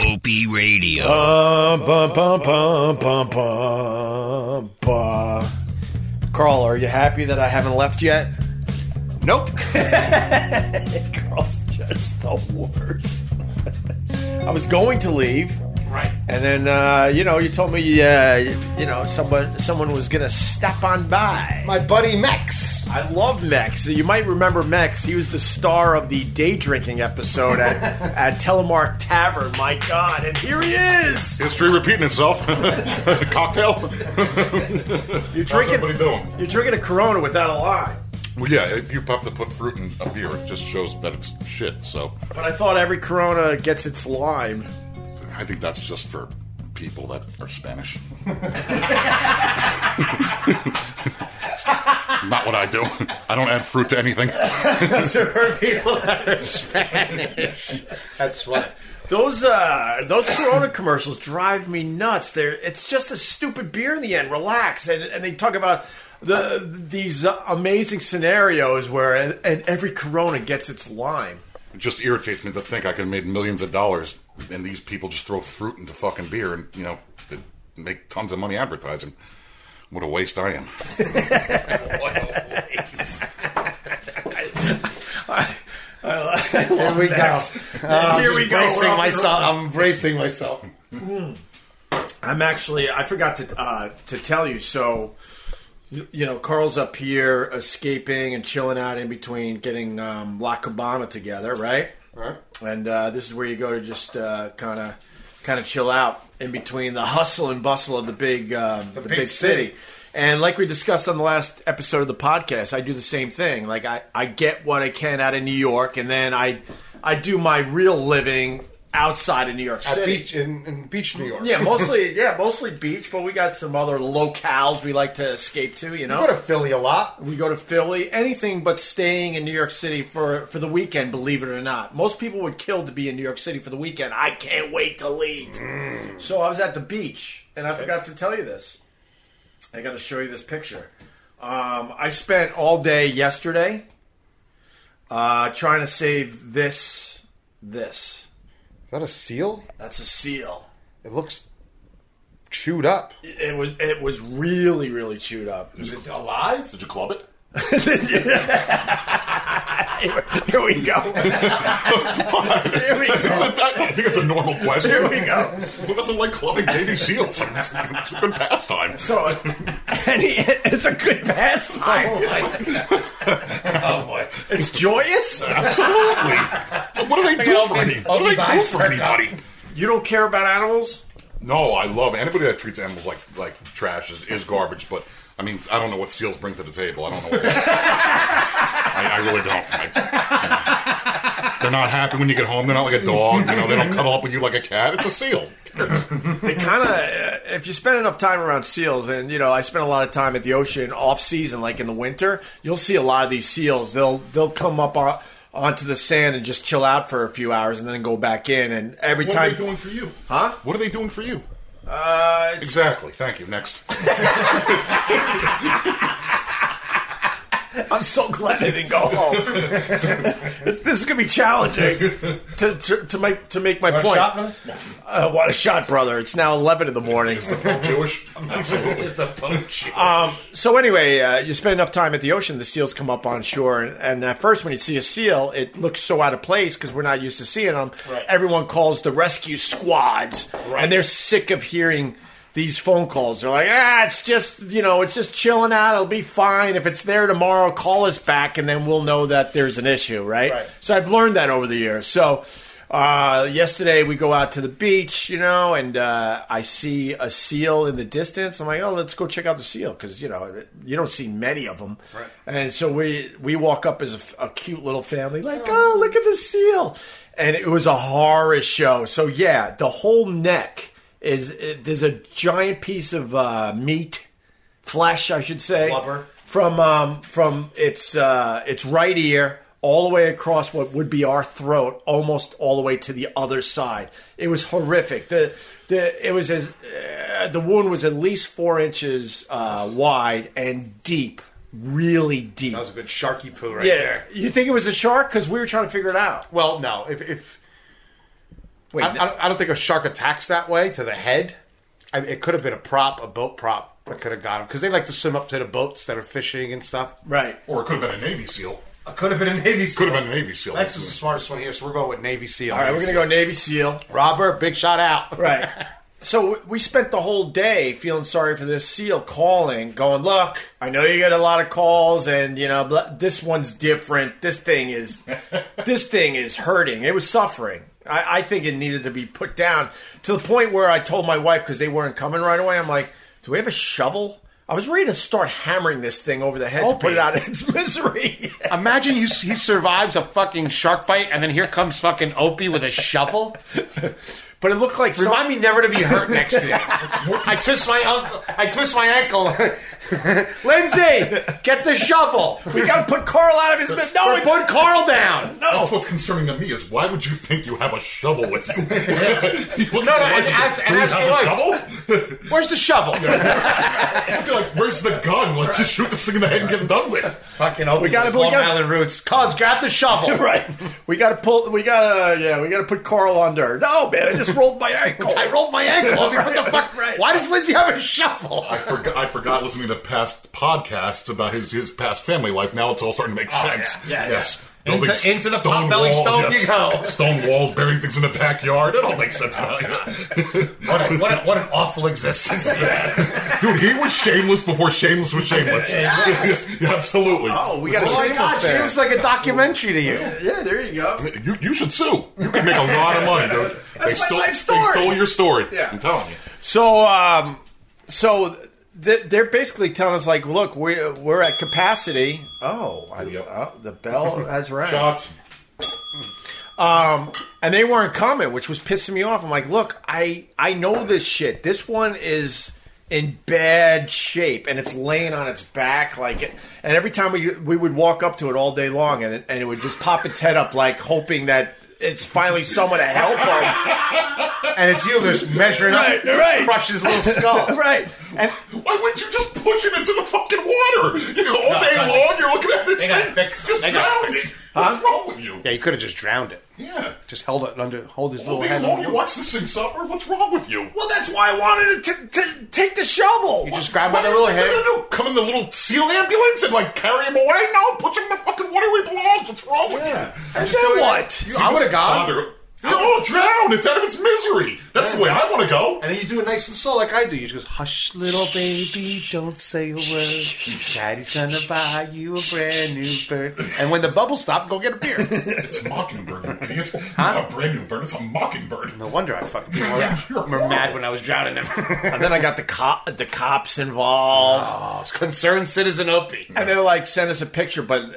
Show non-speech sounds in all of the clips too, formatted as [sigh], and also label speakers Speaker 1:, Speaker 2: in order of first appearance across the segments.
Speaker 1: Loopy Radio.
Speaker 2: Bum, bum, bum, bum, bum, bum, bum. Carl, are you happy that I haven't left yet? Nope. [laughs] Carl's just the worst. [laughs] I was going to leave,
Speaker 3: Right.
Speaker 2: and then uh, you know you told me uh, you, you know someone someone was gonna step on by.
Speaker 4: My buddy Mex.
Speaker 2: I love Mex. You might remember Mex. He was the star of the day drinking episode at, at Telemark Tavern. My God, and here he is.
Speaker 5: History repeating itself. [laughs] Cocktail.
Speaker 2: You're
Speaker 5: How's
Speaker 2: drinking.
Speaker 5: everybody doing?
Speaker 2: You're drinking a Corona without a lime.
Speaker 5: Well, yeah. If you have to put fruit in a beer, it just shows that it's shit. So,
Speaker 2: But I thought every Corona gets its lime.
Speaker 5: I think that's just for people that are Spanish. [laughs] Not what I do. I don't add fruit to anything.
Speaker 4: That's what.
Speaker 2: Those uh, those Corona [laughs] commercials drive me nuts. They're it's just a stupid beer in the end. Relax, and and they talk about the these uh, amazing scenarios where and, and every Corona gets its lime.
Speaker 5: It just irritates me to think I could have made millions of dollars, and these people just throw fruit into fucking beer, and you know, they make tons of money advertising. What a waste I am.
Speaker 4: Here we go. Uh, I'm
Speaker 2: Here
Speaker 4: just
Speaker 2: we go. We're
Speaker 4: Bracing
Speaker 2: off the
Speaker 4: myself. I'm bracing myself.
Speaker 2: I'm actually I forgot to uh, to tell you. So you you know, Carl's up here escaping and chilling out in between getting um, La Cabana together, right? Right. And uh, this is where you go to just kind of kind of chill out in between the hustle and bustle of the big um, the, big,
Speaker 4: big
Speaker 2: city.
Speaker 4: city.
Speaker 2: And like we discussed on the last episode of the podcast, I do the same thing. Like I, I get what I can out of New York, and then I I do my real living outside of New York
Speaker 4: At
Speaker 2: City.
Speaker 4: beach in, in Beach, New York.
Speaker 2: [laughs] Yeah, mostly yeah, mostly beach, but we got some other locales we like to escape to, you know.
Speaker 4: I go to Philly a lot.
Speaker 2: we go to Philly, anything but staying in New York City for for the weekend, believe it or not. Most people would kill to be in New York City for the weekend. I can't wait to leave.
Speaker 4: Mm.
Speaker 2: So I was at the beach and I forgot to tell you this. I got to show you this picture. Um, I spent all day yesterday uh, trying to save this this.
Speaker 4: Is that a seal?
Speaker 2: That's a seal.
Speaker 4: It looks chewed up.
Speaker 2: It was it was really really chewed up.
Speaker 4: Is it alive?
Speaker 5: Did you club it?
Speaker 2: [laughs] Here we go. [laughs] Here we
Speaker 5: It's
Speaker 2: go.
Speaker 5: a- I I think it's a normal question.
Speaker 2: Here we go.
Speaker 5: Who doesn't like clubbing baby seals? It's a good- it's a good pastime.
Speaker 2: So, and he, it's a good pastime.
Speaker 3: Oh boy.
Speaker 2: It's joyous.
Speaker 5: Absolutely. But what do they do
Speaker 3: all
Speaker 5: for
Speaker 3: these-
Speaker 5: any?
Speaker 3: all
Speaker 5: What do
Speaker 3: these
Speaker 5: they do
Speaker 3: eyes
Speaker 5: for
Speaker 3: perk
Speaker 5: anybody?
Speaker 2: You don't care about animals.
Speaker 5: No, I love anybody that treats animals like like trash is, is garbage. But I mean, I don't know what seals bring to the table. I don't know. What [laughs] I, I really don't. I- they're not happy when you get home. They're not like a dog. You know, they don't cuddle up with you like a cat. It's a seal.
Speaker 2: They kind of. Uh, if you spend enough time around seals, and you know, I spent a lot of time at the ocean off season, like in the winter, you'll see a lot of these seals. They'll they'll come up on, onto the sand and just chill out for a few hours, and then go back in. And every
Speaker 5: What are
Speaker 2: time,
Speaker 5: they doing for you?
Speaker 2: huh?
Speaker 5: What are they doing for you?
Speaker 2: Uh, it's-
Speaker 5: Exactly. Thank you. Next.
Speaker 2: [laughs] I'm so glad I didn't go home. [laughs] this is gonna be challenging to to, to make to make my
Speaker 4: Want a
Speaker 2: point.
Speaker 4: shot, brother?
Speaker 2: Uh, what a shot, brother! It's now eleven in the morning. Um,
Speaker 5: Jewish.
Speaker 3: It's a poach.
Speaker 2: so anyway, uh, you spend enough time at the ocean, the seals come up on shore, and, and at first, when you see a seal, it looks so out of place because we're not used to seeing them.
Speaker 3: Right.
Speaker 2: Everyone calls the rescue squads,
Speaker 3: Right.
Speaker 2: and they're sick of hearing these phone calls. They're like, ah, it's just you know, it's just chilling out. It'll be fine. If it's there tomorrow, call us back, and then we'll know that there's an issue, right?
Speaker 3: Right.
Speaker 2: So I've learned that over the years. So. Uh, yesterday we go out to the beach, you know, and uh, I see a seal in the distance. I'm like, oh, let's go check out the seal because you know you don't see many of them. Right. And so we we walk up as a f- a, cute little family, like, oh, look at the seal, and it was a horror show. So yeah, the whole neck is it, there's a giant piece of uh, meat, flesh, I should say,
Speaker 4: Blubber.
Speaker 2: from um, from its uh, its right ear all the way across what would be our throat, almost all the way to the other side. It was horrific. The the it was as uh, the wound was at least four inches uh, wide and deep, really deep.
Speaker 4: That was a good sharky poo right
Speaker 2: yeah,
Speaker 4: there.
Speaker 2: you think it was a shark because we were trying to figure it out.
Speaker 4: Well, no. If, if
Speaker 2: Wait,
Speaker 4: I, I don't- I don't think a shark attacks that way to the head. I, it could have been a prop, a boat prop that could have got him because they like to swim up to the boats that are fishing and stuff.
Speaker 2: right.
Speaker 5: Or it could have been a Navy SEAL.
Speaker 4: It could have been a Navy SEAL.
Speaker 5: Could have been a Navy SEAL.
Speaker 4: Lex is the smartest one here, so we're going with Navy SEAL.
Speaker 2: All right, we're gonna go Navy SEAL.
Speaker 4: Robert, big shot out. [laughs]
Speaker 2: Right. So w- we spent the whole day feeling sorry for this seal calling, going, "Look, I know you get a lot of calls, and you know blah, this one's different. This thing is, this thing is hurting. It was suffering. I, I think it needed to be put down to the point where I told my wife because they weren't coming right away. I'm like, "Do we have a shovel?" I was ready to start hammering this thing over the head to put it
Speaker 4: Opie.
Speaker 2: out of its misery. [laughs]
Speaker 4: Imagine you, he survives a fucking shark bite, and then here comes fucking Opie with a shovel.
Speaker 2: but it looked like some-
Speaker 4: Remind me never to be hurt next to you. I twist my uncle. I twist my ankle. [laughs] Lindsay, get the shovel.
Speaker 2: we got to put Carl out of his misery. No,
Speaker 4: Or
Speaker 2: it-
Speaker 4: put Carl down. No,
Speaker 5: That's what's concerning to me is why would you think you have a shovel with
Speaker 4: [laughs]
Speaker 5: you? [laughs] you
Speaker 4: No, no, and ask- and
Speaker 5: do you
Speaker 4: ask
Speaker 5: have
Speaker 4: your
Speaker 5: a
Speaker 4: wife.
Speaker 5: shovel? [laughs]
Speaker 4: where's the shovel?
Speaker 5: I'd be like, where's the gun? Like, just shoot this thing in the head and get it done with.
Speaker 3: Fucking open
Speaker 2: gotta-
Speaker 3: this
Speaker 2: we
Speaker 3: Long
Speaker 2: gotta-
Speaker 3: Island roots.
Speaker 4: Cuz, grab the shovel.
Speaker 2: [laughs] Right. We gotta pull. We gotta. Yeah. We gotta put Carl under. No, man. I just rolled my ankle.
Speaker 4: [laughs] I rolled my ankle. I mean, [laughs] what the fuck?
Speaker 2: Right.
Speaker 4: Why does Lindsay have a shovel?
Speaker 5: I forgot, I forgot listening to past podcasts about his his past family life. Now it's all starting to make sense.
Speaker 4: yeah, yeah,
Speaker 5: yes.
Speaker 4: yeah.
Speaker 5: Building
Speaker 4: Into- into the
Speaker 5: stone
Speaker 4: potbelly
Speaker 5: wall,
Speaker 4: stone you go.
Speaker 5: Stone walls, burying things in the backyard. It all makes sense now.
Speaker 3: What, a, what, a, what an awful existence.
Speaker 5: [laughs] Dude, he was shameless before shameless was shameless. [laughs] Yeah, absolutely.
Speaker 2: Oh, we gotta-
Speaker 4: Oh my
Speaker 2: Shameless
Speaker 4: god, she
Speaker 2: fan.
Speaker 4: was like a documentary to you.
Speaker 2: Yeah. There you go.
Speaker 5: You, you should sue. You could make a lot of money, dude.
Speaker 2: That's my
Speaker 5: stole,
Speaker 2: life story.
Speaker 5: They stole your story.
Speaker 2: Yeah.
Speaker 5: I'm telling you.
Speaker 2: So, um, so th- they're basically telling us like, look, we are we're at capacity. Oh, I,
Speaker 5: Yep.
Speaker 2: oh, the bell. That's right.
Speaker 5: Shots.
Speaker 2: Um, and they weren't coming, which was pissing me off. I'm like, look, I I know this shit. This one is in bad shape, and it's laying on its back like it. And every time we we would walk up to it all day long, and it, and it would just pop its head up, like hoping that it's finally someone to help him.
Speaker 4: [laughs] And it's you that's measuring
Speaker 2: Right,
Speaker 4: up,
Speaker 2: right.
Speaker 4: crush his little
Speaker 2: [laughs]
Speaker 4: skull.
Speaker 2: right? And
Speaker 5: Why wouldn't you just push him into the fucking water? You know, all day
Speaker 3: guys,
Speaker 5: long you're looking at this
Speaker 3: they gotta
Speaker 5: thing.
Speaker 3: fix it.
Speaker 5: just
Speaker 3: They gotta
Speaker 5: drown
Speaker 3: fix
Speaker 5: it.
Speaker 3: it.
Speaker 5: What's wrong with you?
Speaker 4: Yeah, you could have just drowned it.
Speaker 5: Yeah.
Speaker 4: Just held it under, hold his
Speaker 5: All
Speaker 4: little
Speaker 5: day
Speaker 4: head.
Speaker 5: long you
Speaker 4: Under.
Speaker 5: watch this thing suffer. What's wrong with you?
Speaker 2: well, that's why I wanted to t- t- take the shovel.
Speaker 4: You just grab by the little
Speaker 5: No, no,
Speaker 4: head.
Speaker 5: no. Come in the little seal ambulance and like carry him away? No, put him in the fucking water where he belongs. What's wrong with you?
Speaker 2: and
Speaker 4: Just
Speaker 2: then
Speaker 4: doing it.
Speaker 2: what?
Speaker 4: You- I would have gone.
Speaker 5: Father, No, drown. It's out of its misery. That's the way I want to go.
Speaker 4: And then you do it nice and slow, like I do. You just go, hush, little baby, don't say a word. Daddy's gonna buy you a brand new bird. And when the bubbles stop, go get a beer.
Speaker 5: It's a mockingbird, you idiot. Not a brand new bird. It's a mockingbird.
Speaker 4: No wonder I fucking
Speaker 5: You're
Speaker 4: were mad when I was drowning him. [laughs]
Speaker 2: and then I got the cop the cops involved.
Speaker 4: oh, it's concerned citizen Opie.
Speaker 2: And they're like, send us a picture. But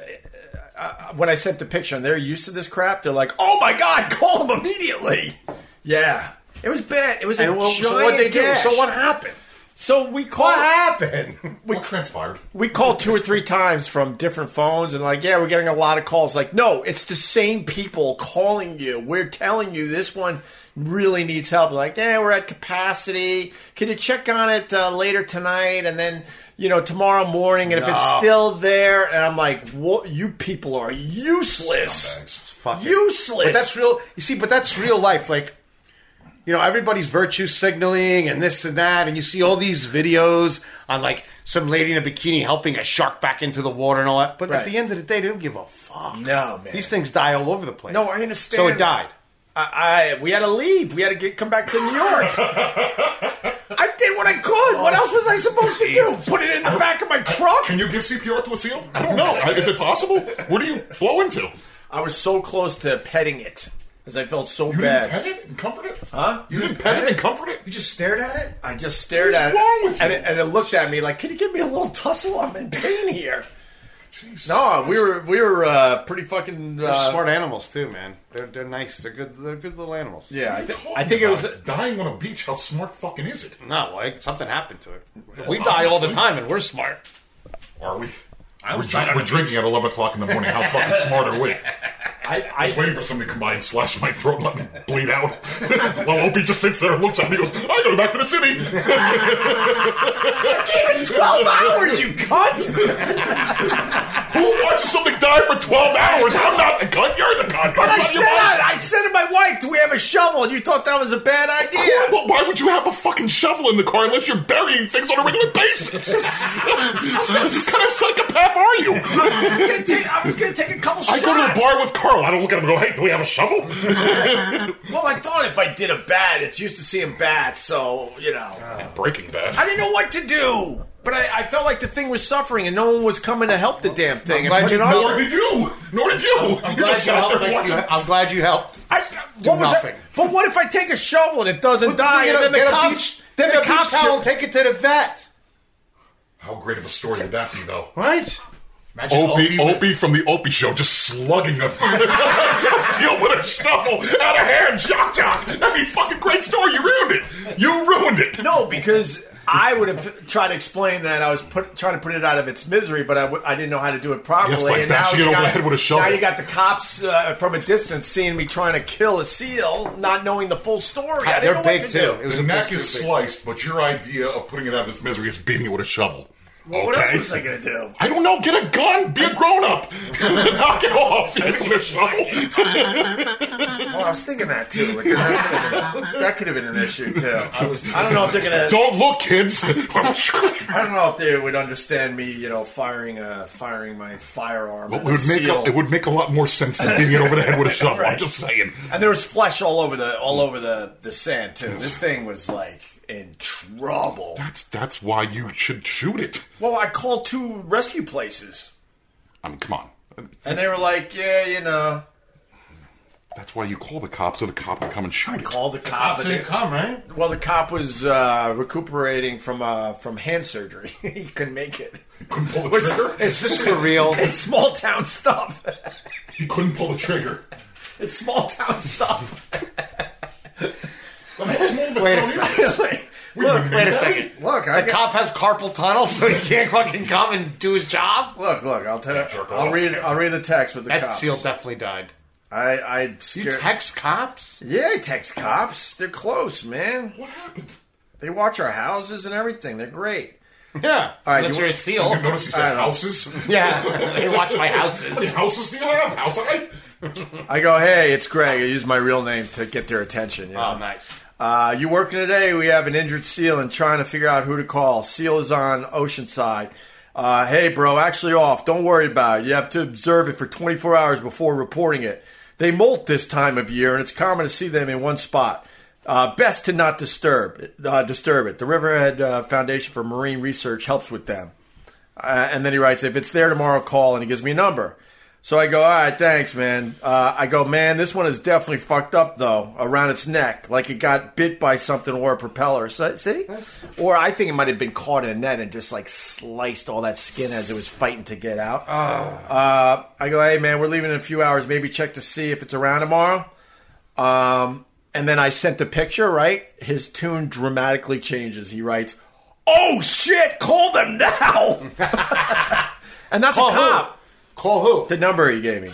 Speaker 2: uh, when I sent the picture, and they're used to this crap, they're like, oh my god, [laughs] call them immediately. Yeah, it was bad. It was a
Speaker 4: And well,
Speaker 2: giant
Speaker 4: so what they do?
Speaker 2: gash.
Speaker 4: So what happened?
Speaker 2: So we called.
Speaker 4: What happened?
Speaker 5: What transpired?
Speaker 2: We called two or three times from different phones, and like, yeah, we're getting a lot of calls. Like, no, it's the same people calling you. We're telling you this one really needs help. Like, yeah, we're at capacity. Can you check on it uh, later tonight, and then you know tomorrow morning, and if it's still there? And I'm like, what? You people are useless.
Speaker 5: Scumbags.
Speaker 4: Fuck it.
Speaker 2: Useless.
Speaker 4: But that's real. You see, but that's real life. Like, you know, everybody's virtue signaling and this and that, and you see all these videos on like some lady in a bikini helping a shark back into the water and all that. But
Speaker 2: Right.
Speaker 4: at the end of the day, they don't give a fuck.
Speaker 2: no man.
Speaker 4: These things die all over the place.
Speaker 2: No, I understand.
Speaker 4: So it died.
Speaker 2: I, I we had to leave. We had to get come back to New York. I did what I could. What else was I supposed to do? Put it in the back of my truck.
Speaker 5: Can you give CPR to a seal? I don't know. Is it possible? Where do you blow into? You
Speaker 2: I was so close to petting it because I felt so
Speaker 5: didn't
Speaker 2: bad.
Speaker 5: pet it and comfort it? Huh? You didn't pet it and comfort it? You just
Speaker 4: stared at it.
Speaker 2: I just stared
Speaker 5: What is
Speaker 2: at it,
Speaker 5: wrong with
Speaker 2: and
Speaker 5: you?
Speaker 2: it and it looked at me like, "Can you give me a little tussle? I'm in pain [laughs] here."
Speaker 5: Jesus
Speaker 2: No, Oh, we were we were uh, pretty fucking
Speaker 4: They're
Speaker 2: uh,
Speaker 4: smart animals too, man. They're, they're nice. They're good. They're good little animals.
Speaker 2: Yeah, I,
Speaker 5: Christ.
Speaker 2: thi-
Speaker 5: What are you
Speaker 2: I think it
Speaker 5: talking
Speaker 2: was.
Speaker 5: about? dying on a beach. How smart fucking is it?
Speaker 4: No, like something happened to it. We die all the
Speaker 5: obviously.
Speaker 4: time, and we're smart.
Speaker 5: [laughs] Are we? we're
Speaker 3: was
Speaker 5: dr-
Speaker 3: dying on
Speaker 5: we're
Speaker 3: a
Speaker 5: drinking at 11 o'clock in the morning. How fucking
Speaker 2: [laughs]
Speaker 5: smart are we?
Speaker 2: I,
Speaker 5: I was
Speaker 2: I
Speaker 5: waiting for somebody to come by and slash my throat and let me bleed out. [laughs] While Opie just sits there and looks at me and goes, I gotta go back to the city. [laughs]
Speaker 2: twelve hours, you cunt.
Speaker 5: Who watches something die for 12 hours? I'm not the gun. You're the gun.
Speaker 2: [laughs] But I said, I said to my wife, "Do we have a shovel?" And you thought that was a bad idea.
Speaker 5: But why would you have a fucking shovel in the car unless you're burying things on a regular basis? what kind of psychopath are
Speaker 2: I
Speaker 5: you?
Speaker 2: was gonna take, I was gonna take a couple
Speaker 5: I
Speaker 2: shots.
Speaker 5: go to the bar with Carl. I don't look at him and go, hey, do we have a shovel?
Speaker 2: Well, I thought if I did a bat, it's used to seeing bats, so you know.
Speaker 5: Breaking bad.
Speaker 2: I didn't know what to do, but I, I felt like the thing was suffering, and no one was coming to help the damn thing. and
Speaker 4: glad
Speaker 2: put
Speaker 4: you
Speaker 2: it on
Speaker 5: Nor
Speaker 4: helped.
Speaker 5: did you. Nor did you.
Speaker 4: I'm
Speaker 5: you
Speaker 4: glad
Speaker 5: just
Speaker 4: you
Speaker 5: sat
Speaker 4: helped.
Speaker 5: there
Speaker 4: Thank you.
Speaker 5: watching.
Speaker 4: I'm glad you helped.
Speaker 2: I,
Speaker 4: Do
Speaker 2: what was
Speaker 4: nothing.
Speaker 2: that? But what if I take a shovel and it doesn't die,
Speaker 4: Get
Speaker 2: and
Speaker 4: a,
Speaker 2: then
Speaker 4: get
Speaker 2: the
Speaker 4: a
Speaker 2: cops,
Speaker 4: beach,
Speaker 2: then
Speaker 4: get
Speaker 2: the
Speaker 4: a beach
Speaker 2: cops
Speaker 4: towel and take it to the vet.
Speaker 5: How great of a story would that be, though?
Speaker 4: Right?
Speaker 3: Imagine
Speaker 5: Opie,
Speaker 3: Opie-
Speaker 5: Opie from the Opie Show, just slugging a, [laughs] a seal with a shovel out of hand, jock jock. That'd be a fucking great story. You ruined it. You ruined it.
Speaker 2: No, because I would have tried to explain that I was put, trying to put it out of its misery, but I, w- I didn't know how to do it properly.
Speaker 5: Yes, by
Speaker 2: and now
Speaker 5: bashing
Speaker 2: you
Speaker 5: it over
Speaker 2: got-
Speaker 5: the head with a shovel.
Speaker 2: Now you got the cops uh, from a distance seeing me trying to kill a seal, not knowing the full story. I didn't
Speaker 4: They're
Speaker 2: know
Speaker 4: big
Speaker 2: what to
Speaker 4: too.
Speaker 2: do.
Speaker 4: It was
Speaker 5: the
Speaker 4: a
Speaker 5: neck
Speaker 4: big
Speaker 5: is
Speaker 4: toothpick.
Speaker 5: sliced, but your idea of putting it out of its misery is beating it with a shovel. okay.
Speaker 2: What else was I gonna do?
Speaker 5: I don't know. Get a gun. Be a grown up. [laughs] Knock it off. Hit it with a shovel.
Speaker 2: Well, I was thinking that too. Like, that could have
Speaker 4: [laughs]
Speaker 2: been- that could have been an issue too. I, was, I don't know if they're gonna.
Speaker 5: don't look,
Speaker 4: [laughs]
Speaker 5: kids.
Speaker 2: I don't know if they would understand me, you know, firing uh, firing my firearm. at
Speaker 5: But it
Speaker 2: a
Speaker 5: would make
Speaker 2: seal.
Speaker 5: a, it would make a lot more sense than beating it over the head
Speaker 4: [laughs]
Speaker 5: with a shovel. I'm just saying.
Speaker 2: And there was flesh all over the all over the the sand too. This thing was like in trouble.
Speaker 5: That's that's why you should shoot it.
Speaker 2: Well, I called two rescue places,
Speaker 5: I mean, come on.
Speaker 2: and they were like, "Yeah, you know,
Speaker 5: That's why you call the cops, so the cop can come and shoot it.
Speaker 2: call the cop."
Speaker 3: Cops
Speaker 2: and
Speaker 3: didn't
Speaker 2: they-
Speaker 3: come, right?
Speaker 2: Well, the cop was uh, recuperating from uh, from hand surgery. [laughs] he couldn't make [laughs] it.
Speaker 5: couldn't pull the trigger.
Speaker 2: It's
Speaker 4: Is this for
Speaker 2: [laughs]
Speaker 4: real?
Speaker 2: It's small town stuff.
Speaker 5: He couldn't pull the trigger.
Speaker 2: It's small town [laughs] stuff.
Speaker 4: Wait a second.
Speaker 2: [laughs] Like,
Speaker 5: Look,
Speaker 4: Wait a second.
Speaker 2: Look,
Speaker 4: the
Speaker 2: I got-
Speaker 4: cop has carpal tunnel, so he can't fucking come and do his job.
Speaker 2: look, look. I'll tell.
Speaker 5: jerk
Speaker 2: I'll
Speaker 5: off.
Speaker 2: read. I'll read the text with the
Speaker 4: That
Speaker 2: cops.
Speaker 4: seal definitely died.
Speaker 2: I I
Speaker 4: Do
Speaker 2: scared.
Speaker 4: you text cops?
Speaker 2: Yeah, I text cops. They're close, man.
Speaker 5: What happened?
Speaker 2: They watch our houses and everything. They're great.
Speaker 4: Yeah.
Speaker 2: right,
Speaker 4: Unless
Speaker 2: you-
Speaker 4: you're a seal.
Speaker 5: You notice he
Speaker 2: I
Speaker 5: said
Speaker 2: don't know.
Speaker 5: houses.
Speaker 4: [laughs] Yeah. they watch
Speaker 2: [laughs]
Speaker 4: my houses.
Speaker 5: Houses? Do you have house? I
Speaker 2: I go, hey, it's Greg. I use my real name to get their attention. You know?
Speaker 4: Oh, nice.
Speaker 2: Uh, you working today? We have an injured SEAL and trying to figure out who to call. SEAL is on Oceanside. Uh, hey, bro, actually off. Don't worry about it. You have to observe it for 24 hours before reporting it. They molt this time of year, and it's common to see them in one spot. Uh, best to not disturb uh, disturb it. The Riverhead uh, Foundation for Marine Research helps with them. Uh, and then he writes, if it's there tomorrow, call. And he gives me a number. So I go, all right, thanks, man. Uh, I go, man, this one is definitely fucked up, though, around its neck, like it got bit by something or a propeller. So, see? Or I think it might have been caught in a net and just, like, sliced all that skin as it was fighting to get out. Uh, I go, hey, man, we're leaving in a few hours. Maybe check to see if it's around tomorrow. Um, and then I sent the picture, right? His tune dramatically changes. He writes, oh, shit, call them now. [laughs] and that's a cop
Speaker 4: Call who?
Speaker 2: the number he gave me.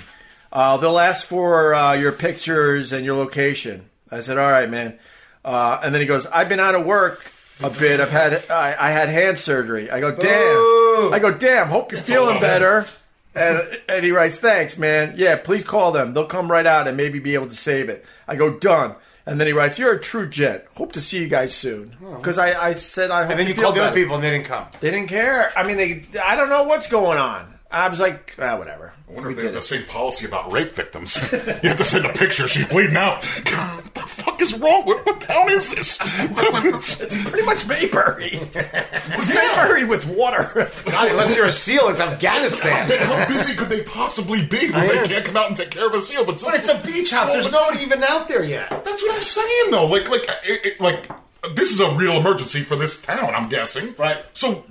Speaker 2: Uh, they'll ask for uh, your pictures and your location. I said, all right, man. Uh, and then he goes, I've been out of work a bit. I've had I, I had hand surgery. I go, damn. I go, damn. Hope you're feeling
Speaker 5: lot.
Speaker 2: better. And, and he writes, thanks, man. Yeah, please call them. They'll come right out and maybe be able to save it. I go, done. And then he writes, you're a true gent. Hope to see you guys soon. Because I, I said I hope.
Speaker 4: Oh, And then you
Speaker 2: feel
Speaker 4: called the
Speaker 2: better."
Speaker 4: other people and they didn't come.
Speaker 2: They didn't care. I mean, they. I don't know what's going on. I was like, ah, whatever.
Speaker 5: wonder
Speaker 2: We
Speaker 5: if they
Speaker 2: did
Speaker 5: have
Speaker 2: it.
Speaker 5: the same policy about rape victims. [laughs] you have to send a picture. She's bleeding out. What the fuck is wrong? What, what town is this?
Speaker 2: pretty much Mayberry. [laughs] it was Mayberry with water.
Speaker 4: God, unless you're a seal, it's Afghanistan. [laughs]
Speaker 5: How busy could they possibly be when they can't come out and take care of a seal? But,
Speaker 4: But it's a beach house. There's nobody even out
Speaker 2: [laughs]
Speaker 4: there yet.
Speaker 5: That's what I'm saying, though. Like, like, it, it, like, this is a real emergency for this town. I'm guessing.
Speaker 4: Right.
Speaker 5: So,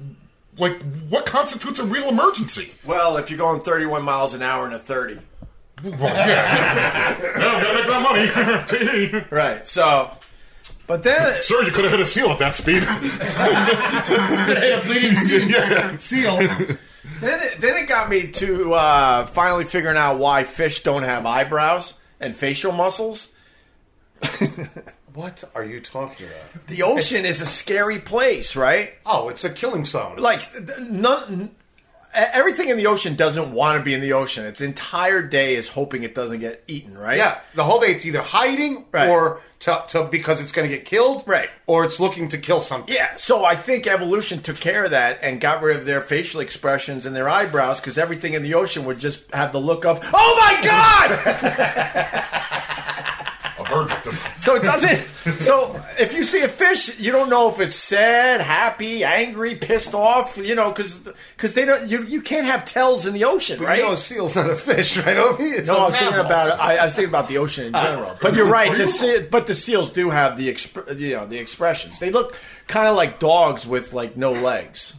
Speaker 5: like, what constitutes a real emergency?
Speaker 2: [laughs] well, if you're going 31 miles an hour in a 30.
Speaker 5: Yeah, gotta make that money,
Speaker 2: Right. So, but then
Speaker 5: [laughs] sir. You could have hit a seal at that speed. [laughs]
Speaker 3: Seal.
Speaker 2: then it, then it got me to uh, finally figuring out why fish don't have eyebrows and facial muscles.
Speaker 4: [laughs] What are you talking about?
Speaker 2: The ocean is a scary place, right?
Speaker 4: Oh, it's a killing zone.
Speaker 2: Like th- none e, everything in the ocean doesn't want to be in the ocean. Its entire day is hoping it doesn't get eaten, right?
Speaker 4: Yeah, the whole day it's either hiding
Speaker 2: Right.
Speaker 4: or to, to because it's going to get killed,
Speaker 2: Right.
Speaker 4: Or it's looking to kill something.
Speaker 2: Yeah, so I think evolution took care of that and got rid of their facial expressions and their eyebrows because everything in the ocean would just have the look of, oh my
Speaker 4: [laughs]
Speaker 2: God!
Speaker 5: A bird victim.
Speaker 2: so it doesn't. So if you see a fish, you don't know if it's sad, happy, angry, pissed off, you know, because they don't, you, you can't have tells in the ocean,
Speaker 4: But
Speaker 2: right?
Speaker 4: you know, a seal's not a fish, right? Ovi? It's
Speaker 2: No,
Speaker 4: a
Speaker 2: I was thinking
Speaker 4: mammal.
Speaker 2: about I, I was thinking about the ocean in
Speaker 4: Uh,
Speaker 2: general. but you're right. The se- but the seals do have the exp- you know the expressions. They look kind of like dogs with like no legs.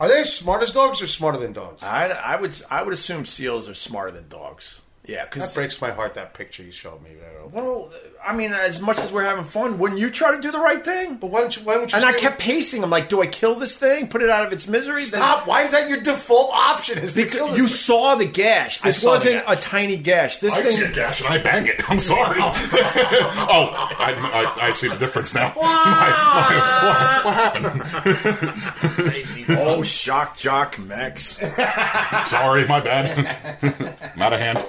Speaker 4: Are they as smart as dogs or smarter than dogs?
Speaker 2: I, I would I would assume seals are smarter than dogs. Yeah,
Speaker 4: That
Speaker 2: because
Speaker 4: breaks my heart. That picture you showed me. I don't know.
Speaker 2: well, I mean, as much as we're having fun, wouldn't you try to do the right thing?
Speaker 4: But why don't you? Why don't you?
Speaker 2: And I
Speaker 4: stay
Speaker 2: kept pacing. I'm like, do I kill this thing? Put it out of its misery?
Speaker 4: with- stop. Why is that your default option? Is to kill
Speaker 2: Then-
Speaker 4: this
Speaker 2: you
Speaker 4: thing?
Speaker 2: saw the gash. This
Speaker 4: saw the
Speaker 2: wasn't
Speaker 4: gash.
Speaker 2: a tiny gash. This
Speaker 5: I
Speaker 2: thing. [laughs]
Speaker 5: see a gash and I bang it. I'm sorry. [laughs] oh, I, I, I see the difference now. [laughs] My- my- what, what happened?
Speaker 2: Oh, shock jock Max.
Speaker 5: [laughs] sorry, my bad. [laughs] I'm out of hand.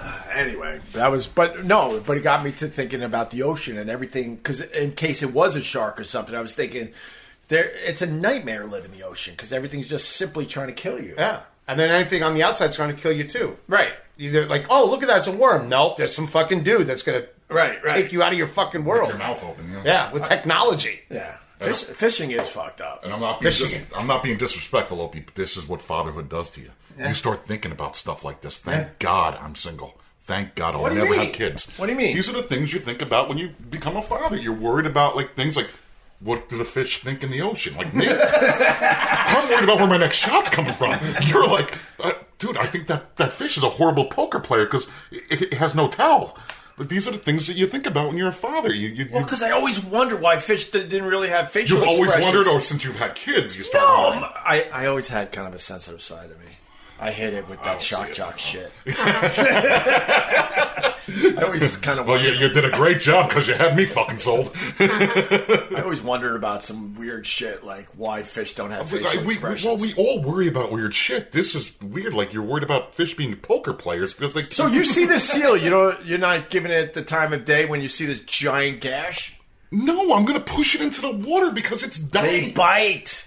Speaker 2: [laughs] anyway, that was, but no, but it got me to thinking about the ocean and everything. Because in case it was a shark or something, I was thinking there, it's a nightmare living in the ocean because everything's just simply trying to kill you.
Speaker 4: Yeah, and then anything on the outside's going to kill you too.
Speaker 2: Right.
Speaker 4: Either like, oh, look at that, it's a worm. Nope, there's some fucking dude that's going to
Speaker 2: Right, right.
Speaker 4: take you out of your fucking world.
Speaker 5: Your mouth open. You know?
Speaker 4: Yeah, with technology.
Speaker 2: Yeah. Fish, fishing is fucked up.
Speaker 5: And I'm not being
Speaker 4: Fishing.
Speaker 5: dis- I'm not being disrespectful, Opie, but this is what fatherhood does to you. You start thinking about stuff like this. Thank God I'm single. Thank God I'll
Speaker 2: What do you
Speaker 5: never
Speaker 2: mean?
Speaker 5: have kids.
Speaker 2: What do you mean?
Speaker 5: These are the things you think about when you become a father. You're worried about like things like what do the fish think in the ocean? Like
Speaker 2: [laughs]
Speaker 5: me, I'm worried about where my next shot's coming from. You're like, uh, dude, I think that that fish is a horrible poker player because it, it has no towel. But these are the things that you think about when you're a father. You, you,
Speaker 2: Well,
Speaker 5: you-
Speaker 2: because I always wonder why fish d- didn't really have facial
Speaker 5: you've always
Speaker 2: expressions.
Speaker 5: wondered, or since you've had kids, you
Speaker 2: No,
Speaker 5: start. wondering.
Speaker 2: I'm- I, I always had kind of a sensitive side of me. I hit it with that
Speaker 5: don't see
Speaker 2: shock
Speaker 5: it. [laughs]
Speaker 2: jock shit. I always kind of
Speaker 5: Well, you, you did a great job because you had me fucking sold.
Speaker 2: I always wondered about some weird shit, like why fish don't have
Speaker 5: Oh, We-
Speaker 2: facial
Speaker 5: we-
Speaker 2: expressions.
Speaker 5: well, we all worry about weird shit. This is weird. Like you're worried about fish being poker players because like
Speaker 2: so you see this seal, you know, you're not giving it the time of day when you see this giant gash.
Speaker 5: no, I'm gonna push it into the water because it's
Speaker 2: They
Speaker 5: dying.
Speaker 2: bite.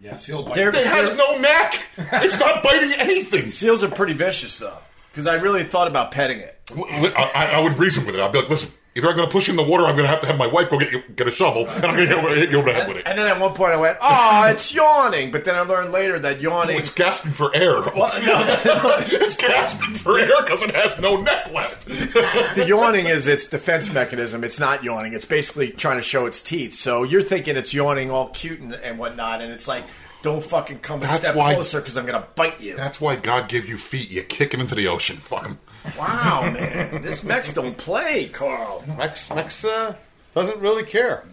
Speaker 3: Yeah, seal bite.
Speaker 2: They're-
Speaker 5: it has no neck. It's not biting anything.
Speaker 2: Seals are pretty vicious, though, because I really thought about petting it.
Speaker 5: I, I- I would reason with it. I'd be like, listen, either I'm gonna push you in the water, I'm gonna have to have my wife go get you, get a shovel, and I'm gonna hit, you- hit you over the head with it.
Speaker 2: And then at one point I went, "Oh, it's yawning," but then I learned later that yawning.
Speaker 5: It's gasping for air. [laughs] it's gasping for air because it has no neck left. [laughs]
Speaker 2: the yawning is its defense mechanism. It's not yawning. It's basically trying to show its teeth. So you're thinking it's yawning all cute and, and whatnot, and it's like, don't fucking come a
Speaker 5: That's
Speaker 2: step
Speaker 5: why-
Speaker 2: closer because I'm going to bite you.
Speaker 5: That's why God gave you feet. You kick him into the ocean. Fuck him.
Speaker 2: Wow, man. This Mex don't play,
Speaker 4: [laughs]
Speaker 2: Carl.
Speaker 4: Max, Max uh, doesn't really care.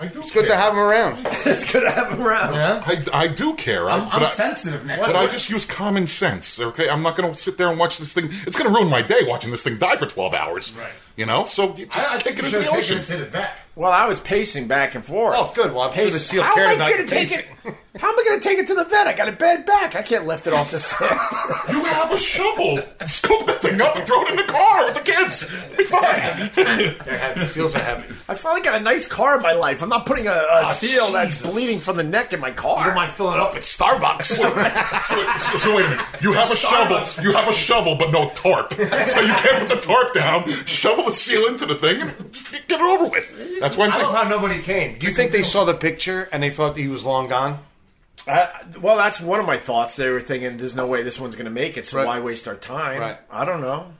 Speaker 5: I do
Speaker 4: It's good to have him around.
Speaker 2: It's going to have him around.
Speaker 5: I, I do care. I,
Speaker 3: I'm, I'm
Speaker 5: but I-
Speaker 3: sensitive next
Speaker 5: But I
Speaker 3: week.
Speaker 5: just use common sense, okay? I'm not going to sit there and watch this thing. It's going to ruin my day watching this thing die for 12 hours. Right. You know? So you just
Speaker 3: I, I
Speaker 5: kick
Speaker 3: think
Speaker 5: it
Speaker 3: you
Speaker 5: into
Speaker 3: should
Speaker 5: the
Speaker 3: have
Speaker 5: ocean.
Speaker 3: taken it to the vet.
Speaker 2: Well, I was pacing back and forth.
Speaker 4: Oh, good. Well, I'm sure the
Speaker 2: Pace-
Speaker 4: seal
Speaker 2: how
Speaker 4: cared
Speaker 2: am I
Speaker 4: about
Speaker 2: gonna
Speaker 4: your
Speaker 2: take it? How am I going to take it to the vet? I got a bad back. I can't lift it off
Speaker 4: [laughs]
Speaker 2: the stand.
Speaker 5: You have a shovel. Scoop the thing up and throw it in the car with the kids. It'll be
Speaker 3: [laughs]
Speaker 5: fine.
Speaker 4: They're heavy. Seals are heavy.
Speaker 2: I finally got a nice car in my life. I'm not putting a, a
Speaker 4: Ah,
Speaker 2: seal that's bleeding from the neck in my car.
Speaker 4: Don't mind filling up at
Speaker 5: [laughs]
Speaker 4: Starbucks.
Speaker 5: so, so- so wait a minute. You have a shovel. You have a shovel, but no tarp. So you can't put the tarp down. Shovel the seal into the thing and get it over with. That's why I'm
Speaker 4: I
Speaker 5: saying.
Speaker 4: love how nobody came. Do you think they saw the picture and they thought he was long gone?
Speaker 2: Uh, well, that's one of my thoughts. They were thinking, "There's no way this one's going to make it, so
Speaker 4: Right.
Speaker 2: why waste our time?"
Speaker 4: Right.
Speaker 2: I don't know.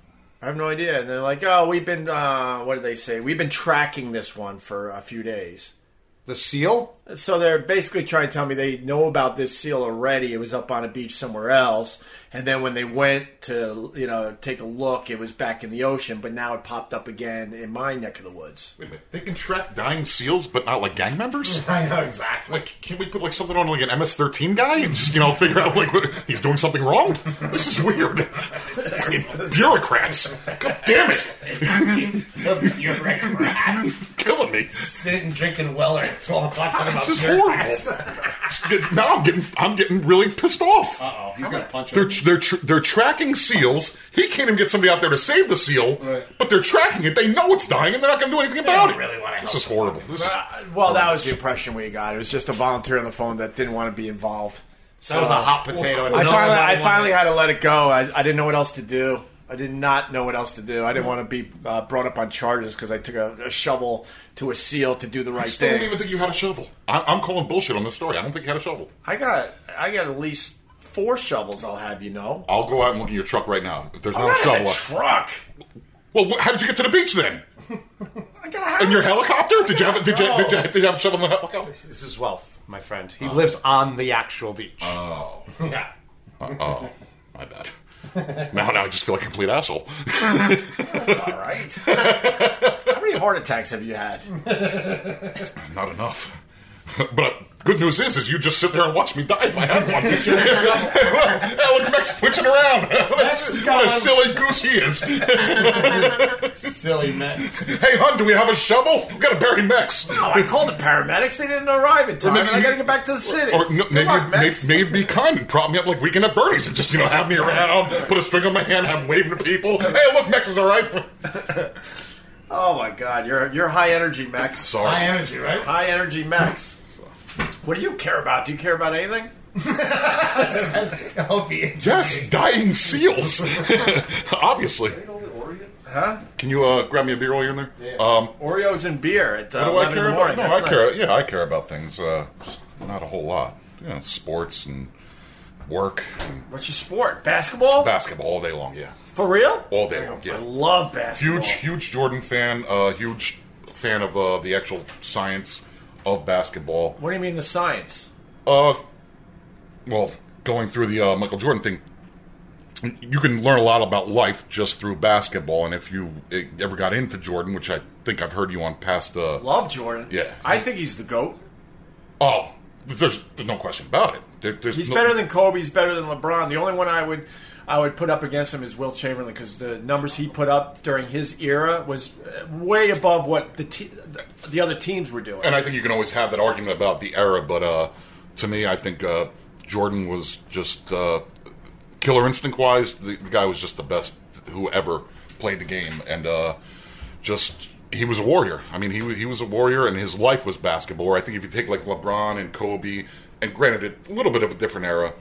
Speaker 2: I have no idea. And they're like, "Oh, we've been uh, what did they say? We've been tracking this one for a few days."
Speaker 4: The seal?
Speaker 2: So they're basically trying to tell me they know about this seal already. It was up on a beach somewhere else, and then when they went to you know take a look, it was back in the ocean, but now it popped up again in my neck of the woods.
Speaker 5: Wait a minute. They can track dying seals, but not like gang members?
Speaker 4: [laughs]
Speaker 3: I know exactly.
Speaker 5: Like, can we put like something on like an MS-13 guy and just you know figure out like what, he's doing something wrong? This is weird. Fucking bureaucrats! God damn it!
Speaker 3: You're right.
Speaker 5: Kill killing me.
Speaker 1: Sitting drinking Weller at 12 o'clock talking about
Speaker 5: This is
Speaker 1: jerk
Speaker 5: horrible. now I'm getting I'm getting really pissed off.
Speaker 1: Uh-oh, he's going to punch
Speaker 5: They're
Speaker 1: him.
Speaker 5: they're tr- they're tracking seals. He can't even get somebody out there to save the seal, but they're tracking it. They know it's dying, and they're not going to do anything about
Speaker 1: don't
Speaker 5: it.
Speaker 1: really wanna
Speaker 5: this
Speaker 1: help
Speaker 5: is horrible. This is,
Speaker 2: Uh, well, that was the impression we got. It was just a volunteer on the phone that didn't want to be involved.
Speaker 4: That was a hot potato.
Speaker 2: I
Speaker 1: No, I
Speaker 2: finally, I
Speaker 1: wanted-
Speaker 2: finally had to let it go. I, I didn't know what else to do. I did not know what else to do. I didn't want to be uh, brought up on charges because I took a, a shovel to a seal to do the right
Speaker 5: I still don't
Speaker 2: thing.
Speaker 5: even think you had a shovel. I, I'm calling bullshit on this story. I don't think you had a shovel.
Speaker 2: I got, I got at least four shovels. I'll have you know.
Speaker 5: I'll go out and look in your truck right now. If there's not, a
Speaker 2: not
Speaker 5: shovel,
Speaker 2: in a truck.
Speaker 5: well, wh- how did you get to the beach then?
Speaker 2: I got a house.
Speaker 5: In your helicopter? Did you have a, did you, did you, did you have a shovel in the helicopter?
Speaker 4: This is wealth, my friend.
Speaker 2: Uh.
Speaker 4: He lives on the actual beach. [laughs]
Speaker 1: Yeah.
Speaker 5: Oh, my bad. [laughs] Now, now I just feel like a complete asshole. [laughs]
Speaker 2: That's all right. How many heart attacks have you had?
Speaker 5: Not enough. [laughs] But good news is, is you just sit there and watch me die if I
Speaker 2: [laughs]
Speaker 5: had one. yeah, [laughs] look at Max switching around. what, a, what a silly goose he is. hey,
Speaker 1: Silly
Speaker 2: [laughs]
Speaker 1: man.
Speaker 5: hon, do we have a shovel? We gotta bury Max.
Speaker 2: Oh, I called the paramedics. They didn't arrive in time.
Speaker 5: maybe
Speaker 2: and I
Speaker 5: you-
Speaker 2: got to get back to the city.
Speaker 5: Or no,
Speaker 2: Good
Speaker 5: maybe,
Speaker 2: luck,
Speaker 5: may-
Speaker 2: Max.
Speaker 5: maybe be kind and prop me up like Weekend at Bernie's and just, you know, have me around, put a string on my hand, have him waving to people. Hey, look, Max is all right.
Speaker 2: Oh my God, you're you're high energy, Max.
Speaker 5: Sorry.
Speaker 1: High energy, right?
Speaker 2: High energy, Max. What do you care about? Do you care about anything?
Speaker 3: [laughs]
Speaker 1: I hope he
Speaker 5: Yes, dying seals. [laughs] Obviously. Can you uh, grab me a beer while you're in there? Um,
Speaker 2: Oreos and beer at uh,
Speaker 5: do I
Speaker 2: 11 in
Speaker 5: care
Speaker 2: the
Speaker 5: about?
Speaker 2: morning.
Speaker 5: No, I
Speaker 2: That's
Speaker 5: care.
Speaker 2: nice.
Speaker 5: Yeah, I care about things. Uh, not a whole lot. You know, sports and work, and
Speaker 2: What's your sport? Basketball?
Speaker 5: basketball all day long. Yeah,
Speaker 2: For real?
Speaker 5: all day long.
Speaker 2: I
Speaker 5: Yeah,
Speaker 2: love basketball.
Speaker 5: huge, huge Jordan fan. Uh, huge fan of uh, the actual science of basketball.
Speaker 2: What do you mean the science?
Speaker 5: Uh, well, going through the uh, Michael Jordan thing, you can learn a lot about life just through basketball. And if you eh, ever got into Jordan, which I think I've heard you on past, uh,
Speaker 2: Love Jordan.
Speaker 5: Yeah.
Speaker 2: I think he's the GOAT.
Speaker 5: oh, there's, there's no question about it. There, there's
Speaker 2: He's
Speaker 5: no-
Speaker 2: better than Kobe. He's better than LeBron. The only one I would I would put up against him is Will Chamberlain because the numbers he put up during his era was uh, way above what the te- the- the other teams were doing.
Speaker 5: and I think you can always have that argument about the era, but uh, to me, I think uh, Jordan was just uh, killer instinct wise. The, the guy was just the best who ever played the game, and uh, just he was a warrior. I mean, he wa- he was a warrior, and his life was basketball. Or I think if you take like LeBron and Kobe, and granted, it, a little bit of a different era,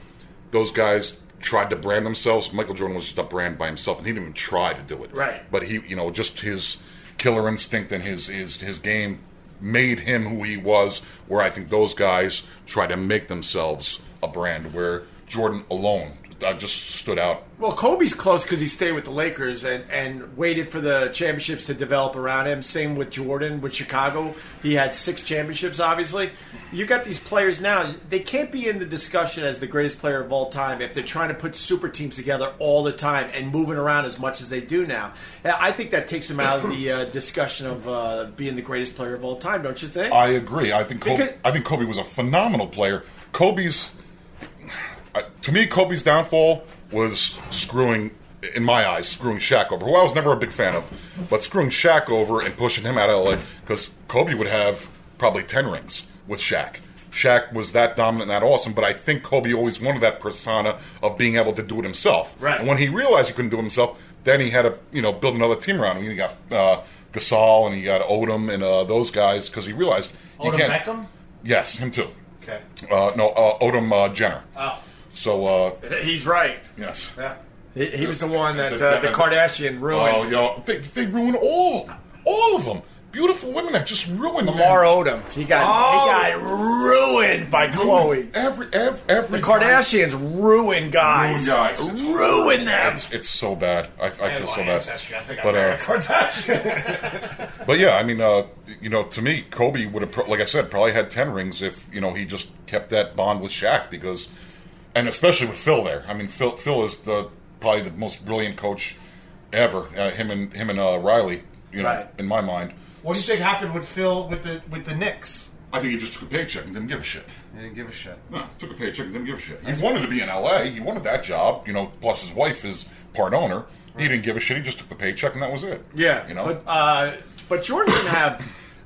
Speaker 5: those guys. Tried to brand themselves. Michael Jordan was just a brand by himself, and he didn't even try to do it.
Speaker 2: Right.
Speaker 5: But he, you know, just his killer instinct and his his his game made him who he was. Where I think those guys try to make themselves a brand. Where Jordan alone uh, just stood out.
Speaker 2: Well, Kobe's close because he stayed with the Lakers and, and waited for the championships to develop around him. Same with Jordan with Chicago. He had six championships, obviously. You got these players now, they can't be in the discussion as the greatest player of all time if they're trying to put super teams together all the time and moving around as much as they do now. And I think that takes them out of the uh, discussion of uh, being the greatest player of all time, don't you think?
Speaker 5: I agree. I think Kobe,
Speaker 2: Because-
Speaker 5: I think Kobe was a phenomenal player. Kobe's I- to me, Kobe's downfall was screwing, in my eyes, screwing Shaq over, who I was never a big fan of, but screwing Shaq over and pushing him out of LA because Kobe would have probably 10 rings with Shaq. Shaq was that dominant and that awesome, but I think Kobe always wanted that persona of being able to do it himself.
Speaker 2: Right.
Speaker 5: And when he realized he couldn't do it himself, then he had to, you know, build another team around him. He got uh, Gasol and he got Odom and uh, those guys because he realized you
Speaker 1: Odom
Speaker 5: can't.
Speaker 1: Beckham?
Speaker 5: Yes, him too.
Speaker 1: Okay.
Speaker 5: Uh, no, uh, Odom uh, Jenner.
Speaker 1: Oh.
Speaker 5: So uh,
Speaker 2: He's right.
Speaker 5: yes.
Speaker 2: He, he was the one that uh, the Kardashian
Speaker 5: Oh,
Speaker 2: ruined.
Speaker 5: yo, they, they ruin all, all of them. Beautiful women that just ruin
Speaker 2: Lamar Odom. He got
Speaker 1: Oh.
Speaker 2: he got ruined by Chloe.
Speaker 5: Every, every, every
Speaker 2: The Kardashians ruin guys.
Speaker 5: Ruin guys. It's-
Speaker 2: Ruin them.
Speaker 5: It's, it's so bad. I, I feel so
Speaker 1: my
Speaker 5: bad.
Speaker 1: ancestry, I think
Speaker 5: But,
Speaker 1: I'm
Speaker 5: uh,
Speaker 1: a Kardashian.
Speaker 5: But yeah, I mean, uh, you know, to me, Kobe would have, pro- like I said, probably had ten rings if you know he just kept that bond with Shaq because, and especially with Phil there. I mean, Phil Phil is the probably the most brilliant coach ever. Uh, him and him and uh, Riley, you know,
Speaker 2: Right.
Speaker 5: in my mind.
Speaker 4: What do you think happened with Phil with the with the Knicks?
Speaker 5: I think he just took a paycheck and didn't give a shit.
Speaker 4: They didn't give a shit.
Speaker 5: No, took a paycheck and didn't give a shit. He wanted to be in LA. He wanted that job, you know. Plus, his wife is part owner. He didn't give a shit. He just took the paycheck and that was it.
Speaker 2: yeah, uh,
Speaker 5: you know.
Speaker 2: But uh, but Jordan didn't have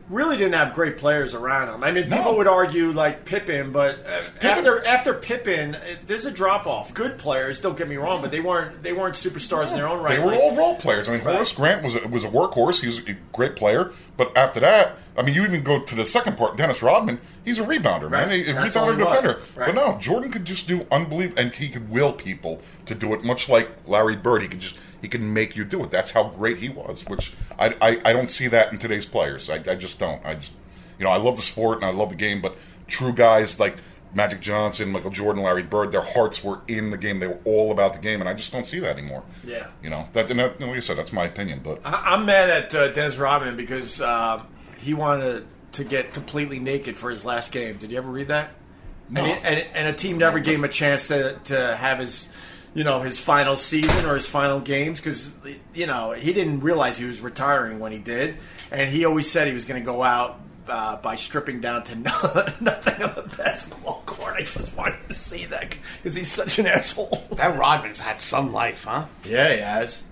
Speaker 2: really didn't have great players around him. I mean,
Speaker 5: No.
Speaker 2: people would argue like Pippen, but uh, after after Pippen, uh, there's a drop off. Good players, don't get me wrong, but they weren't they weren't superstars in their own right.
Speaker 5: They were
Speaker 2: Like,
Speaker 5: all role players. I mean, Horace Grant was a, was a workhorse. He was a great player. But after that, I mean, you even go to the second part. Dennis Rodman, he's a rebounder, man.
Speaker 2: Right.
Speaker 5: He, a
Speaker 2: That's
Speaker 5: rebounder
Speaker 2: all he was.
Speaker 5: defender. But
Speaker 2: Right.
Speaker 5: no, Oh, Jordan could just do unbelievable, and he could will people to do it. Much like Larry Bird, he could just he could make you do it. That's how great he was. Which I, I, I don't see that in today's players. I, I just don't. I just you know I love the sport and I love the game, but true guys like. Magic Johnson, Michael Jordan, Larry Bird, their hearts were in the game. They were all about the game, and I just don't see that anymore.
Speaker 2: Yeah.
Speaker 5: You know, that, and that, like I said, that's my opinion, but
Speaker 2: I, I'm mad at uh, Dennis Rodman because um, he wanted to get completely naked for his last game. Did you ever read that?
Speaker 5: No.
Speaker 2: And, it- and, and a team never gave him a chance to, to have his, you know, his final season or his final games because you know he didn't realize he was retiring when he did, and he always said he was going to go out. Uh, by stripping down to [laughs] no, nothing on the basketball court, I just wanted to see that because he's such an [laughs] asshole.
Speaker 4: That Rodman's had some life, huh?
Speaker 2: Yeah, he has.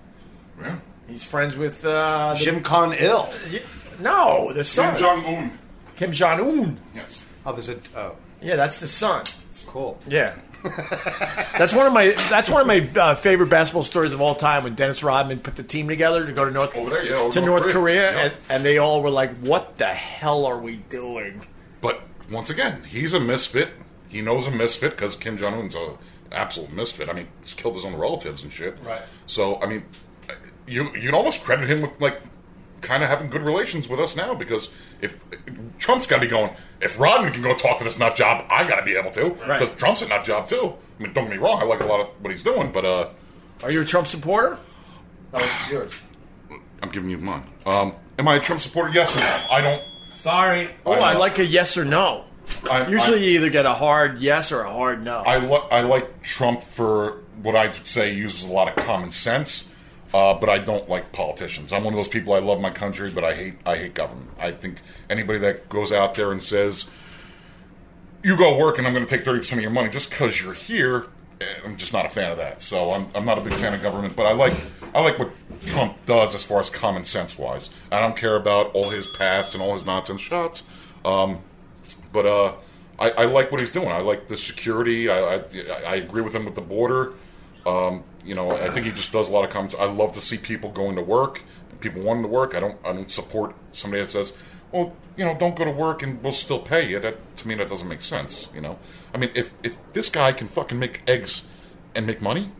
Speaker 5: yeah.
Speaker 2: He's friends with uh, the-
Speaker 4: Jim Con Il.
Speaker 2: no the son.
Speaker 5: Un.
Speaker 2: Kim Jong Un.
Speaker 5: Yes.
Speaker 4: Oh, there's a. Oh,
Speaker 2: Yeah, that's the son.
Speaker 4: cool.
Speaker 2: Yeah, [laughs] that's one of my that's one of my uh, favorite basketball stories of all time. When Dennis Rodman put the team together to go to North
Speaker 5: Over there, yeah, over
Speaker 2: to
Speaker 5: North
Speaker 2: North Korea,
Speaker 5: Korea, yeah.
Speaker 2: and, and they all were like, "What the hell are we doing?"
Speaker 5: But once again, he's a misfit. He knows a misfit because Kim Jong Un's a absolute misfit. I mean, he's killed his own relatives and shit.
Speaker 1: Right.
Speaker 5: So I mean, you you'd almost credit him with like kind of having good relations with us now because if Trump's got to be going, if Rodman can go talk to this nut job, I got to be able to
Speaker 2: Right.
Speaker 5: because Trump's a nut job too. I mean, don't get me wrong, I like a lot of what he's doing, but uh,
Speaker 2: Are you a Trump supporter?
Speaker 1: That was yours.
Speaker 5: I'm giving you mine. Um, am I a Trump supporter? Yes or no? I don't.
Speaker 1: Sorry.
Speaker 2: Oh, I,
Speaker 5: I-
Speaker 2: like a yes or no.
Speaker 5: I-
Speaker 2: Usually,
Speaker 5: I-
Speaker 2: you either get a hard yes or a hard no.
Speaker 5: I, li- I like Trump for what I'd say uses a lot of common sense, uh, but I don't like politicians. I'm one of those people. I love my country, but I hate I hate government. I think anybody that goes out there and says, "You go work, and I'm going to take thirty percent of your money just because you're here," eh, I'm just not a fan of that. So I'm, I'm not a big fan of government, but I like I like what Trump does as far as common sense wise. I don't care about all his past and all his nonsense shots. Um, but uh, I, I like what he's doing. I like the security. I, I, I agree with him with the border. Um, you know, I think he just does a lot of comments. I love to see people going to work, people wanting to work. I don't I don't support somebody that says, well, you know, don't go to work and we'll still pay you. That to me that doesn't make sense. You know, I mean, if if this guy can fucking make eggs and make money,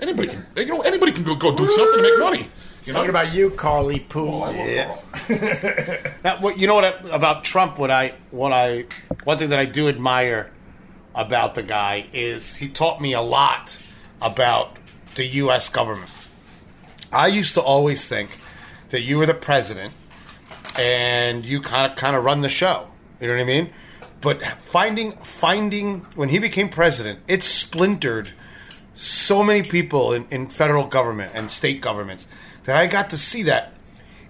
Speaker 5: anybody can. You know, anybody can go go do something to make money. You know?
Speaker 2: Talking about you, Carly Poo.
Speaker 5: Oh, I love Carl.
Speaker 4: Now, what you know what I- about Trump? What I what I one thing that I do admire about the guy is he taught me a lot about the U.S. government. I used to always think that you were the president and you kind of kind of run the show. You know what I mean? But finding finding when he became president, it splintered so many people in, in federal government and state governments that I got to see that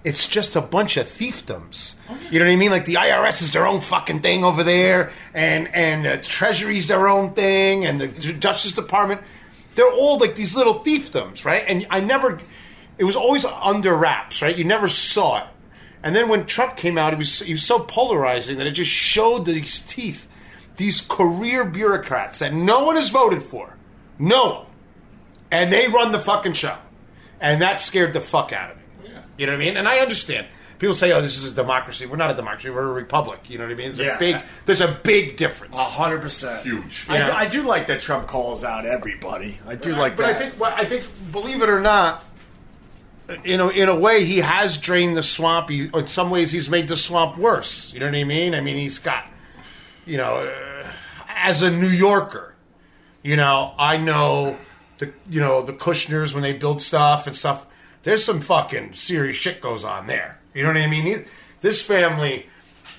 Speaker 4: it's just a bunch of fiefdoms. You know what I mean? Like the IRS is their own fucking thing over there, and and uh, Treasury's their own thing, and the Justice Department. They're all like these little fiefdoms, right? And I never, it was always under wraps, right? You never saw it. And then when Trump came out, he was he was so polarizing that it just showed these teeth, these career bureaucrats that no one has voted for, no one, and they run the fucking show, and that scared the fuck out of me. You know what I mean? And I understand. People say, "Oh, this is a democracy." We're not a democracy. We're a republic. You know what I mean? There's
Speaker 2: Yeah.
Speaker 4: a big, there's a big difference.
Speaker 2: hundred percent
Speaker 5: Huge.
Speaker 2: I, do,
Speaker 4: Yeah.
Speaker 2: I do like that Trump calls out everybody. I do like
Speaker 4: but
Speaker 2: that.
Speaker 4: I think, well, I think, believe it or not, you know, in a way, he has drained the swamp. He, in some ways, he's made the swamp worse. You know what I mean? I mean, he's got, you know, uh, as a New Yorker, you know, I know the, you know, the Kushners when they build stuff and stuff. There's some fucking serious shit goes on there. You know what I mean? He- This family,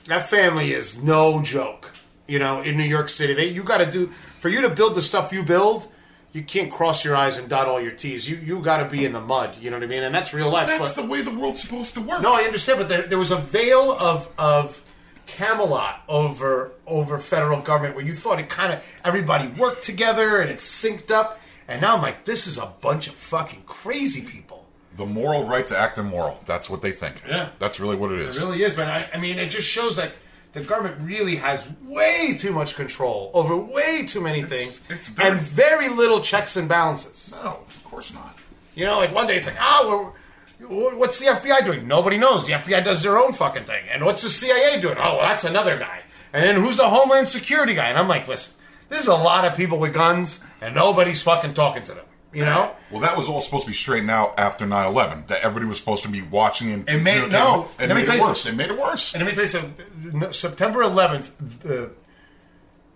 Speaker 4: that family is no joke. You know, in New York City, they you got to do for you to build the stuff you build. You can't cross your eyes and dot all your t's. You you got to be in the mud. You know what I mean? And that's real life.
Speaker 5: That's
Speaker 4: but-
Speaker 5: the way the world's supposed to work.
Speaker 4: no, I understand, but there, there was a veil of of Camelot over over federal government where you thought it kind of everybody worked together and it synced up, and now I'm like, this is a bunch of fucking crazy people.
Speaker 5: The moral right to act immoral. That's what they think.
Speaker 3: Yeah.
Speaker 5: That's really what it is.
Speaker 4: It really is, man. I, I mean, it just shows like the government really has way too much control over way too many things
Speaker 5: it's dirty.
Speaker 4: and very little checks and balances.
Speaker 5: No, of course not.
Speaker 4: You know, like one day it's like, ah, we're, what's the FBI doing? Nobody knows. The FBI does their own fucking thing. And what's the CIA doing? Oh, well, that's another guy. And then who's the Homeland Security guy? And I'm like, listen, there's a lot of people with guns, and nobody's fucking talking to them. You know?
Speaker 5: Well, that was all supposed to be straightened out after 9 11. That everybody was supposed to be watching and.
Speaker 4: It made-
Speaker 5: it
Speaker 4: no,
Speaker 5: It
Speaker 4: let me
Speaker 5: made
Speaker 4: tell
Speaker 5: it
Speaker 4: you
Speaker 5: worse. It
Speaker 4: something.
Speaker 5: made it worse.
Speaker 4: And let me tell you something. No, September 11th, uh,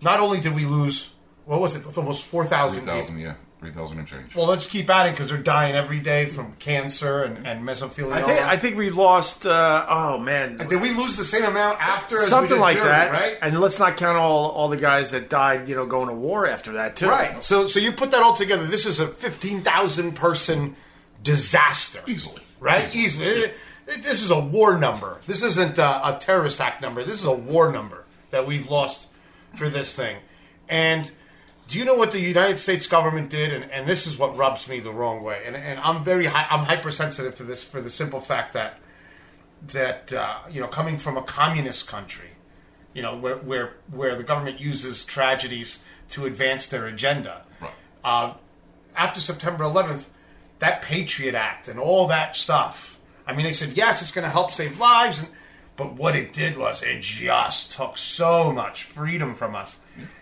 Speaker 4: not only did we lose, what was it, almost 4,000 people.
Speaker 5: 3,000, yeah. 3,000 and change.
Speaker 4: Well, let's keep at it because they're dying every day from cancer and, and mesothelioma.
Speaker 2: I think I think we lost. Uh, oh man,
Speaker 4: did we lose the same amount after? as we
Speaker 2: something
Speaker 4: did
Speaker 2: like
Speaker 4: during,
Speaker 2: that.
Speaker 4: right?
Speaker 2: And let's not count all all the guys that died. You know, going to war after that too.
Speaker 4: right. So, so you put that all together. This is a 15,000 person disaster.
Speaker 5: Easily.
Speaker 4: Right? Easily. It- it- this is a war number. This isn't a, a terrorist act number. This is a war number that we've lost for this thing. And do you know what the United States government did? And, and this is what rubs me the wrong way. And, and I'm very hi- I'm hypersensitive to this for the simple fact that that uh, you know coming from a communist country, you know where where where the government uses tragedies to advance their agenda.
Speaker 5: Right.
Speaker 4: Uh, after September 11th, that Patriot Act and all that stuff. I mean, they said yes, it's going to help save lives, and, but what it did was it just took so much freedom from us,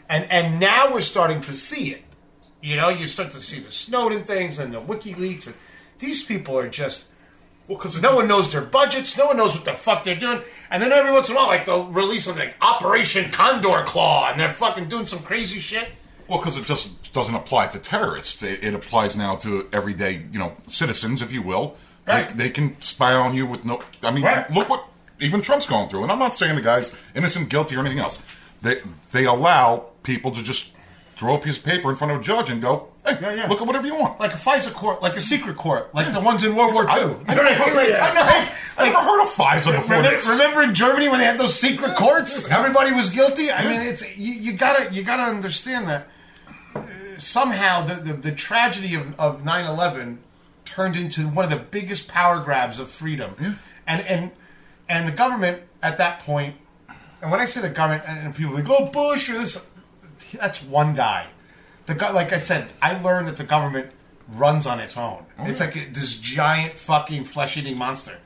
Speaker 4: and and now we're starting to see it. You know, you start to see the Snowden things and the WikiLeaks, and these people are just. Well, because no one knows their budgets, no one knows what the fuck they're doing, and then every once in a while, like they'll release something like Operation Condor Claw, and they're fucking doing some crazy shit.
Speaker 5: Well, because it just doesn't apply to terrorists. It, it applies now to everyday, you know, citizens, if you will.
Speaker 4: Right.
Speaker 5: They, they can spy on you with no. I mean,
Speaker 4: Right.
Speaker 5: look what even Trump's going through. And I'm not saying the guy's innocent, guilty, or anything else. They they allow people to just throw a piece of paper in front of a judge and go, "Hey,
Speaker 4: Yeah, yeah.
Speaker 5: look at whatever you want."
Speaker 4: like a FISA court, like a secret court, like the ones in World War II.
Speaker 5: I-
Speaker 4: You know what I mean? Like,
Speaker 5: Yeah.
Speaker 4: I know,
Speaker 5: I
Speaker 4: like-
Speaker 5: never heard of FISA
Speaker 4: like,
Speaker 5: before.
Speaker 4: remember,
Speaker 5: this.
Speaker 4: remember in Germany when they had those secret courts? Everybody was guilty. I mean, it's you, you gotta you gotta understand that uh, somehow the the, the tragedy of, of 9-11 turned into one of the biggest power grabs of freedom, and and and the government at that point and when I say the government, and people are like, oh, Bush or this, that's one guy. The guy, like I said, I learned that the government runs on its own.
Speaker 5: Oh,
Speaker 4: It's like this giant fucking flesh-eating monster,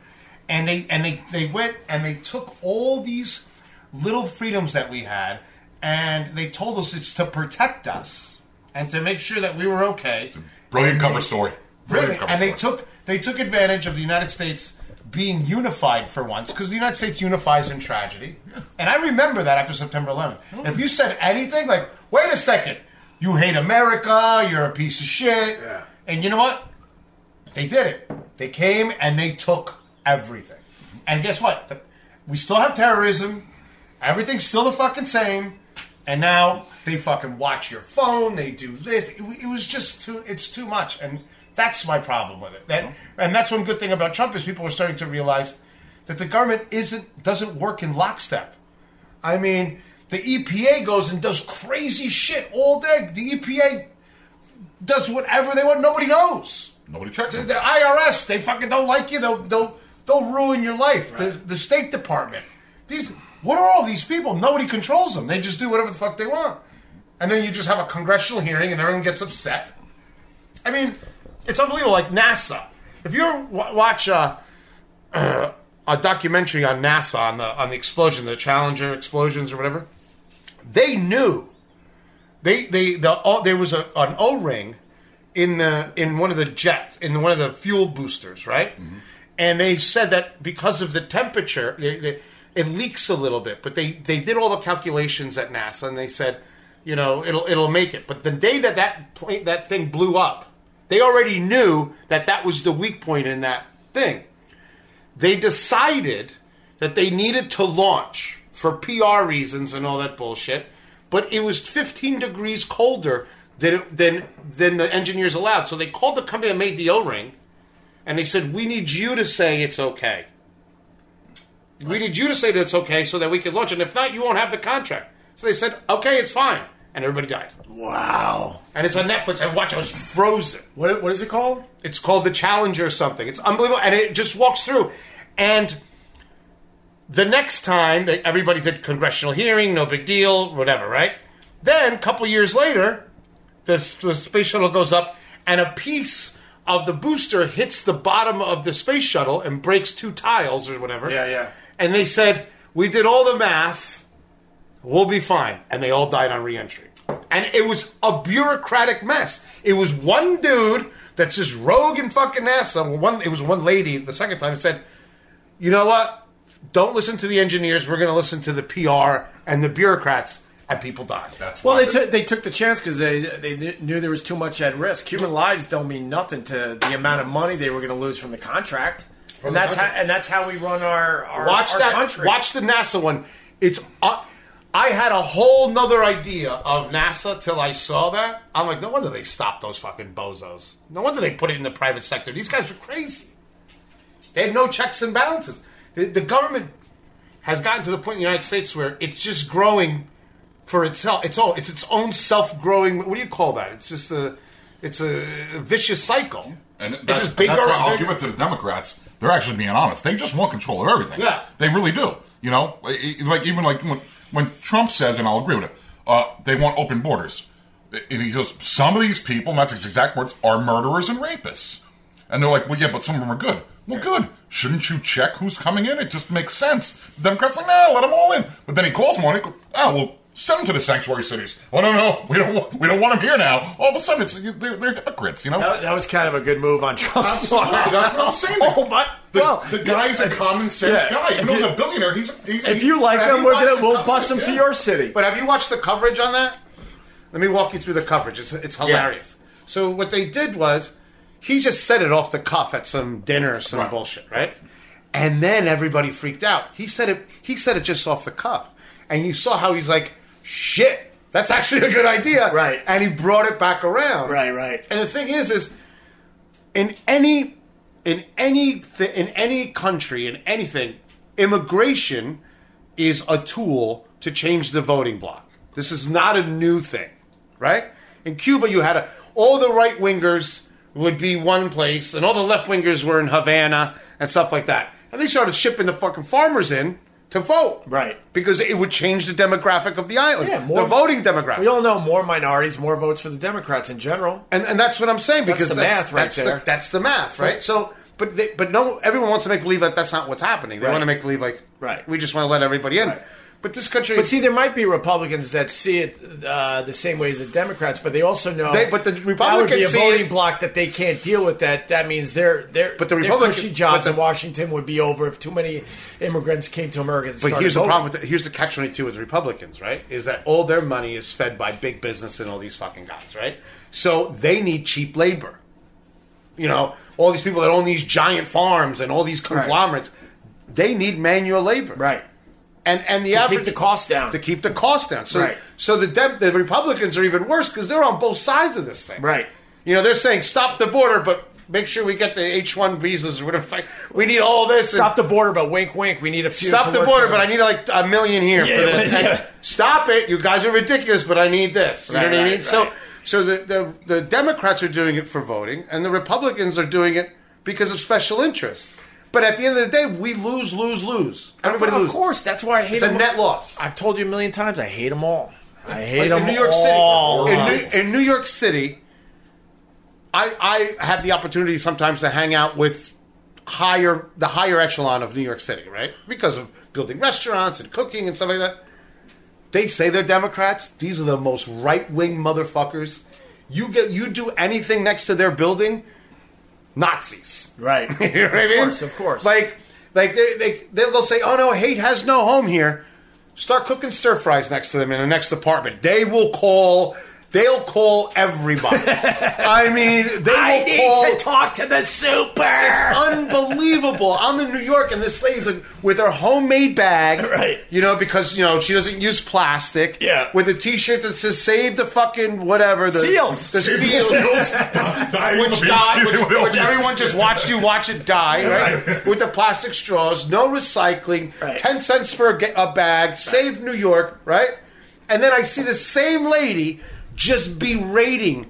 Speaker 4: and they and they they went and they took all these little freedoms that we had, and they told us it's to protect us and to make sure that we were okay.
Speaker 5: Brilliant cover story.
Speaker 4: Really,
Speaker 5: Brilliant cover
Speaker 4: and they
Speaker 5: story.
Speaker 4: took they took advantage of the United States being unified for once because the United States unifies in tragedy. And I remember that after September 11th. And if you said anything like, "Wait a second, you hate America, you're a piece of shit,"
Speaker 1: Yeah.
Speaker 4: and you know what? They did it. They came and they took everything. And guess what? The- we still have terrorism. Everything's still the fucking same. And now they fucking watch your phone. They do this. It, w- it was just too. It's too much. And that's my problem with it. That, and that's one good thing about Trump is people are starting to realize that the government isn't doesn't work in lockstep. I mean, the EPA goes and does crazy shit all day. The E EPA does whatever they want. Nobody knows.
Speaker 5: Nobody checks
Speaker 4: The,
Speaker 5: it.
Speaker 4: the IRS, they fucking don't like you. They'll they'll they'll ruin your life. The, the State Department. These what are all these people? Nobody controls them. They just do whatever the fuck they want. And then you just have a congressional hearing, and everyone gets upset. I mean, it's unbelievable. Like NASA. If you ever wa watch uh, [clears throat] a documentary on NASA on the on the explosion, the Challenger explosions or whatever, they knew. They they the oh, there was a, an O ring in the in one of the jets in one of the fuel boosters, right? And they said that because of the temperature, they, they, it leaks a little bit. But they they did all the calculations at NASA, and they said, you know, it'll it'll make it. But the day that that plane, that thing blew up, they already knew that that was the weak point in that thing they decided that they needed to launch for PR reasons and all that bullshit, but it was 15 degrees colder than, it, than, than the engineers allowed. So they called the company that made the O ring and they said, We need you to say it's okay. We need you to say that it's okay so that we can launch. And if not, you won't have the contract. So they said, Okay, it's fine. and everybody died.
Speaker 2: Wow.
Speaker 4: And it's on Netflix. I watch. I was frozen.
Speaker 2: What, what is it called?
Speaker 4: It's called The Challenger or something. It's unbelievable. And it just walks through. And the next time that everybody did congressional hearing, no big deal, whatever, right? Then, a couple years later, the, s- the space shuttle goes up and a piece of the booster hits the bottom of the space shuttle and breaks two tiles or whatever.
Speaker 2: Yeah, yeah.
Speaker 4: And they said, We did all the math, we'll be fine. And they all died on reentry. And it was a bureaucratic mess. It was one dude that's just rogue in fucking NASA. One, it was one lady the second time that said, you know what? Don't listen to the engineers. We're going to listen to the PR and the bureaucrats, and people die.
Speaker 5: That's
Speaker 2: Well,
Speaker 5: why
Speaker 2: they, took they took the chance because they they kn- knew there was too much at risk. Human lives don't mean nothing to the amount of money they were going to lose from the contract, and
Speaker 4: the
Speaker 2: that's
Speaker 4: contract.
Speaker 2: how and that's how we run our our,
Speaker 4: watch
Speaker 2: our
Speaker 4: that.
Speaker 2: country.
Speaker 4: Watch the NASA one. It's. Uh, I had a whole nother idea of NASA till I saw that. I'm like, no wonder they stopped those fucking bozos. No wonder they put it in the private sector. These guys were crazy. They had no checks and balances. The, the government has gotten to the point in the United States where it's just growing for itself. It's all. It's its own self-growing. What do you call that? It's just a. It's a vicious cycle.
Speaker 5: And that,
Speaker 4: it's just bigger
Speaker 5: that's why I'll
Speaker 4: and
Speaker 5: give
Speaker 4: bigger.
Speaker 5: it to the Democrats. They're actually being honest. They just want control of everything.
Speaker 4: Yeah.
Speaker 5: they really do. You know, like e- like, even like when, when Trump says, and I'll agree with it, uh, they want open borders. And he goes, some of these people, and that's his exact words, are murderers and rapists. And they're like, well, yeah, but some of them are good. Well, good. Shouldn't you check who's coming in? It just makes sense. The Democrats are like, nah, let them all in. But then he calls them on it. Oh, well, send them to the sanctuary cities. Oh no, no, we don't, want, we don't want them here now. All of a sudden, it's they're, they're hypocrites. You know,
Speaker 2: That, that was kind of a good move on Trump's
Speaker 5: Absolutely,
Speaker 2: part.
Speaker 5: that's what I'm saying.
Speaker 2: Oh, but-
Speaker 5: the,
Speaker 2: well,
Speaker 5: the guy's a common sense
Speaker 2: yeah,
Speaker 5: guy.
Speaker 2: if
Speaker 5: Even though he's
Speaker 2: you-
Speaker 5: a billionaire, he's, a- he's
Speaker 2: If you like
Speaker 5: he
Speaker 2: them, we're
Speaker 5: buys
Speaker 2: gonna
Speaker 5: the
Speaker 2: we'll
Speaker 5: company,
Speaker 2: bust them to
Speaker 5: yeah.
Speaker 2: your city.
Speaker 4: But have you watched the coverage on that? Let me walk you through the coverage. It's, it's hilarious. So what they did was he just said it off the cuff at some dinner or some
Speaker 5: Right.
Speaker 4: bullshit, right? And then everybody freaked out. He said it. He said it just off the cuff, and you saw how he's like, "Shit, that's actually a good idea,"
Speaker 2: Right.
Speaker 4: And he brought it back around,
Speaker 2: Right, right.
Speaker 4: And the thing is, is in any in any th- in any country in anything immigration is a tool to change the voting block this is not a new thing right in cuba you had a, all the right wingers would be one place and all the left wingers were in havana and stuff like that and they started shipping the fucking farmers in to vote
Speaker 2: Right.
Speaker 4: because it would change the demographic of the island
Speaker 2: Yeah, more-
Speaker 4: the voting demographic
Speaker 2: We all know more minorities, more votes for the Democrats in general.
Speaker 4: and and that's what I'm saying because
Speaker 2: the
Speaker 4: that's,
Speaker 2: math right
Speaker 4: that's
Speaker 2: there.
Speaker 4: The, that's the math, right? So, but they, but no, everyone wants to make believe that that's not what's happening. They
Speaker 2: Right.
Speaker 4: want to make believe like
Speaker 2: Right.
Speaker 4: we just want to let everybody in. But this country,
Speaker 2: But see, there might be Republicans that see it uh, the same way as the Democrats, but they also know.
Speaker 4: They- but the
Speaker 2: that would be a
Speaker 4: Republicans see
Speaker 2: voting
Speaker 4: it-
Speaker 2: block that they can't deal with. That that means their their
Speaker 4: But the
Speaker 2: their
Speaker 4: Republican-
Speaker 2: cushy jobs
Speaker 4: but the-
Speaker 2: in Washington would be over if too many immigrants came to America. And
Speaker 4: but
Speaker 2: started
Speaker 4: here's the
Speaker 2: voting.
Speaker 4: problem. With the, here's the catch twenty two with Republicans, right? Is that all their money is fed by big business and all these fucking guys, right? So they need cheap labor. You know, all these people that own these giant farms and all these conglomerates, they need manual labor,
Speaker 2: right?
Speaker 4: And and the
Speaker 2: To
Speaker 4: average
Speaker 2: keep the cost down.
Speaker 4: to keep the cost down. So,
Speaker 2: Right.
Speaker 4: so the Dem- the Republicans are even worse because they're on both sides of this thing.
Speaker 2: Right.
Speaker 4: You know, they're saying stop the border, but make sure we get the H one visas or whatever. We need all this. and
Speaker 2: Stop the border, but wink, wink. We need a few.
Speaker 4: stop
Speaker 2: to
Speaker 4: the
Speaker 2: work
Speaker 4: border,
Speaker 2: for-
Speaker 4: but I need like a million here
Speaker 2: Yeah,
Speaker 4: for
Speaker 2: [laughs]
Speaker 4: this.
Speaker 2: yeah.
Speaker 4: And Stop it! You guys are ridiculous, but I need this. You know
Speaker 2: Right,
Speaker 4: what I mean?
Speaker 2: right,
Speaker 4: So,
Speaker 2: right.
Speaker 4: so the, the the Democrats are doing it for voting, and the Republicans are doing it because of special interests. But at the end of the day, we lose, lose, lose. Everybody
Speaker 2: Of
Speaker 4: loses.
Speaker 2: course, that's why I hate
Speaker 4: It's a
Speaker 2: them.
Speaker 4: net loss.
Speaker 2: I've told you a million times. I hate them all. I hate
Speaker 4: Like,
Speaker 2: them
Speaker 4: in New York
Speaker 2: all.
Speaker 4: City. In New, in New York City, I I have the opportunity sometimes to hang out with higher the higher echelon of New York City, right? Because of building restaurants and cooking and stuff like that. They say they're Democrats. These are the most right wing motherfuckers. You get you do anything next to their building, Nazis.
Speaker 2: Right.
Speaker 4: [laughs] You know what I mean?
Speaker 2: Of course, of course.
Speaker 4: Like, like they, they they'll say, "Oh no, hate has no home here." Start cooking stir fries next to them in the next apartment. They will call. They'll call
Speaker 2: [laughs]
Speaker 4: everybody. I mean, they
Speaker 2: I
Speaker 4: will
Speaker 2: need
Speaker 4: call.
Speaker 2: to talk to the super.
Speaker 4: Unbelievable! I'm in New York, and this lady's like, with her homemade bag,
Speaker 2: Right.
Speaker 4: You know, because you know she doesn't use plastic.
Speaker 2: Yeah.
Speaker 4: With a T-shirt that says "Save the fucking whatever the
Speaker 2: Seals.
Speaker 4: the [laughs] seals, which die, which, which everyone just watched you watch it die, right? With the plastic straws, no recycling,
Speaker 2: Right.
Speaker 4: ten cents for a, ga- a bag, save New York, right? And then I see the same lady just berating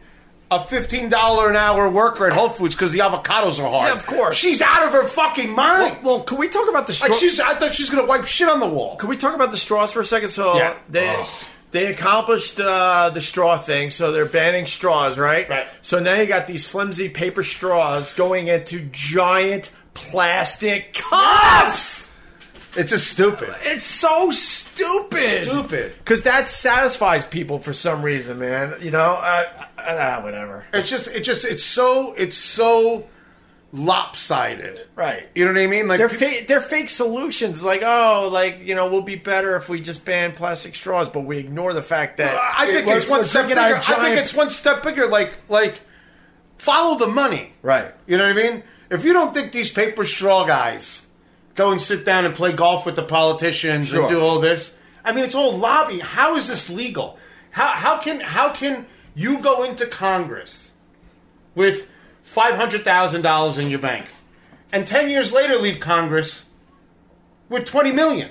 Speaker 4: a fifteen dollar an hour worker at Whole Foods because the avocados are hard.
Speaker 2: Yeah, of course.
Speaker 4: She's out of her fucking mind.
Speaker 2: Well, can we talk about the straw?
Speaker 4: like she's, I thought she's gonna wipe shit on the wall.
Speaker 2: Can we talk about the straws for a second? So
Speaker 4: Yeah.
Speaker 2: they they accomplished uh, the straw thing. So they're banning straws, right?
Speaker 4: Right.
Speaker 2: So now you got these flimsy paper straws going into giant plastic cups.
Speaker 4: It's just stupid.
Speaker 2: It's so stupid.
Speaker 4: Stupid.
Speaker 2: Because that satisfies people for some reason, man. You know, uh, uh, uh, whatever.
Speaker 4: It's just, it just, it's so, it's so lopsided.
Speaker 2: Right.
Speaker 4: You know what I mean? Like
Speaker 2: They're, fa- they're fake solutions, like oh, like you know, we'll be better if we just ban plastic straws, but we ignore the fact that
Speaker 4: I think
Speaker 2: We're-
Speaker 4: it's one
Speaker 2: we're
Speaker 4: step
Speaker 2: drinking
Speaker 4: bigger.
Speaker 2: our
Speaker 4: I think
Speaker 2: giant-
Speaker 4: it's one step bigger. Like like follow the money.
Speaker 2: Right.
Speaker 4: You know what I mean? If you don't think these paper straw guys go and sit down and play golf with the politicians
Speaker 2: Sure.
Speaker 4: and do all this, I mean it's all lobby. How is this legal? How how can how can you go into Congress with five hundred thousand dollars in your bank and ten years later leave Congress with twenty million?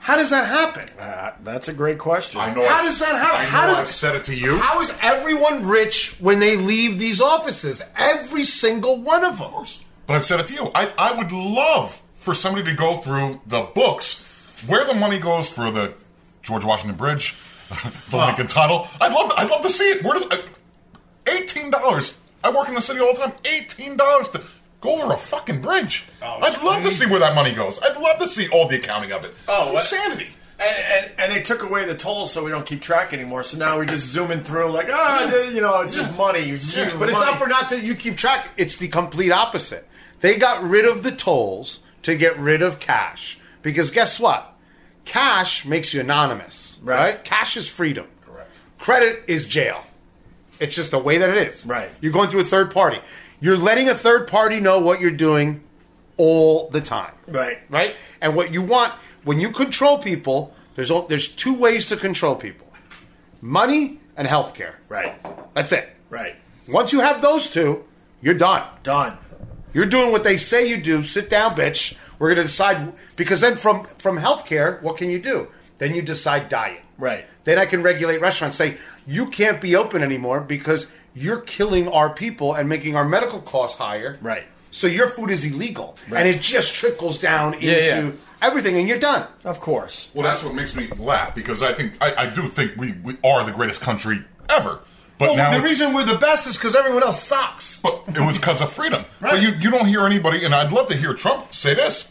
Speaker 4: How does that happen?
Speaker 2: Uh, that's a great question.
Speaker 5: I know.
Speaker 4: How
Speaker 5: I've-
Speaker 4: does that happen?
Speaker 5: I know
Speaker 4: How does-
Speaker 5: I've said it to you?
Speaker 4: How is everyone rich when they leave these offices? Every single one of them.
Speaker 5: But I've said it to you. I, I would love for somebody to go through the books where the money goes for the George Washington Bridge, [laughs] the Lincoln Tunnel. I'd love to, I'd love to see it. Where does uh, eighteen dollars? I work in the city all the time. Eighteen dollars to go over a fucking bridge.
Speaker 2: Oh,
Speaker 5: I'd love to see where that money goes. I'd love to see all the accounting of it.
Speaker 2: Oh, what-
Speaker 5: it's insanity.
Speaker 2: And, and, and they took away the toll, so we don't keep track anymore. So now we're just zooming through, like, ah, you know, it's just money.
Speaker 4: But it's not for not to you keep track. It's the complete opposite. They got rid of the tolls to get rid of cash because guess what? Cash makes you anonymous,
Speaker 2: Right.
Speaker 4: right? Cash is freedom.
Speaker 5: Correct.
Speaker 4: Credit is jail. It's just the way that it is.
Speaker 2: Right.
Speaker 4: You're going through a third party. You're letting a third party know what you're doing all the time.
Speaker 2: Right.
Speaker 4: Right? And what you want when you control people, there's all, there's two ways to control people. Money and healthcare.
Speaker 2: Right.
Speaker 4: That's it.
Speaker 2: Right.
Speaker 4: Once you have those two, you're done.
Speaker 2: Done.
Speaker 4: You're doing what they say you do. Sit down, bitch. We're going to decide because then from from healthcare, what can you do? Then you decide diet.
Speaker 2: Right.
Speaker 4: Then I can regulate restaurants. Say you can't be open anymore because you're killing our people and making our medical costs higher.
Speaker 2: Right.
Speaker 4: So your food is illegal, and it just trickles down into
Speaker 2: yeah.
Speaker 4: everything, and you're done.
Speaker 2: Of course.
Speaker 5: Well, that's what makes me laugh because I think I, I do think we, we are the greatest country ever. But now
Speaker 4: the
Speaker 5: it's-
Speaker 4: reason we're the best is because everyone else sucks.
Speaker 5: But it was because of freedom. But you, you don't hear anybody, and I'd love to hear Trump say this.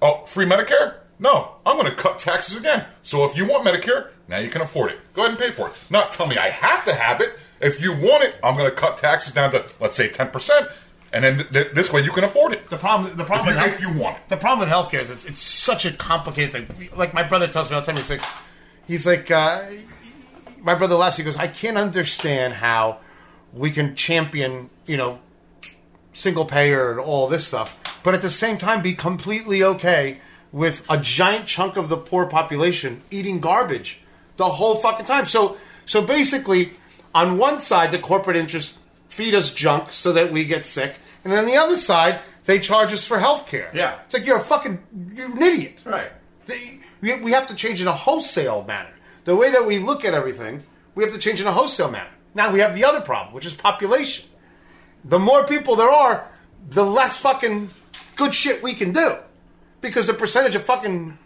Speaker 5: Oh, free Medicare? No, I'm going to cut taxes again. So if you want Medicare, now you can afford it. Go ahead and pay for it. Not tell me I have to have it. If you want it, I'm going to cut taxes down to, let's say, 10%, and then th- th- this way you can afford it.
Speaker 4: The problem, the problem,
Speaker 5: If you-
Speaker 4: with
Speaker 5: if you want it.
Speaker 4: the problem with healthcare is it's, it's such a complicated thing. Like my brother tells me all the time, he's like, he's like, uh, my brother laughs. He goes, I can't understand how we can champion, you know, single payer and all this stuff, but at the same time be completely okay with a giant chunk of the poor population eating garbage the whole fucking time. So so basically, on one side the corporate interests feed us junk so that we get sick, and on the other side they charge us for health care.
Speaker 2: Yeah.
Speaker 4: It's like you're a fucking you're an idiot.
Speaker 2: Right.
Speaker 4: They, we we have to change in a wholesale manner. The way that we look at everything, we have to change in a wholesale manner. Now we have the other problem, which is population. The more people there are, the less fucking good shit we can do. Because the percentage of fucking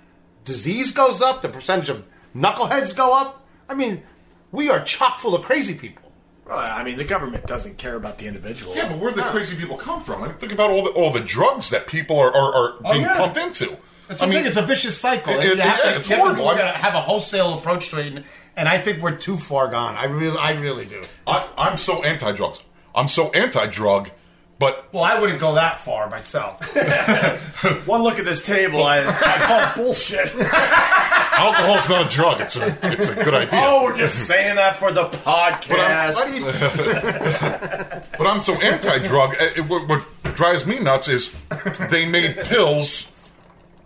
Speaker 4: disease goes up, the percentage of knuckleheads go up. I mean, we are chock full of crazy people.
Speaker 2: Well, I mean, the government doesn't care about the individual.
Speaker 5: Yeah, but where
Speaker 4: Ah.
Speaker 5: the crazy people come from? I mean, think about all the all the drugs that people are, are, are being
Speaker 4: Oh, yeah.
Speaker 5: pumped into.
Speaker 4: That's what I mean, it's a vicious cycle.
Speaker 5: It- it-
Speaker 4: You have to-
Speaker 5: yeah, it's
Speaker 4: you have to-
Speaker 5: horrible.
Speaker 4: you gotta have a wholesale approach to it, and, and I think we're too far gone. I really, I really do.
Speaker 5: I, I'm so anti-drugs. I'm so anti-drug, but
Speaker 4: Well, [laughs] I wouldn't go that far myself.
Speaker 2: One look at this table, I, I call [laughs] bullshit.
Speaker 5: alcohol's not a drug. It's a, it's a good idea.
Speaker 2: oh, we're just saying that for the podcast.
Speaker 5: But I'm, but I'm so anti-drug. uh, it- what, what drives me nuts is they made pills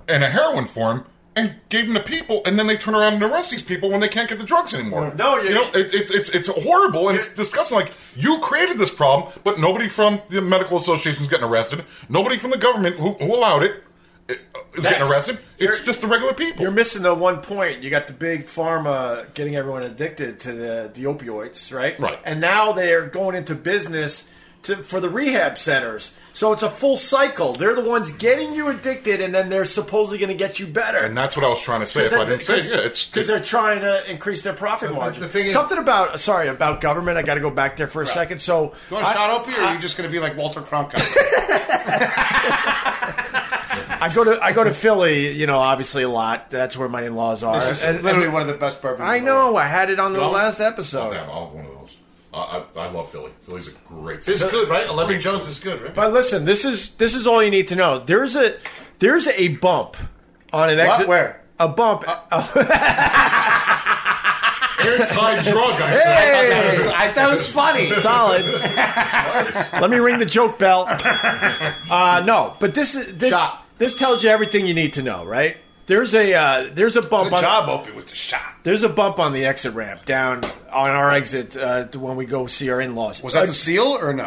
Speaker 5: in a heroin form and gave them to people, and then they turn around and arrest these people when they can't get the drugs anymore.
Speaker 2: No, you-
Speaker 5: you know it, it's it's it's horrible and it's disgusting. Like you created this problem, but nobody from the medical association's getting arrested. Nobody from the government who, who allowed it. eh, is getting
Speaker 2: That's-
Speaker 5: arrested. It's
Speaker 2: you're-
Speaker 5: just the regular people.
Speaker 2: You're missing the one point. You got the big pharma getting everyone addicted to the, the opioids, right?
Speaker 5: Right.
Speaker 2: And now they're going into business to, for the rehab centers. So it's a full cycle. They're the ones getting you addicted, and then they're supposedly going to get you better.
Speaker 5: and that's what I was trying to say. If I didn't say, it, yeah, it's
Speaker 2: because they're trying to increase their profit
Speaker 4: But- but
Speaker 2: margin.
Speaker 4: the thing is-
Speaker 2: Something about sorry about government. I got to go back there for a second. So
Speaker 4: You want a
Speaker 2: I-
Speaker 4: shot opie, or are you just going to be like Walter Cronkite?
Speaker 2: I go to I go to Philly, you know, obviously a lot. That's where my in laws are.
Speaker 4: This is
Speaker 2: And-
Speaker 4: literally
Speaker 2: and-
Speaker 4: one of the best bourbons.
Speaker 2: I
Speaker 4: in the world.
Speaker 2: know. I had it on the
Speaker 5: Well,
Speaker 2: last
Speaker 5: I'll
Speaker 2: episode.
Speaker 5: have, I'll have one of those. I, I, I love Philly. Philly's a great.
Speaker 4: This is
Speaker 5: city. [laughs]
Speaker 4: good, right? Eleven
Speaker 5: Great
Speaker 4: Jones
Speaker 5: city.
Speaker 4: is good, right?
Speaker 2: But listen, this is this is all you need to know. There's a there's a bump on an exit.
Speaker 4: Where?
Speaker 2: A bump.
Speaker 5: Anti-drug. I said.
Speaker 4: I thought that was, I, that was funny.
Speaker 2: solid. Let me ring the joke bell. Uh, no, but this is this
Speaker 4: Shot.
Speaker 2: this tells you everything you need to know, right? There's a uh, there's a bump
Speaker 3: Good
Speaker 2: on
Speaker 3: job, Opie, with the shot.
Speaker 2: there's a bump on the exit ramp down on our exit uh, to when we go see our in-laws.
Speaker 4: [laughs] Was that the seal or no?
Speaker 2: No,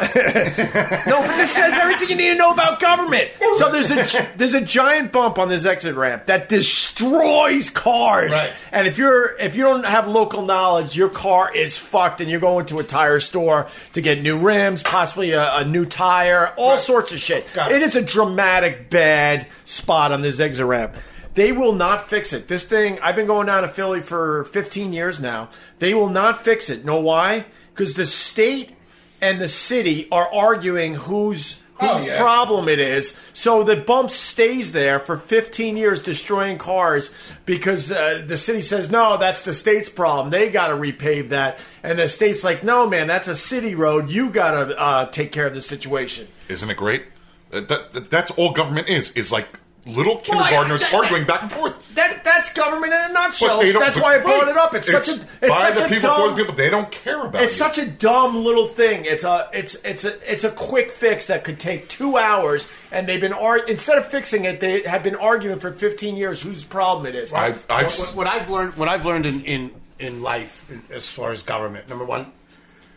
Speaker 2: but this says everything you need to know about government. So there's
Speaker 4: [laughs]
Speaker 2: a there's a giant bump on this exit ramp that destroys cars.
Speaker 3: Right.
Speaker 2: And if you're if you don't have local knowledge, your car is fucked, and you're going to a tire store to get new rims, possibly a, a new tire, all sorts of shit.
Speaker 4: Got
Speaker 2: It
Speaker 4: it.
Speaker 2: is a dramatic bad spot on this exit ramp. They will not fix it. This thing, I've been going down to Philly for 15 years now. They will not fix it. Know why? Because the state and the city are arguing whose
Speaker 3: Oh,
Speaker 2: whose
Speaker 3: yeah.
Speaker 2: problem it is. So the bump stays there for 15 years, destroying cars because uh, the city says no, that's the state's problem. They got to repave that, and the state's like, no, man, that's a city road. You got to uh, take care of the situation.
Speaker 5: Isn't it great? That, that- that's all government is. Is like little kindergartners
Speaker 2: that-
Speaker 5: arguing back and forth.
Speaker 2: That that's government in a nutshell.
Speaker 5: But they don't-
Speaker 2: That's
Speaker 5: but-
Speaker 2: why I brought it up. It's, such a it's
Speaker 5: by
Speaker 2: such
Speaker 5: the
Speaker 2: a
Speaker 5: people
Speaker 2: dumb,
Speaker 5: for the people. They don't care about
Speaker 2: It's
Speaker 5: you.
Speaker 2: such a dumb little thing. It's a it's it's a it's a quick fix that could take two hours, and they've been ar- instead of fixing it, they have been arguing for fifteen years whose problem it is.
Speaker 5: I've, I've,
Speaker 4: [laughs] what, what- what I've learned, what I've learned in in in life, in- as far as government, number one,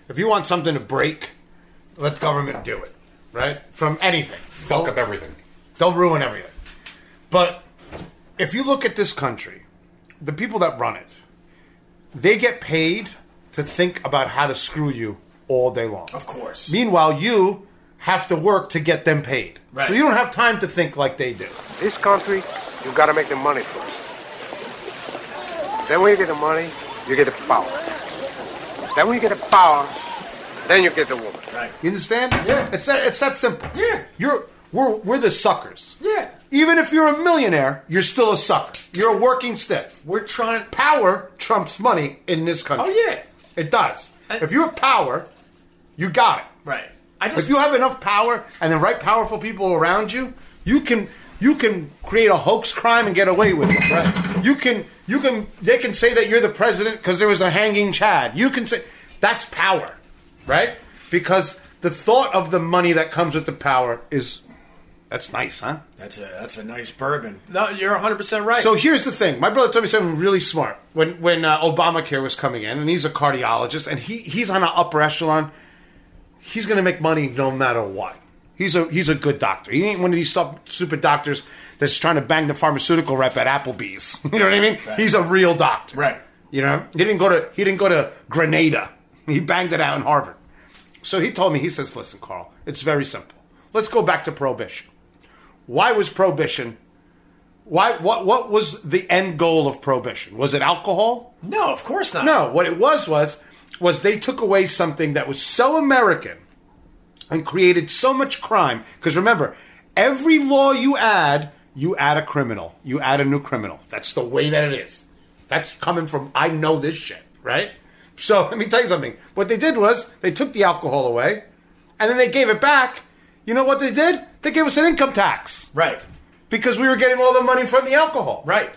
Speaker 4: if you want something to break, let government do it. Right from anything,
Speaker 5: fuck up everything.
Speaker 4: they'll ruin everything. But if you look at this country, the people that run it, they get paid to think about how to screw you all day long.
Speaker 2: of course.
Speaker 4: Meanwhile, you have to work to get them paid.
Speaker 2: Right.
Speaker 4: So you don't have time to think like they do.
Speaker 6: This country, you gotta make the money first. Then when you get the money, you get the power. Then when you get the power, then you get the woman.
Speaker 4: You understand?
Speaker 2: Yeah.
Speaker 4: It's that, it's that simple.
Speaker 2: Yeah.
Speaker 4: You're we're we're the suckers.
Speaker 2: Yeah.
Speaker 4: Even if you're a millionaire, you're still a sucker. You're a working stiff.
Speaker 2: We're trying.
Speaker 4: Power trumps money in this country.
Speaker 2: Oh, yeah.
Speaker 4: It does.
Speaker 2: I-
Speaker 4: if you have power, you got it.
Speaker 2: Right. I just
Speaker 4: If you have enough power and the right powerful people around you, you can you can create a hoax crime and get away with it. Right. You can you can they can say that you're the president because there was a hanging Chad. You can say that's power, right? Because the thought of the money that comes with the power is that's nice, huh?
Speaker 2: that's a that's a nice bourbon. No, you're 100 percent right.
Speaker 4: So here's the thing. My brother told me something really smart when when uh, Obamacare was coming in, and he's a cardiologist, and he he's on an upper echelon. He's going to make money no matter what. He's a he's a good doctor. He ain't one of these sup- super doctors that's trying to bang the pharmaceutical rep at Applebee's. [laughs] You know what I mean? He's a real doctor.
Speaker 2: Right.
Speaker 4: You know he didn't go to he didn't go to Grenada. He banged it out in Harvard. So he told me he says, "Listen, Carl, it's very simple. Let's go back to prohibition. Why was prohibition why? What? What was the end goal of prohibition? Was it alcohol?
Speaker 2: no, of course not.
Speaker 4: No. What it was was was they took away something that was so American and created so much crime. Because remember, every law you add, you add a criminal. You add a new criminal. That's the way that it is. That's coming from I know this shit, right? So [laughs] let me tell you something. What they did was they took the alcohol away, and then they gave it back. You know what they did? They gave us an income tax
Speaker 2: Right.
Speaker 4: because we were getting all the money from the alcohol.
Speaker 2: Right.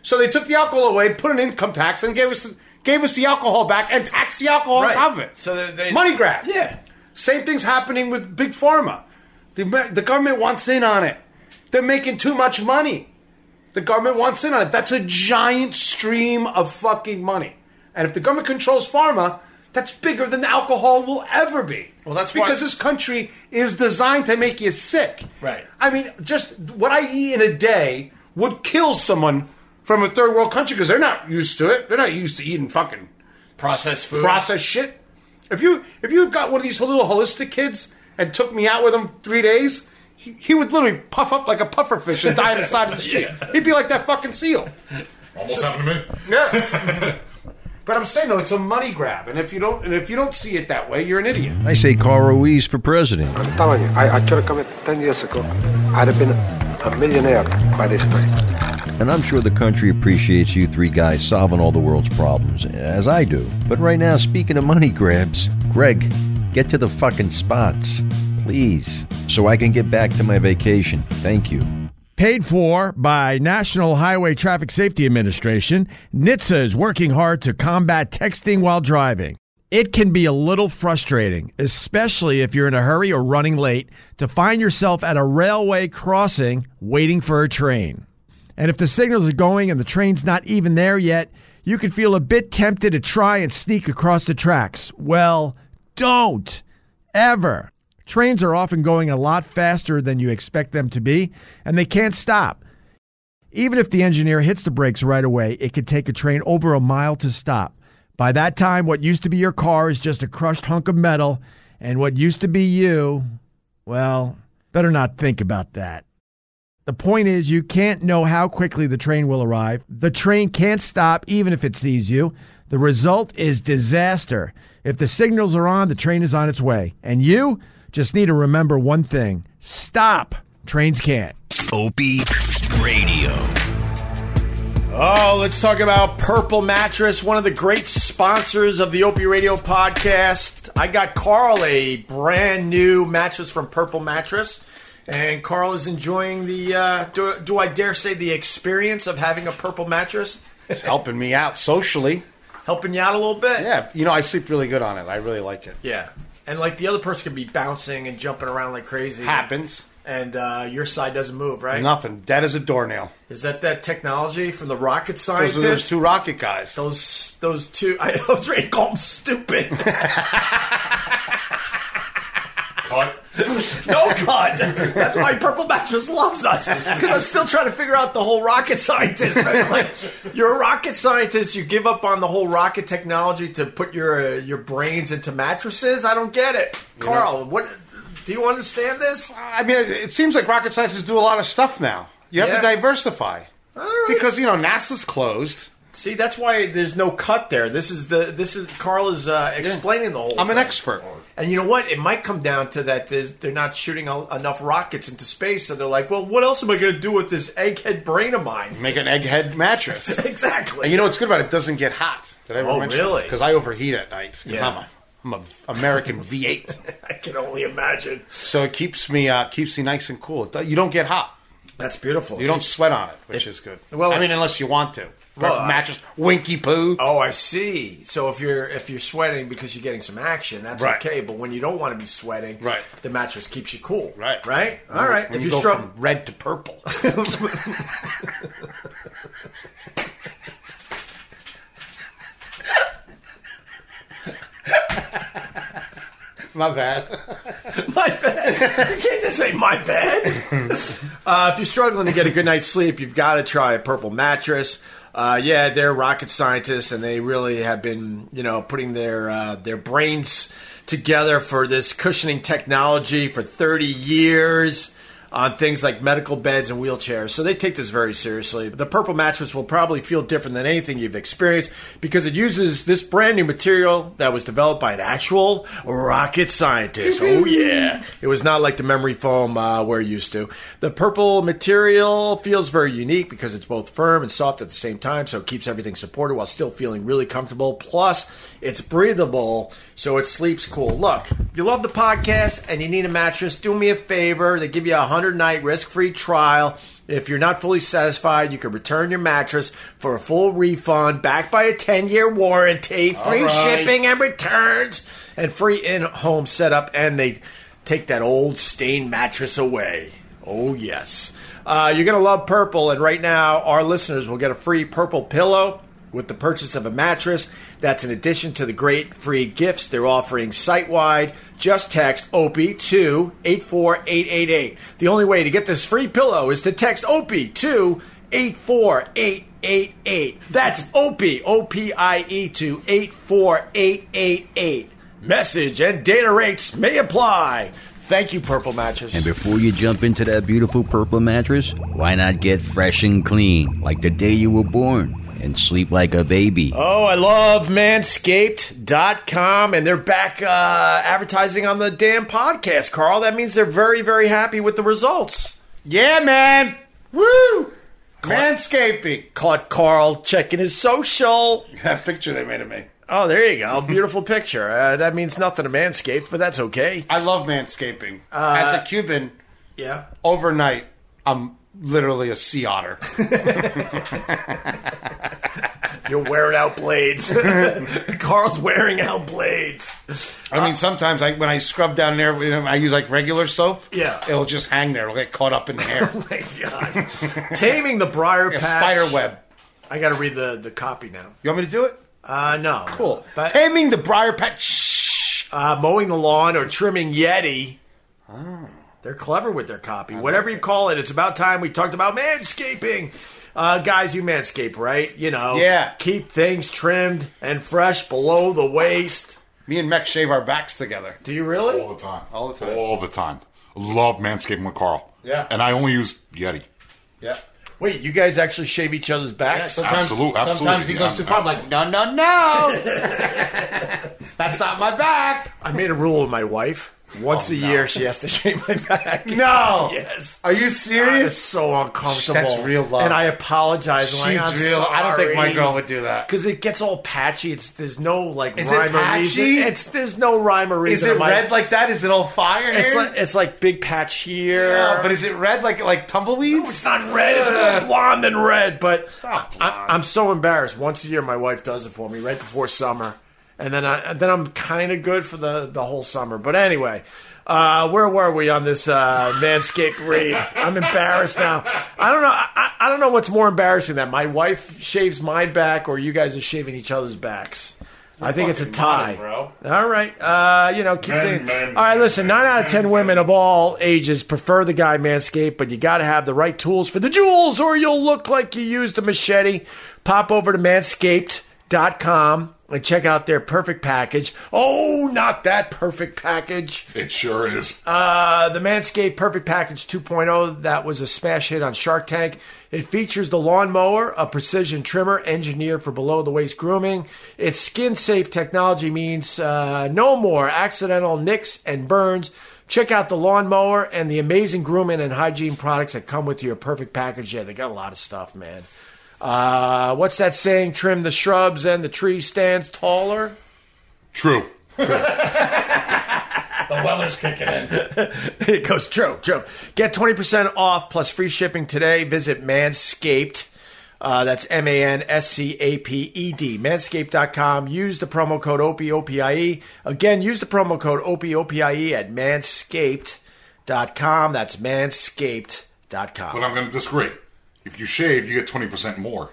Speaker 4: So they took the alcohol away, put an income tax, and gave us gave us the alcohol back, and taxed the alcohol
Speaker 2: Right.
Speaker 4: on top of it.
Speaker 2: So that they-
Speaker 4: money grab.
Speaker 2: Yeah.
Speaker 4: Same thing's happening with big pharma. The the government wants in on it. They're making too much money. The government wants in on it. That's a giant stream of fucking money. And if the government controls pharma, That's bigger than alcohol will ever be.
Speaker 2: Well, that's why-
Speaker 4: because this country is designed to make you sick.
Speaker 2: Right.
Speaker 4: I mean, just what I eat in a day would kill someone from a third world country because they're not used to it. They're not used to eating fucking
Speaker 2: Processed food.
Speaker 4: processed shit. If you if you got one of these little holistic kids and took me out with him three days, he, he would literally puff up like a puffer fish and die on the
Speaker 5: [laughs]
Speaker 4: side of the street. He'd be like that fucking seal.
Speaker 5: Almost happened to me.
Speaker 4: Yeah. but I'm saying though, it's a money grab, and if you don't and if you don't see it that way, you're an idiot.
Speaker 7: I say Carl Ruiz for president.
Speaker 6: I'm telling you, I, I should have come here 10 years ago. I'd have been a millionaire by this point.
Speaker 7: And I'm sure the country appreciates you three guys solving all the world's problems, as I do. But right now, speaking of money grabs, Greg, get to the fucking spots, please, so I can get back to my vacation. Thank you.
Speaker 8: Paid for by National Highway Traffic Safety Administration, NHTSA is working hard to combat texting while driving. It can be a little frustrating, especially if you're in a hurry or running late, to find yourself at a railway crossing waiting for a train. And if the signals are going and the train's not even there yet, you can feel a bit tempted to try and sneak across the tracks. Well, don't ever. Trains are often going a lot faster than you expect them to be, and they can't stop. Even if the engineer hits the brakes right away, it could take a train over a mile to stop. By that time, what used to be your car is just a crushed hunk of metal, and what used to be you, well, better not think about that. The point is, you can't know how quickly the train will arrive. The train can't stop even if it sees you. The result is disaster. If the signals are on, the train is on its way. And you just need to remember one thing stop. Trains can't.
Speaker 9: Opie Radio.
Speaker 2: Oh, let's talk about Purple Mattress, one of the great sponsors of the Opie Radio podcast. I got Carl a brand new mattress from Purple Mattress, and Carl is enjoying the, uh, do, do I dare say, the experience of having a purple mattress, [laughs]
Speaker 4: It's helping me out socially.
Speaker 2: helping you out a little bit.
Speaker 4: Yeah, you know, I sleep really good on it. I really like it.
Speaker 2: Yeah. And like the other person can be bouncing and jumping around like crazy.
Speaker 4: Happens.
Speaker 2: And uh, your side doesn't move, right?
Speaker 4: Nothing. Dead as a doornail.
Speaker 2: Is that that technology from the rocket
Speaker 4: Those
Speaker 2: scientists?
Speaker 4: are those two rocket guys.
Speaker 2: those those two. I [laughs] was ready to call them stupid.
Speaker 5: Cut.
Speaker 2: no cut. That's why Purple Mattress loves us because I'm still trying to figure out the whole rocket scientist. I'm like you're a rocket scientist, you give up on the whole rocket technology to put your uh, your brains into mattresses. I don't get it, Carl. what do you understand this?
Speaker 4: I mean, it, it seems like rocket scientists do a lot of stuff now. You have to
Speaker 2: Yeah.
Speaker 4: diversify.
Speaker 2: right.
Speaker 4: Because, you know, NASA's closed.
Speaker 2: See, that's why there's no cut there. This is the this is Carl is uh, explaining the whole.
Speaker 4: I'm an
Speaker 2: thing.
Speaker 4: expert.
Speaker 2: And you know what? It might come down to that there's- they're not shooting el- enough rockets into space, so they're like, "Well, what else am I going to do with this egghead brain of mine?" [laughs]
Speaker 4: Make an egghead mattress.
Speaker 2: exactly.
Speaker 4: And you know what's good about it? It doesn't get hot. Did I ever
Speaker 2: Oh,
Speaker 4: mention?
Speaker 2: really?
Speaker 4: Because I overheat at night. Because
Speaker 2: Yeah.
Speaker 4: I'm a I'm a American
Speaker 2: [laughs]
Speaker 4: V8,
Speaker 2: I can only imagine.
Speaker 4: so it keeps me uh, keeps me nice and cool. It- You don't get hot.
Speaker 2: That's beautiful.
Speaker 4: You don't sweat on it, which is good.
Speaker 2: well,
Speaker 4: Well, I mean, unless you want to.
Speaker 2: well,
Speaker 4: Purple
Speaker 2: I-
Speaker 4: mattress, winky poo.
Speaker 2: [laughs] Oh, I see. So if you're if you're sweating because you're getting some action, that's
Speaker 4: Right.
Speaker 2: okay. But when you don't want to be sweating,
Speaker 4: Right.
Speaker 2: the mattress keeps you cool.
Speaker 4: Right.
Speaker 2: Right. All right.
Speaker 4: When
Speaker 2: If
Speaker 4: you
Speaker 2: you're
Speaker 4: go
Speaker 2: stro-
Speaker 4: from red to [laughs] purple. My bad.
Speaker 2: [laughs] My bad. You can't just say my bad. [laughs] uh, if you're struggling to get a good night's sleep, you've got to try a purple mattress. Uh, yeah, they're rocket scientists, and they really have been, you know, putting their uh, their brains together for this cushioning technology for 30 years on things like medical beds and wheelchairs. So they take this very seriously. The purple mattress will probably feel different than anything you've experienced because it uses this brand new material that was developed by an actual rocket scientist. oh yeah. It was not like the memory foam uh, we're used to. The purple material feels very unique because it's both firm and soft at the same time, so it keeps everything supported while still feeling really comfortable. Plus, it's breathable, so it sleeps cool. Look, if you love the podcast and you need a mattress, do me a favor. They give you a 100 night risk free trial. If you're not fully satisfied, you can return your mattress for a full refund, backed by a 10 year warranty, free shipping and returns, and free in home setup. And they take that old stained mattress away. Oh, yes. Uh, you're going to love purple. And right now, our listeners will get a free purple pillow with the purchase of a mattress. That's in addition to the great free gifts they're offering site wide. Just text OPI to 84888. The only way to get this free pillow is to text OPI to 84888. That's OPI, O P I E, to 84888. Message and data rates may apply. Thank you, Purple Mattress.
Speaker 7: And before you jump into that beautiful purple mattress, why not get fresh and clean like the day you were born and sleep like a baby?
Speaker 2: Oh, I love manscaped.com, and they're back uh, advertising on the damn podcast, Carl. That means they're very, very happy with the results.
Speaker 4: Yeah, man. Woo! Manscaping.
Speaker 2: Caught Carl checking his social.
Speaker 4: That picture they made of me.
Speaker 2: Oh, there you
Speaker 4: [laughs]
Speaker 2: go. Beautiful picture. Uh, that means nothing to Manscaped, but that's okay.
Speaker 4: I love manscaping. As a Cuban,
Speaker 2: Yeah.
Speaker 4: overnight, I'm literally a sea otter.
Speaker 2: You're wearing out blades.
Speaker 4: [laughs]
Speaker 2: [laughs] Carl's wearing out blades. [laughs]
Speaker 4: I mean, sometimes I, when I scrub down there, you know, I use like regular soap.
Speaker 2: Yeah.
Speaker 4: It'll just hang there. It'll get caught up in the hair.
Speaker 2: Oh My God. Taming the Briar
Speaker 4: a
Speaker 2: Patch.
Speaker 4: spider web.
Speaker 2: I got to read the, the copy now.
Speaker 4: You want me to do it?
Speaker 2: Uh, no.
Speaker 4: Cool.
Speaker 2: But,
Speaker 4: Taming the briar patch. Shh.
Speaker 2: uh, mowing the lawn or trimming Yeti. They're clever with their copy. Whatever you call Oh. it, it's about time we talked about manscaping. Uh, guys, you manscape, right? You know,
Speaker 4: Yeah.
Speaker 2: keep things trimmed and fresh below the waist.
Speaker 4: Me and Mech shave our backs together.
Speaker 2: Do you really?
Speaker 5: All the time.
Speaker 4: All the time.
Speaker 5: All the time. Love manscaping with Carl.
Speaker 4: Yeah.
Speaker 5: And I only use Yeti.
Speaker 4: Yeah.
Speaker 2: Wait, you guys actually shave each other's backs?
Speaker 4: Sometimes,
Speaker 5: Absolute- absolutely.
Speaker 4: sometimes he goes
Speaker 5: Yeah,
Speaker 4: too far. I'm like, no, no, [laughs] no. That's not my back.
Speaker 2: I made a rule with my wife. Once a year, she has to [laughs] shave my back.
Speaker 4: No.
Speaker 2: Yes.
Speaker 4: Are you
Speaker 2: It's
Speaker 4: serious?
Speaker 2: so uncomfortable.
Speaker 4: That's real love.
Speaker 2: And I apologize. I'm like,
Speaker 4: She's
Speaker 2: "I'm
Speaker 4: real. I don't think my
Speaker 2: sorry."
Speaker 4: girl would do that.
Speaker 2: Because it gets all patchy. It's there's no like
Speaker 4: Is it
Speaker 2: rhyme or
Speaker 4: patchy?
Speaker 2: reason. It's there's no rhyme or reason.
Speaker 4: Is it
Speaker 2: I'm like-
Speaker 4: red like that? Is it all fire?
Speaker 2: It's
Speaker 4: Aaron?
Speaker 2: like it's like big patch here.
Speaker 4: Yeah, but is it red like like tumbleweeds?
Speaker 2: it's not red. It's more blonde than red. But
Speaker 4: not
Speaker 2: I, I'm so embarrassed. Once a year, my wife does it for me right before summer, and then I and then I'm kind of good for the the whole summer. But anyway. Uh, where were we on this uh, Manscaped raid? I'm embarrassed now. I don't know. I, I don't know what's more embarrassing that my wife shaves my back or you guys are shaving each other's backs. I think it's a tie,
Speaker 4: bro.
Speaker 2: All right, uh, you know, keep
Speaker 3: Men,
Speaker 2: thinking.
Speaker 3: men,
Speaker 2: all right, listen. nine out of ten women of all ages prefer the guy Manscaped, but you got to have the right tools for the jewels, or you'll look like you used a machete. Pop over to Manscaped.com and check out their perfect package. Oh, not that perfect package.
Speaker 5: It sure is.
Speaker 2: Uh, the Manscaped Perfect Package 2.0 that was a smash hit on Shark Tank. It features the lawnmower, a precision trimmer engineered for below the waist grooming. Its skin safe technology means uh, no more accidental nicks and burns. Check out the lawnmower and the amazing grooming and hygiene products that come with your perfect package. Yeah, they got a lot of stuff, man. Uh, what's that saying? Trim the shrubs and the tree stands taller.
Speaker 5: True.
Speaker 3: The weather's kicking
Speaker 4: [laughs]
Speaker 3: in.
Speaker 2: [laughs] it goes true, true. Get 20% off plus free shipping today. Visit Manscaped. Uh, that's M A N S C A P E D. Manscaped.com. Use the promo code OPI OPIE. E. Again, use the promo code OPI OPIE E at manscaped.com. That's
Speaker 5: But
Speaker 2: manscaped.com.
Speaker 5: I'm going to disagree. If you shave, you get 20% more.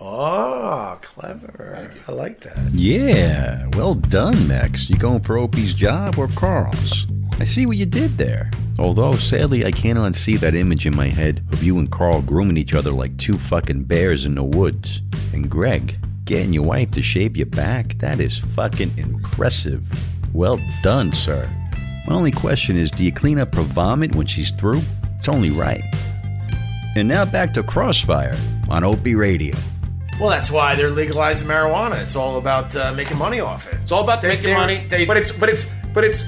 Speaker 2: Oh, clever. I like that.
Speaker 7: Yeah, well done, Max. You going for Opie's job or Carl's? I see what you did there. Although, sadly, I can't unsee that image in my head of you and Carl grooming each other like two fucking bears in the woods. And Greg, getting your wife to shave your back, that is fucking impressive. Well done, sir. My only question is do you clean up her vomit when she's through? It's only right. And now back to Crossfire on Opie Radio.
Speaker 2: Well, that's why they're legalizing marijuana. It's all about uh, making money off it.
Speaker 4: It's all about
Speaker 2: They-
Speaker 4: making
Speaker 2: they're-
Speaker 4: money.
Speaker 2: they-
Speaker 4: but it's but it's but it's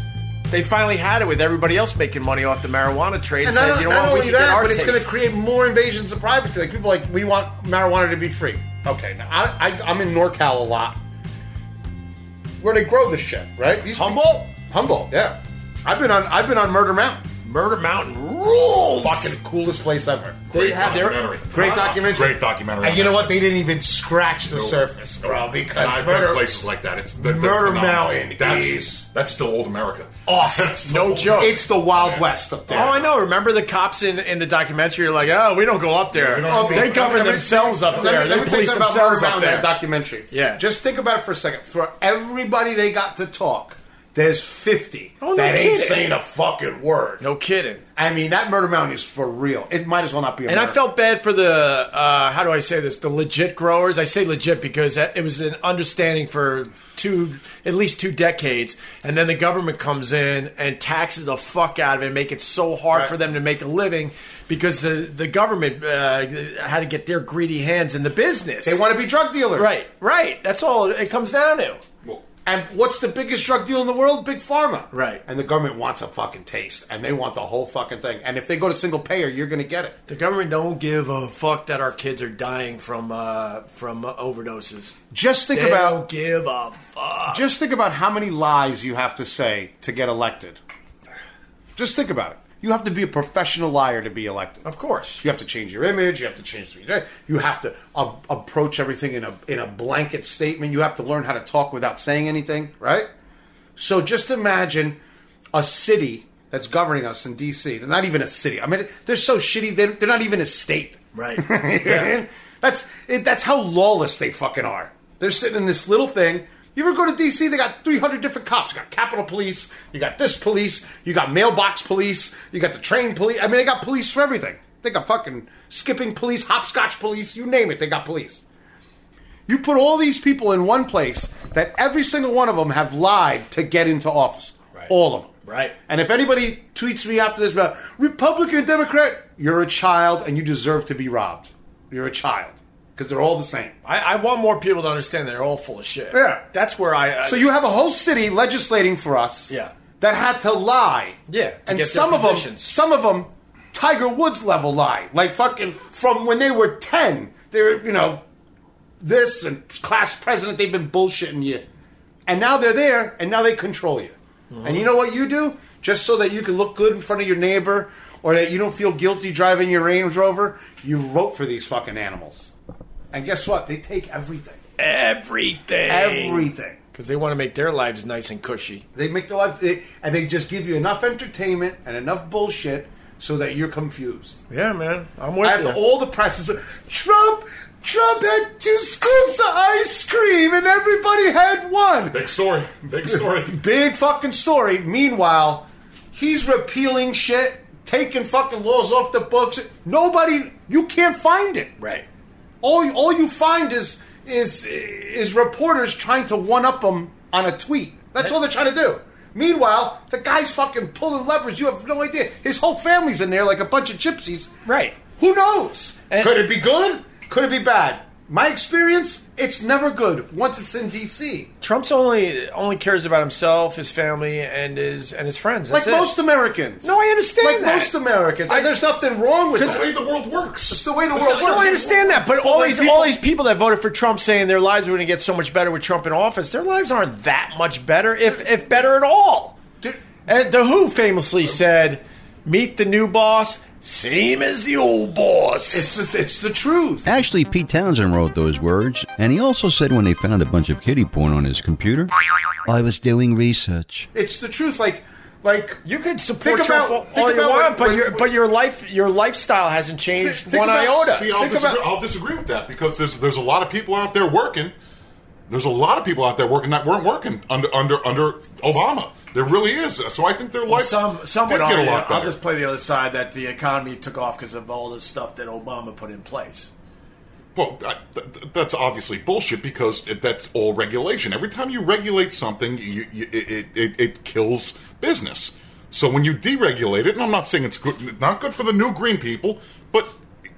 Speaker 2: They finally had it with everybody else making money off the marijuana trade.
Speaker 4: and
Speaker 2: said,
Speaker 4: not,
Speaker 2: you know
Speaker 4: not
Speaker 2: what, we
Speaker 4: only
Speaker 2: should get
Speaker 4: that,
Speaker 2: our
Speaker 4: but it's going to
Speaker 2: taste."
Speaker 4: create more invasions of privacy. Like people are like we want marijuana to be free. Okay, now I, I I'm in NorCal a lot, where they grow this shit, right? These
Speaker 2: Humboldt?
Speaker 4: people- Humboldt, yeah. I've been on I've been on Murder Mountain.
Speaker 2: Murder Mountain rules.
Speaker 4: Fucking coolest place ever.
Speaker 2: they have their
Speaker 5: documentary.
Speaker 4: Great documentary.
Speaker 5: Great documentary.
Speaker 4: And you know what? They
Speaker 5: Netflix.
Speaker 4: didn't even scratch the surface, bro. Because
Speaker 5: And I've been
Speaker 4: murder,
Speaker 5: places like that. It's they're- they're
Speaker 4: Murder
Speaker 5: phenomenal.
Speaker 4: Mountain
Speaker 5: That's
Speaker 4: is-
Speaker 5: that's still old America.
Speaker 4: Awesome.
Speaker 5: That's still
Speaker 2: No
Speaker 5: old-
Speaker 2: joke.
Speaker 4: it's the Wild West up there.
Speaker 2: Oh, I know. Remember the cops in, in the documentary are like, oh, we don't go up there. Oh,
Speaker 5: We don't-
Speaker 2: they govern
Speaker 4: Oh, Let me-
Speaker 2: themselves up
Speaker 4: let
Speaker 2: there.
Speaker 4: me- let me
Speaker 2: they
Speaker 4: tell you
Speaker 2: police
Speaker 4: something about
Speaker 2: themselves
Speaker 4: Murder
Speaker 2: up
Speaker 4: Mountain,
Speaker 2: there.
Speaker 4: that documentary.
Speaker 2: Yeah.
Speaker 4: Just think about it for a second. For everybody they got to talk, there's 50
Speaker 2: Oh, no
Speaker 4: that ain't
Speaker 2: kidding.
Speaker 4: saying a fucking word.
Speaker 2: no kidding.
Speaker 4: I mean, that Murder Mountain is for real. It might as well not be. A
Speaker 2: And I
Speaker 4: murder.
Speaker 2: felt bad for the uh, how do I say this? The legit growers. I say legit because that- it was an understanding for two, at least two decades, and then the government comes in and taxes the fuck out of it, and make it so hard for them to make a living because the the government uh, had to get their greedy hands in the business.
Speaker 4: they want to be drug dealers,
Speaker 2: right, right. That's all it comes down to.
Speaker 4: And what's the biggest drug deal in the world? Big pharma,
Speaker 2: Right.
Speaker 4: And the government wants a fucking taste, and they want the whole fucking thing. And if they go to single payer, you're going to get it.
Speaker 2: The government don't give a fuck that our kids are dying from uh, from overdoses.
Speaker 4: Just think
Speaker 2: They don't
Speaker 4: about
Speaker 2: give a fuck.
Speaker 4: Just think about how many lies you have to say to get elected. Just think about it. You have to be a professional liar to be elected.
Speaker 2: Of course.
Speaker 4: You have to change your image. You have to change. the- You have to a- approach everything in a in a blanket statement. You have to learn how to talk without saying anything, right? So just imagine a city that's governing us in D.C. They're not even a city. I mean, they're so shitty. They're, they're not even a state. [laughs]
Speaker 2: Right.
Speaker 4: You know what I mean? That's it, that's how lawless they fucking are. They're sitting in this little thing. You ever go to DC? They got 300 different cops. You got Capitol Police. You got this police. You got mailbox police. You got the train police. I mean, they got police for everything. They got fucking skipping police, hopscotch police. You name it, they got police. You put all these people in one place that every single one of them have lied to get into office. All of them.
Speaker 2: Right.
Speaker 4: And if anybody tweets me after this about Republican, Democrat, you're a child and you deserve to be robbed. You're a child because they're all the same.
Speaker 2: I, I want more people to understand that they're all full of shit.
Speaker 4: Yeah.
Speaker 2: That's where I. I
Speaker 4: So you have a whole city legislating for us.
Speaker 2: Yeah.
Speaker 4: That had to lie.
Speaker 2: Yeah, to get
Speaker 4: and
Speaker 2: their
Speaker 4: some of them,
Speaker 2: positions.
Speaker 4: some of them, Tiger Woods level lie. Like fucking from when they were ten, they were you know this and class president. They've been bullshitting you, and now they're there, and now they control you.
Speaker 2: Mm-hmm.
Speaker 4: And you know what you do just so that you can look good in front of your neighbor, or that you don't feel guilty driving your Range Rover. You vote for these fucking animals, and guess what? They take everything.
Speaker 2: everything.
Speaker 4: Everything.
Speaker 2: Because they want to make their lives nice and cushy.
Speaker 4: They make the life, they, and they just give you enough entertainment and enough bullshit so that you're confused.
Speaker 2: Yeah, man. I'm
Speaker 4: I
Speaker 2: with
Speaker 4: have all the presses. Trump, Trump had two scoops of ice cream, and everybody had one.
Speaker 5: Big story. Big [laughs] story.
Speaker 4: [laughs] Big fucking story. Meanwhile, he's repealing shit, taking fucking laws off the books. Nobody, you can't find it.
Speaker 2: right.
Speaker 4: All you, all you find is is is reporters trying to one up them on a tweet. That's all they're trying to do. Meanwhile, the guy's fucking pulling levers. You have no idea. His whole family's in there like a bunch of gypsies.
Speaker 2: Right.
Speaker 4: Who knows?
Speaker 2: And-
Speaker 4: Could it be good? Could it be bad? My experience, it's never good once it's in DC.
Speaker 2: Trump's only only cares about himself, his family, and his and his friends. That's
Speaker 4: Like
Speaker 2: it.
Speaker 4: most Americans.
Speaker 2: No, I understand
Speaker 4: Like
Speaker 2: that.
Speaker 4: most Americans. And there's nothing wrong with
Speaker 5: That's the way
Speaker 4: that.
Speaker 5: the world works.
Speaker 4: It's the way the world works.
Speaker 2: No, I understand that, but all
Speaker 4: when
Speaker 2: these
Speaker 4: people-
Speaker 2: all these people that voted for Trump saying their lives were going to get so much better with Trump in office, their lives aren't that much better, if if better at all. And the Who famously said, "Meet the new boss, same as the old boss."
Speaker 4: It's, just, it's the truth.
Speaker 7: Actually, Pete Townsend wrote those words, and he also said when they found a bunch of kitty porn on his computer, I was doing research.
Speaker 4: It's the truth. Like, like
Speaker 2: You could support
Speaker 4: Think
Speaker 2: Trump all
Speaker 4: about- think
Speaker 2: you
Speaker 4: about
Speaker 2: want,
Speaker 4: when-
Speaker 2: but
Speaker 4: when-
Speaker 2: your but your life your lifestyle hasn't changed
Speaker 4: Think
Speaker 2: one
Speaker 4: about-
Speaker 2: iota.
Speaker 5: See, I'll
Speaker 4: Think
Speaker 5: disagree,
Speaker 4: about-
Speaker 5: I'll disagree with that because there's there's a lot of people out there working. There's a lot of people out there working that weren't working under under under Obama. There really is. So I think their life
Speaker 2: Some some
Speaker 5: did
Speaker 2: would
Speaker 5: get a
Speaker 2: argue-
Speaker 5: lot better.
Speaker 2: I'll just play the other side that the economy took off because of all the stuff that Obama put in place.
Speaker 5: Well, that, that, that's obviously bullshit because it, that's all regulation. Every time you regulate something, you, you, it, it, it kills business. So when you deregulate it, and I'm not saying it's good, not good for the new green people, but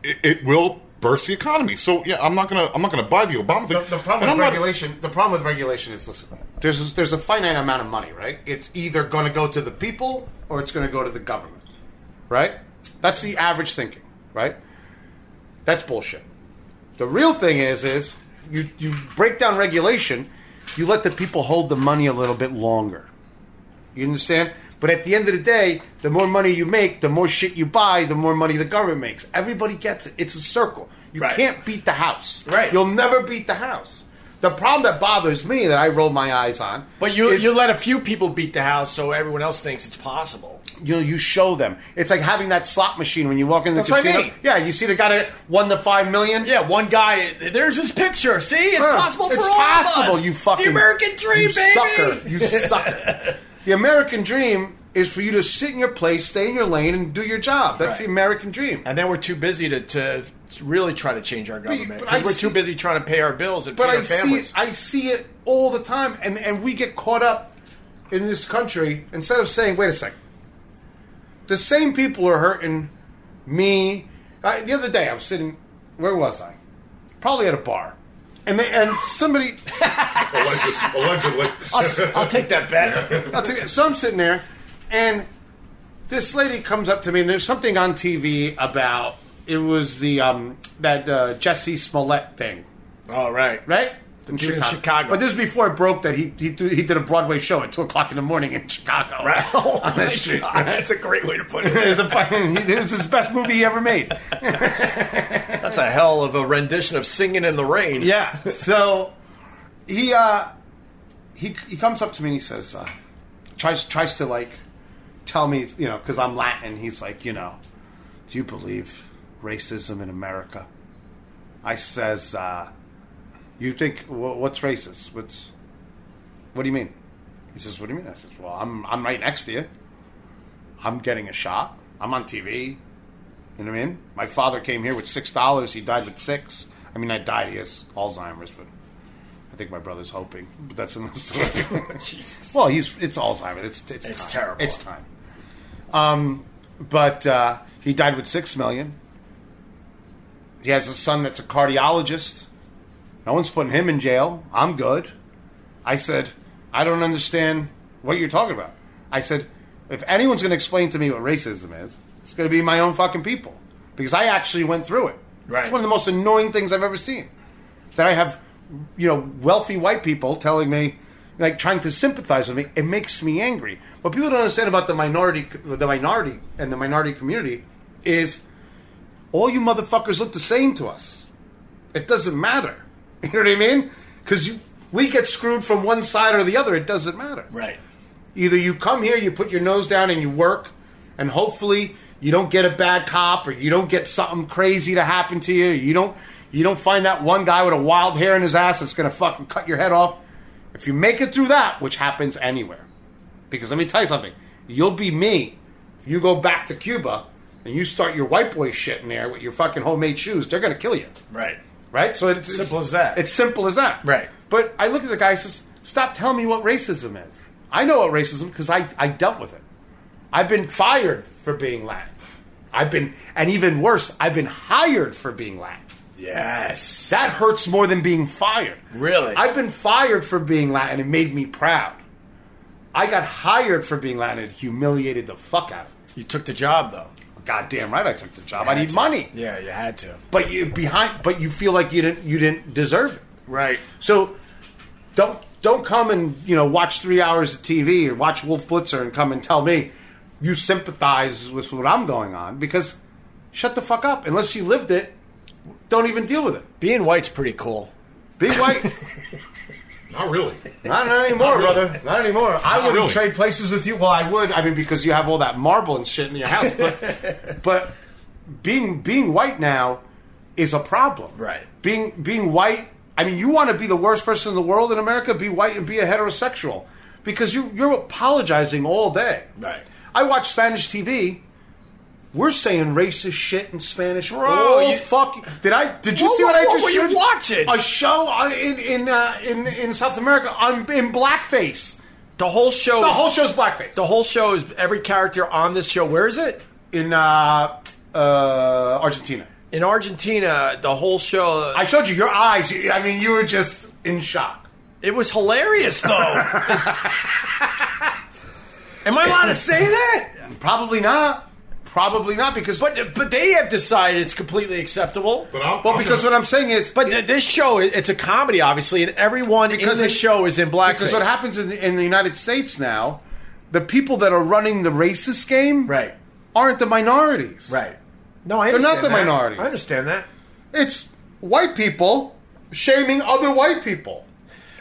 Speaker 5: it, it will burst the economy. So yeah, I'm not gonna I'm not gonna buy the Obama thing.
Speaker 4: The, the problem
Speaker 5: And I'm
Speaker 4: with
Speaker 5: not-
Speaker 4: regulation. the problem with regulation is listen. There's there's a finite amount of money, right? It's either going to go to the people or it's going to go to the government, right? That's the average thinking, right? That's bullshit. The real thing is is you you break down regulation, you let the people hold the money a little bit longer. You understand? But at the end of the day, the more money you make, the more shit you buy, the more money the government makes. Everybody gets it. It's a circle. You
Speaker 2: Right.
Speaker 4: can't beat the house.
Speaker 2: Right.
Speaker 4: You'll never beat the house. The problem that bothers me that I roll my eyes on.
Speaker 2: But you
Speaker 4: is-
Speaker 2: you let a few people beat the house, so everyone else thinks it's possible.
Speaker 4: you know, you show them. It's like having that slot machine when you walk in the
Speaker 2: That's what I
Speaker 4: casino.
Speaker 2: mean.
Speaker 4: Yeah, you see the guy that won the five million.
Speaker 2: Yeah, one guy. There's his picture. See, it's
Speaker 4: Huh,
Speaker 2: possible for
Speaker 4: it's
Speaker 2: all
Speaker 4: possible.
Speaker 2: of us.
Speaker 4: You fucking
Speaker 2: the American dream,
Speaker 4: you
Speaker 2: baby.
Speaker 4: Sucker, you
Speaker 2: [laughs]
Speaker 4: sucker. The American dream is for you to sit in your place, stay in your lane, and do your job. That's
Speaker 2: Right.
Speaker 4: the American dream.
Speaker 2: And then we're too busy to, to really try to change our
Speaker 4: you-
Speaker 2: government
Speaker 4: but
Speaker 2: because
Speaker 4: I
Speaker 2: we're
Speaker 4: see-
Speaker 2: too busy trying to pay our bills and
Speaker 4: But
Speaker 2: feed
Speaker 4: I
Speaker 2: our
Speaker 4: see,
Speaker 2: families.
Speaker 4: it, I see it all the time, and and we get caught up in this country instead of saying, "Wait a second, the same people are hurting me." I, the other day, I was sitting. Where was I? Probably at a bar, and they, and somebody. [laughs]
Speaker 5: Allegedly.
Speaker 2: I'll, I'll take that bet.
Speaker 4: That's it. So I'm sitting there, and this lady comes up to me, and there's something on TV about it was the um, that uh, Jesse Smollett thing,
Speaker 2: [laughs] all right,
Speaker 4: right?
Speaker 2: The dude in Chicago.
Speaker 4: But this is before it broke that he he, do, he did a Broadway show at two o'clock in the morning in Chicago.
Speaker 2: [laughs] Right. Oh,
Speaker 4: [laughs] on
Speaker 2: my
Speaker 4: the street.
Speaker 2: God, [laughs] That's a great way to put
Speaker 4: [laughs] It [laughs] was
Speaker 2: it.
Speaker 4: a fucking. It was his best movie he ever made.
Speaker 2: That's a hell of a rendition of "Singing in the Rain."
Speaker 4: Yeah. So he uh, he he comes up to me and he says, uh, tries tries to like tell me, you know, because I'm Latin. He's like, you know, do you believe racism in America? I says, uh, you think wha what's racist? What's what do you mean? He says, what do you mean? I says, well, I'm I'm right next to you. I'm getting a shot. I'm on TV. You know what I mean? My father came here with six dollars. He died with six. I mean, I died. He has Alzheimer's, but I think my brother's hoping. But that's another
Speaker 2: [laughs]
Speaker 4: story. [laughs] Well, he's it's Alzheimer's. It's it's,
Speaker 2: It's
Speaker 4: time.
Speaker 2: terrible.
Speaker 4: It's time. Um, but uh, he died with six million. He has a son that's a cardiologist. No one's putting him in jail. I'm good. I said, I don't understand what you're talking about. I said, if anyone's going to explain to me what racism is, it's going to be my own fucking people because I actually went through it.
Speaker 2: Right.
Speaker 4: It's one of the most annoying things I've ever seen. That I have, you know, wealthy white people telling me, like, trying to sympathize with me. It makes me angry. What people don't understand about the minority, the minority, and the minority community is all you motherfuckers look the same to us. It doesn't matter. [laughs] You know what I mean? Because you, we get screwed from one side or the other. It doesn't matter.
Speaker 2: Right.
Speaker 4: Either you come here, you put your nose down, and you work, and hopefully you don't get a bad cop, or you don't get something crazy to happen to you. You don't you don't find that one guy with a wild hair in his ass that's gonna fucking cut your head off. If you make it through that, which happens anywhere, because let me tell you something, you'll be me. If you go back to Cuba and you start your white boy shit in there with your fucking homemade shoes, they're gonna kill you
Speaker 2: Right.
Speaker 4: right? So it's
Speaker 2: Simple
Speaker 4: it's-
Speaker 2: as that.
Speaker 4: It's simple as that,
Speaker 2: Right.
Speaker 4: But I look at the guy. and Says, "Stop telling me what racism is. I know what racism because I I dealt with it. I've been fired for being Latin. I've been, and even worse, I've been hired for being Latin.
Speaker 2: Yes.
Speaker 4: That hurts more than being fired.
Speaker 2: Really?
Speaker 4: I've been fired for being Latin. It made me proud. I got hired for being Latin. It humiliated the fuck out of me.
Speaker 2: you took the job though.
Speaker 4: Goddamn right, I took the job. I need
Speaker 2: Had to.
Speaker 4: money.
Speaker 2: Yeah, you had to.
Speaker 4: But you behind, but you feel like you didn't you didn't deserve it.
Speaker 2: Right.
Speaker 4: So don't don't come and you know watch three hours of TV or watch Wolf Blitzer and come and tell me you sympathize with what I'm going on because shut the fuck up. Unless you lived it, don't even deal with it.
Speaker 2: Being white's pretty cool.
Speaker 4: Be white.
Speaker 2: [laughs]
Speaker 5: [laughs] Not really.
Speaker 4: not, not anymore, brother. Not anymore. I wouldn't
Speaker 5: really.
Speaker 4: trade places with you. Well, I would. I mean, because you have all that marble and shit in your house. But, but being being white now is a problem.
Speaker 2: Right.
Speaker 4: Being being white. I mean, you want to be the worst person in the world in America. Be white and be a heterosexual, because you you're apologizing all day.
Speaker 2: Right.
Speaker 4: I watch Spanish TV. We're saying racist shit in Spanish. Bro,
Speaker 2: you-
Speaker 4: fuck! Did I? Did you
Speaker 2: What-
Speaker 4: see what, I
Speaker 2: what-
Speaker 4: just?
Speaker 2: what were you
Speaker 4: showed
Speaker 2: watching?
Speaker 4: A show uh, in in uh, in in South America on in blackface.
Speaker 2: The whole show.
Speaker 4: The whole show's blackface.
Speaker 2: The whole show is every character on this show. Where is it?
Speaker 4: in uh, uh, Argentina.
Speaker 2: In Argentina, the whole show.
Speaker 4: I showed you your eyes. You- I mean, you were just in shock.
Speaker 2: it was hilarious,
Speaker 4: [laughs]
Speaker 2: though. Am I allowed to say that?
Speaker 4: Probably not. Probably not because
Speaker 2: But but they have decided it's completely acceptable.
Speaker 5: But I'm,
Speaker 4: well
Speaker 5: I'm
Speaker 4: because
Speaker 5: gonna-
Speaker 4: what I'm saying is
Speaker 2: But th- this show, i- it's a comedy, obviously, and everyone in
Speaker 4: because
Speaker 2: this
Speaker 4: it-
Speaker 2: show is in blackface.
Speaker 4: Because what happens in the, in the United States now the people that are running the racist game
Speaker 2: Right.
Speaker 4: aren't the minorities.
Speaker 2: Right. No, I
Speaker 4: They're not
Speaker 2: understand
Speaker 4: the
Speaker 2: that.
Speaker 4: minorities.
Speaker 2: I understand that.
Speaker 4: It's white people shaming other white people.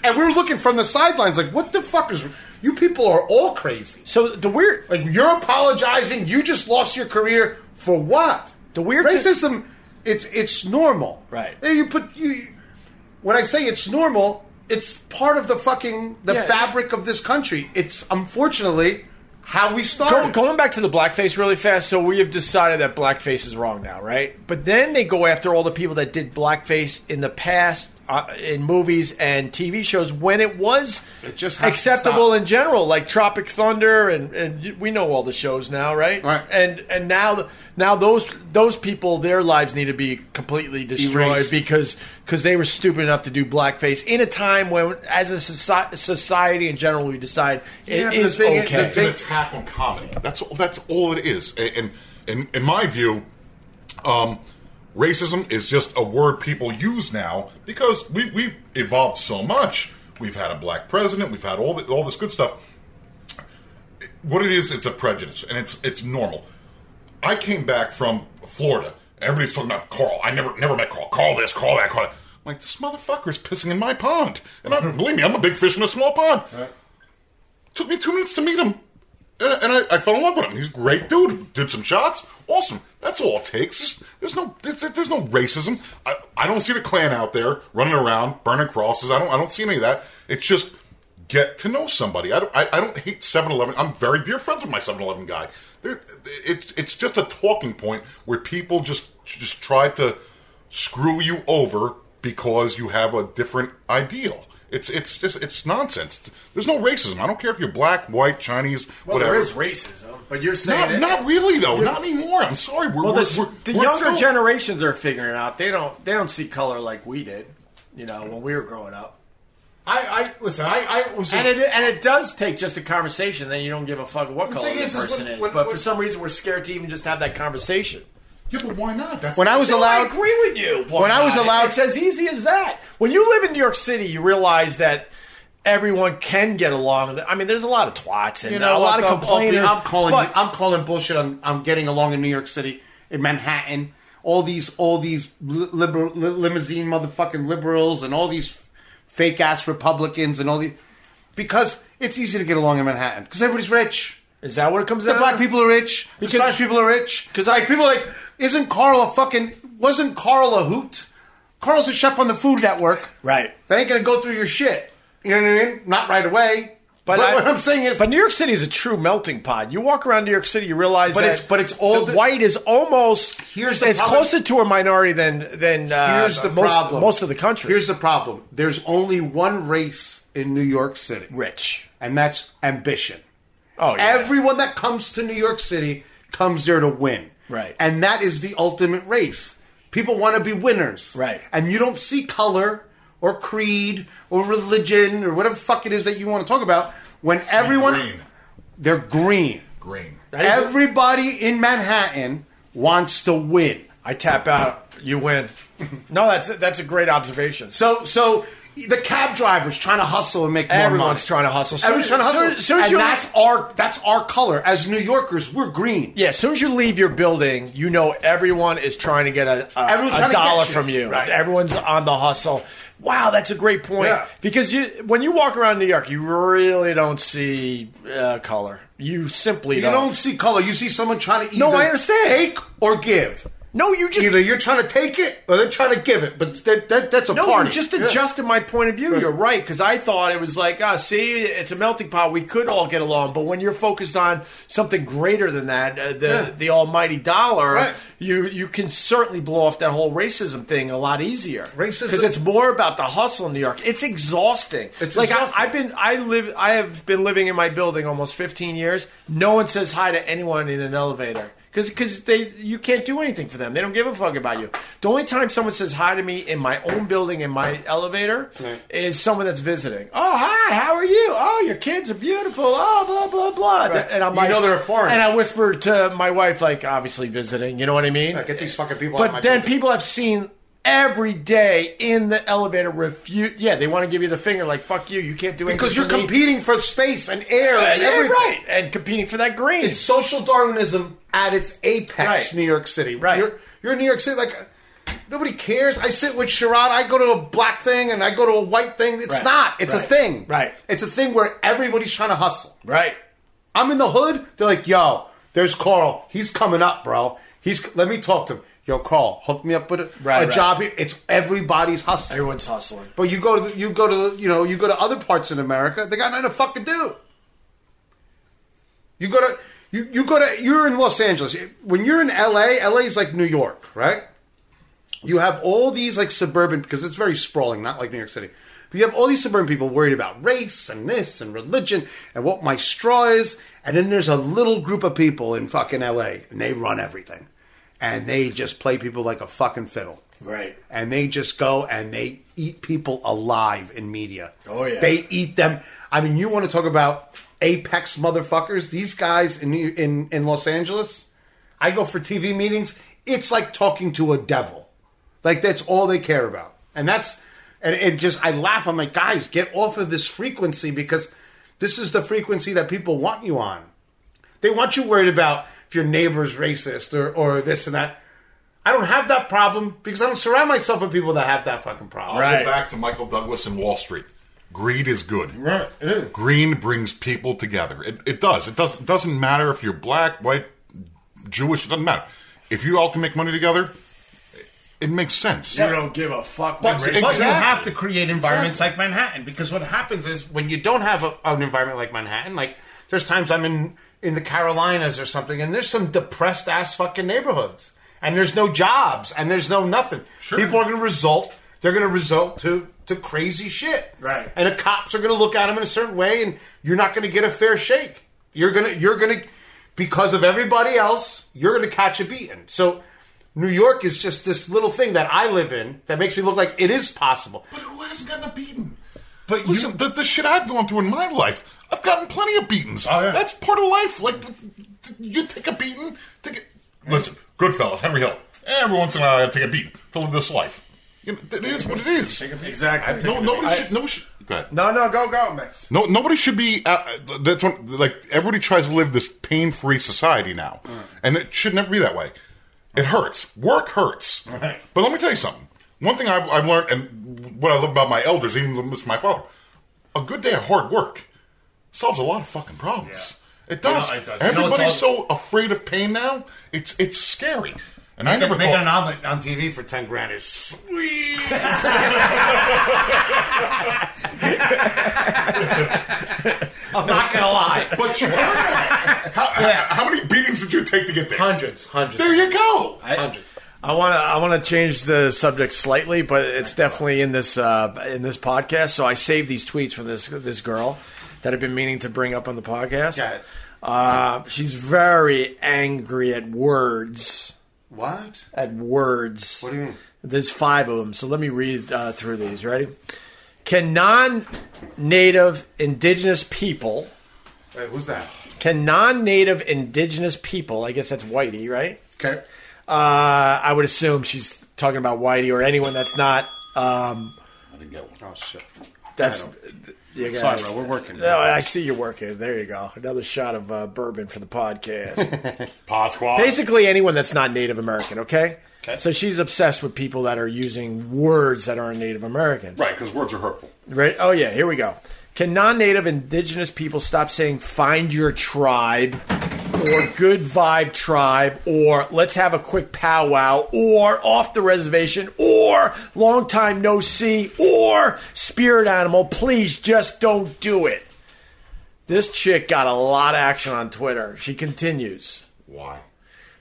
Speaker 4: And we're looking from the sidelines like, what the fuck is. You people are all crazy.
Speaker 2: So the weird,
Speaker 4: Like, you're apologizing. You just lost your career for what?
Speaker 2: The weird thing-
Speaker 4: Racism, it's, it's normal.
Speaker 2: Right.
Speaker 4: Hey, You put. You, when I say it's normal, it's part of the fucking. the
Speaker 2: Yeah.
Speaker 4: fabric of this country. It's unfortunately how we
Speaker 2: Go,
Speaker 4: started.
Speaker 2: going back to the blackface really fast, so we have decided that blackface is wrong now, right? But then they go after all the people that did blackface in the past uh, in movies and TV shows when it was
Speaker 4: It just has to
Speaker 2: acceptable
Speaker 4: stop.
Speaker 2: in general, like Tropic Thunder, and, and y- we know all the shows now, right?
Speaker 4: Right.
Speaker 2: And and now now those those people their lives need to be completely destroyed
Speaker 4: Erased.
Speaker 2: because because they were stupid enough to do blackface in a time when, as a soci- society in general, we decide
Speaker 4: Yeah,
Speaker 2: it
Speaker 4: but the
Speaker 2: is
Speaker 4: thing is-
Speaker 2: okay.
Speaker 4: the
Speaker 5: It's an attack on comedy. That's that's all it is. A- And in in my view, um, racism is just a word people use now because we've we've evolved so much. We've had a black president. We've had all the, all this good stuff. What it is, it's a prejudice, and it's it's normal. I came back from Florida. Everybody's talking about Carl. I never never met Carl. Carl this, Carl that, Carl. That. I'm like this motherfucker's pissing in my pond, and I believe me, I'm a big fish in a small pond took me two minutes to meet him. And, and I, I fell in love with him. He's a great dude. Did some shots. Awesome. That's all it takes. Just, there's no there's, there's no racism. I, I don't see the Klan out there running around burning crosses. I don't I don't see any of that. It's just get to know somebody. I don't I, I don't hate 7-Eleven. I'm very dear friends with my 7-Eleven guy. There, it, it's just a talking point where people just just try to screw you over because you have a different ideal. It's it's just it's nonsense. There's no racism. I don't care if you're black, white, Chinese,
Speaker 2: Well,
Speaker 5: whatever.
Speaker 2: there is racism, but you're saying
Speaker 5: not
Speaker 2: it-
Speaker 5: not really though. Not anymore. I'm sorry. We're,
Speaker 2: Well,
Speaker 5: we're,
Speaker 2: this-
Speaker 5: we're-
Speaker 2: the
Speaker 5: we're
Speaker 2: younger
Speaker 5: too-
Speaker 2: generations are figuring it out. They don't they don't see color like we did, you know, when we were growing up.
Speaker 4: I, I listen. I, I was
Speaker 2: And it and it does take just a conversation. Then you don't give a fuck what
Speaker 4: The
Speaker 2: color
Speaker 4: thing
Speaker 2: the
Speaker 4: is, is
Speaker 2: person
Speaker 4: when-
Speaker 2: is.
Speaker 4: when-
Speaker 2: but
Speaker 4: when-
Speaker 2: for some reason, we're scared to even just have that conversation.
Speaker 5: Yeah, but why not? That's
Speaker 4: when I was
Speaker 2: No, I
Speaker 4: allowed.
Speaker 2: agree with you. Paul
Speaker 4: When I was
Speaker 2: Knight.
Speaker 4: allowed-
Speaker 2: it's as easy as that. When you live in New York City, you realize that everyone can get along. I mean, there's a lot of twats and
Speaker 4: You know,
Speaker 2: a lot
Speaker 4: what,
Speaker 2: of
Speaker 4: though, Opie,
Speaker 2: complainers.
Speaker 4: oh, I'm calling.
Speaker 2: but-
Speaker 4: I'm calling bullshit. on I'm getting along in New York City, in Manhattan. All these, all these li- liberal, li- limousine motherfucking liberals, and all these fake ass Republicans, and all these. Because it's easy to get along in Manhattan because everybody's rich.
Speaker 2: is that what it comes
Speaker 4: The
Speaker 2: down?
Speaker 4: black
Speaker 2: to?
Speaker 4: people are rich.
Speaker 2: Because-
Speaker 4: the Spanish people are rich.
Speaker 2: 'Cause I-
Speaker 4: like people are like, isn't Carl a fucking? Wasn't Carl a hoot? Carl's a chef on the Food Network.
Speaker 2: right?
Speaker 4: That ain't gonna go through your shit. You know what I mean? Not right away. But,
Speaker 2: I-
Speaker 4: what I'm saying is,
Speaker 2: but New York City is a true melting pot. You walk around New York City, you realize
Speaker 4: But
Speaker 2: that,
Speaker 4: it's- but it's all
Speaker 2: the
Speaker 4: the-
Speaker 2: white is almost
Speaker 4: Here's the
Speaker 2: it's
Speaker 4: problem.
Speaker 2: closer to a minority than than uh,
Speaker 4: here's the
Speaker 2: most,
Speaker 4: problem.
Speaker 2: most of the country.
Speaker 4: Here's the problem. There's only one race in New York City,
Speaker 2: rich.
Speaker 4: and that's ambition.
Speaker 2: Oh, yeah.
Speaker 4: Everyone that comes to New York City comes there to win.
Speaker 2: Right.
Speaker 4: And that is the ultimate race. People want to be winners.
Speaker 2: Right.
Speaker 4: And you don't see color or creed or religion or whatever the fuck it is that you want to talk about when everyone
Speaker 5: green.
Speaker 4: they're green.
Speaker 5: green.
Speaker 2: is a-
Speaker 4: Everybody in Manhattan wants to win.
Speaker 2: I tap out, you win.
Speaker 4: [laughs]
Speaker 2: no, that's that's a great observation.
Speaker 4: So so the cab drivers trying to hustle and make more
Speaker 2: Everyone's
Speaker 4: money.
Speaker 2: trying to hustle. So-
Speaker 4: Everyone's trying to
Speaker 2: so-
Speaker 4: hustle.
Speaker 2: so as
Speaker 4: and
Speaker 2: you-
Speaker 4: that's our that's our color as New Yorkers. We're green.
Speaker 2: Yeah, as soon as you leave your building, you know everyone is trying to get a, a,
Speaker 4: Everyone's
Speaker 2: a
Speaker 4: trying to
Speaker 2: dollar
Speaker 4: get you.
Speaker 2: from you.
Speaker 4: Right.
Speaker 2: Everyone's on the hustle. Wow, that's a great point.
Speaker 4: Yeah.
Speaker 2: Because you, when you walk around New York, you really don't see uh, color. You simply
Speaker 4: You don't see color. You see someone trying to either
Speaker 2: No, I understand.
Speaker 4: take or give.
Speaker 2: No, you just
Speaker 4: Either you're trying to take it or they're trying to give it. But that, that, that's a
Speaker 2: no.
Speaker 4: party.
Speaker 2: You just
Speaker 4: Yeah.
Speaker 2: adjusted my point of view. You're right because I thought it was like, ah, see, it's a melting pot. We could all get along. But when you're focused on something greater than that, uh, the
Speaker 4: Yeah.
Speaker 2: the almighty dollar,
Speaker 4: Right.
Speaker 2: you you can certainly blow off that whole racism thing a lot easier.
Speaker 4: Racism-
Speaker 2: because it's more about the hustle in New York. It's exhausting.
Speaker 4: It's
Speaker 2: like
Speaker 4: exhausting.
Speaker 2: I, I've been, I live, I have been living in my building almost 15 years. No one says hi to anyone in an elevator. Because they you can't do anything for them. They don't give a fuck about you. The only time someone says hi to me in my own building in my elevator is someone that's visiting. Oh hi, how are you? Oh your kids are beautiful. Oh blah blah blah. And I'm
Speaker 4: You
Speaker 2: like,
Speaker 4: know they're a foreigner.
Speaker 2: And I whisper to my wife like obviously visiting. You know what I mean?
Speaker 4: Yeah, get these fucking people out of my
Speaker 2: But then
Speaker 4: building.
Speaker 2: people have seen every day in the elevator refute. Yeah, they want to give you the finger like fuck you. You can't do anything
Speaker 4: because you're
Speaker 2: for me.
Speaker 4: competing for space and air and
Speaker 2: Yeah,
Speaker 4: everything.
Speaker 2: right, and competing for that green.
Speaker 4: It's social Darwinism at its apex,
Speaker 2: Right.
Speaker 4: New York City.
Speaker 2: Right.
Speaker 4: You're, you're in New York City, like, nobody cares. I sit with Sherrod, I go to a black thing and I go to a white thing. It's
Speaker 2: Right.
Speaker 4: not. It's a
Speaker 2: Right.
Speaker 4: thing.
Speaker 2: Right.
Speaker 4: It's a thing where everybody's trying to hustle.
Speaker 2: right.
Speaker 4: I'm in the hood. They're like, yo, there's Carl. He's coming up, bro. He's let me talk to him. Yo, Carl, hook me up with a,
Speaker 2: Right,
Speaker 4: a
Speaker 2: right.
Speaker 4: job here. It's everybody's hustling.
Speaker 2: Everyone's hustling.
Speaker 4: But you go to the, you go to the, you know you go to other parts in America. They got nothing to fucking do. You go to you you go to you're in Los Angeles. When you're in LA, LA is like New York, right? You have all these like suburban because it's very sprawling, not like New York City. But you have all these suburban people worried about race and this and religion and what my straw is, and then there's a little group of people in fucking LA and they run everything. And they just play people like a fucking fiddle
Speaker 2: Right.
Speaker 4: and they just go and they eat people alive in media.
Speaker 2: Oh, yeah.
Speaker 4: they eat them. I mean, you want to talk about apex motherfuckers? These guys in in in Los Angeles. I go for TV meetings. It's like talking to a devil. Like that's all they care about, and that's and it just I laugh. I'm like, guys, get off of this frequency because this is the frequency that people want you on. They want you worried about if your neighbor's racist or or this and that. I don't have that problem because I don't surround myself with people that have that fucking problem.
Speaker 5: I'll
Speaker 2: Right.
Speaker 5: go back to Michael Douglas and Wall Street. Greed is good. Right. Green brings people together. It, it does. It does. It doesn't matter if you're black, white, Jewish. It doesn't matter. If you all can make money together, it, it makes sense.
Speaker 2: You don't give a fuck.
Speaker 4: But,
Speaker 2: what
Speaker 4: but
Speaker 2: race-
Speaker 5: exactly.
Speaker 4: you have to create environments like Manhattan because what happens is when you don't have a, an environment like Manhattan, like there's times I'm in in the Carolinas or something, and there's some depressed ass fucking neighborhoods, and there's no jobs, and there's no nothing. People are going to result. They're going to result to to crazy shit,
Speaker 2: Right.
Speaker 4: And the cops are going to look at them in a certain way, and you're not going to get a fair shake. You're gonna you're gonna because of everybody else, you're gonna catch a beating. So New York is just this little thing that I live in that makes me look like it is possible.
Speaker 5: But who hasn't gotten a beating?
Speaker 4: But you-
Speaker 5: Listen, the, the shit I've gone through in my life, I've gotten plenty of beatings.
Speaker 4: Oh, yeah.
Speaker 5: That's part of life. Like, you take a beating to get. Listen, Goodfellas, Henry Hill. Every once in a while, I take a beating to live this life. You know, it is what it is.
Speaker 2: Exactly.
Speaker 5: No, nobody should. No, should, go ahead.
Speaker 2: No, no, go, go, Max.
Speaker 5: No, nobody should be. Uh, uh, that's one. Like everybody tries to live this pain-free society now, and it should never be that way. It hurts. Work hurts. But let me tell you something. One thing I've, I've learned, and what I love about my elders, even though it's my father, a good day of hard work solves a lot of fucking problems. It does.
Speaker 3: No, it does. You know, it's
Speaker 5: Everybody's
Speaker 3: all-
Speaker 5: so afraid of pain now. It's it's scary. And I never
Speaker 4: Making
Speaker 5: thought.
Speaker 4: an omelet on TV for ten grand is sweet. [laughs] I'm not gonna lie.
Speaker 5: but you, how, how many beatings did you take to get there?
Speaker 4: Hundreds, hundreds,
Speaker 5: There you go.
Speaker 4: hundreds.
Speaker 2: I want to I want to change the subject slightly, but it's definitely in this uh, in this podcast. So I saved these tweets from this this girl that I've been meaning to bring up on the podcast.
Speaker 4: Got it.
Speaker 2: Uh, she's very angry at words.
Speaker 4: What?
Speaker 2: At words. What
Speaker 4: do you mean?
Speaker 2: There's five of them. So let me read uh, through these. Ready? Can non-native indigenous people
Speaker 4: Wait, who's that?
Speaker 2: can non-native indigenous people? I guess that's whitey, right?
Speaker 4: Okay.
Speaker 2: uh, I would assume she's talking about Whitey or anyone that's not. Um,
Speaker 4: Oh shit.
Speaker 2: that's you got-
Speaker 4: Sorry, bro. We're working.
Speaker 2: No, I see you're working. There you go. Another shot of uh, bourbon for the podcast.
Speaker 5: Pod squad.
Speaker 2: Basically, anyone that's not Native American. Okay? So she's obsessed with people that are using words that aren't Native American.
Speaker 5: Right, because words are hurtful.
Speaker 2: Right? Oh yeah. Here we go. Can non-native indigenous people stop saying "find your tribe" or "good vibe tribe" or "let's have a quick powwow" or "off the reservation" or "long time no see" or "spirit animal"? Please, just don't do it. This chick got a lot of action on Twitter. She continues.
Speaker 5: Why?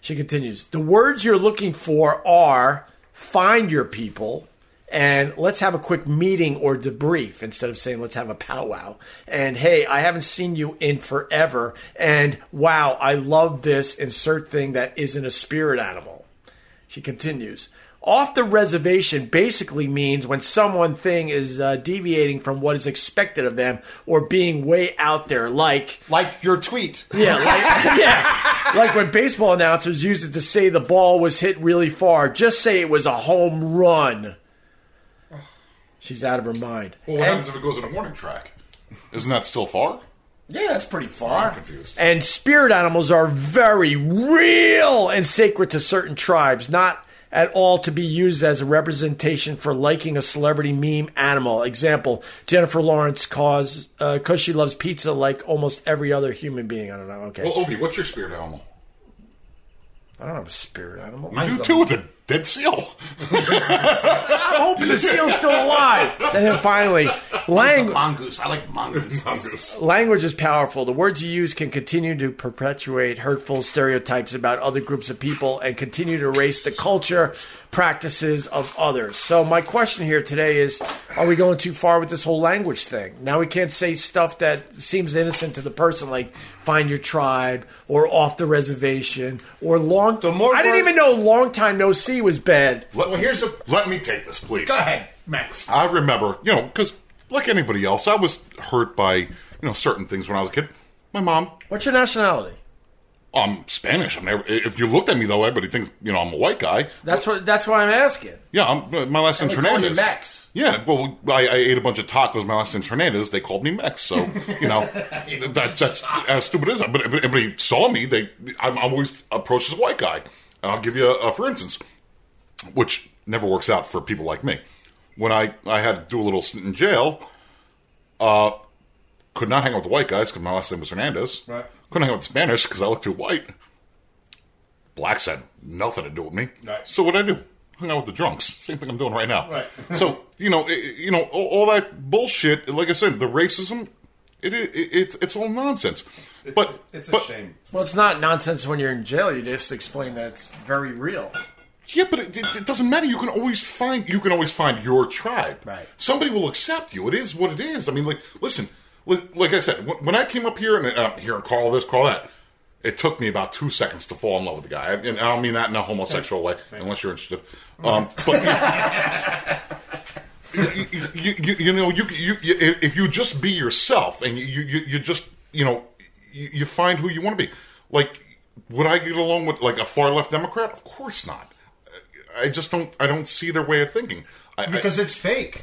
Speaker 2: She continues, the words you're looking for are find your people and let's have a quick meeting or debrief instead of saying let's have a powwow. And hey, I haven't seen you in forever. And wow, I love this insert thing that isn't a spirit animal. She continues, Off the reservation basically means when someone thing is uh, deviating from what is expected of them or being way out there, like
Speaker 4: Like your tweet.
Speaker 2: yeah, like, yeah, like when baseball announcers used it to say the ball was hit really far. Just say it was a home run. She's out of her mind.
Speaker 5: Well, what happens if it goes in a warning track? Isn't that still far?
Speaker 2: Yeah, that's pretty
Speaker 5: I'm confused.
Speaker 2: And spirit animals are very real and sacred to certain tribes, not at all to be used as a representation for liking a celebrity meme animal. Example: Jennifer Lawrence cause because she loves pizza like almost every other human being. I don't know. Okay,
Speaker 5: Well, Obi, what's your spirit animal?
Speaker 2: I don't have a spirit animal.
Speaker 5: You
Speaker 2: Mine's
Speaker 5: do
Speaker 2: the-
Speaker 5: too. It's a dead seal.
Speaker 2: I'm hoping the seal's still alive. [laughs] And then finally, language.
Speaker 3: Mongoose. I like mongoose.
Speaker 2: Language is powerful. The words you use can continue to perpetuate hurtful stereotypes about other groups of people and continue to erase the culture, practices of others. So, my question here today is are we going too far with this whole language thing? Now, we can't say stuff that seems innocent to the person, like find your tribe or off the reservation or long.
Speaker 4: The more
Speaker 2: I didn't
Speaker 4: word-
Speaker 2: even know long time no see was bad.
Speaker 5: Let, well, here's a. Let me take this, please.
Speaker 3: Go ahead, Max.
Speaker 5: I remember, you know, because like anybody else, I was hurt by you know certain things when I was a kid. My mom,
Speaker 2: What's your nationality?
Speaker 5: I'm Spanish. I'm never, if you looked at me though, everybody thinks you know I'm a white guy.
Speaker 2: That's what. That's why I'm asking.
Speaker 5: Yeah, I'm, uh, my last name's
Speaker 3: they call you
Speaker 5: Hernandez.
Speaker 3: Mex.
Speaker 5: Yeah, well, I, I ate a bunch of tacos. My last name's Hernandez. They called me Mex. So you know, that, that's as stupid as. But if anybody saw me, they I'm, I'm always approached as a white guy. And I'll give you a, a for instance, which never works out for people like me. When I I had to do a little stint in jail, uh, could not hang out with the white guys because my last name was Hernandez.
Speaker 1: Right.
Speaker 5: Couldn't hang out with the Spanish because I looked too white. Blacks had nothing to do with me.
Speaker 1: Right.
Speaker 5: So what I do? Hung out with
Speaker 1: [laughs]
Speaker 5: the drunks. Same thing I'm doing right now.
Speaker 1: Right.
Speaker 5: [laughs] so you know, i- i- you know, all, all that bullshit. Like I said, the racism. It, it, it it's it's all nonsense. but
Speaker 1: it's a
Speaker 5: but-
Speaker 1: shame.
Speaker 2: Well, it's not nonsense when you're in jail. You just explain that it's very real.
Speaker 5: Yeah, but it, it, it doesn't matter. You can always find you can always find your tribe.
Speaker 2: Right.
Speaker 5: Somebody will accept you. It is what it is. I mean, like, listen, li- like I said, wh- when I came up here and uh, here and call this, call that, it took me about two seconds to fall in love with the guy, and I don't mean that in a homosexual way, unless you're interested. Um,
Speaker 1: [laughs]
Speaker 5: but you, you, you, you know, you, you, you if you just be yourself and you you, you just you know you, you find who you want to be. Like, would I get along with like a far left Democrat? Of course not. I just don't. I don't see their way of thinking. I, I-
Speaker 4: Because it's fake.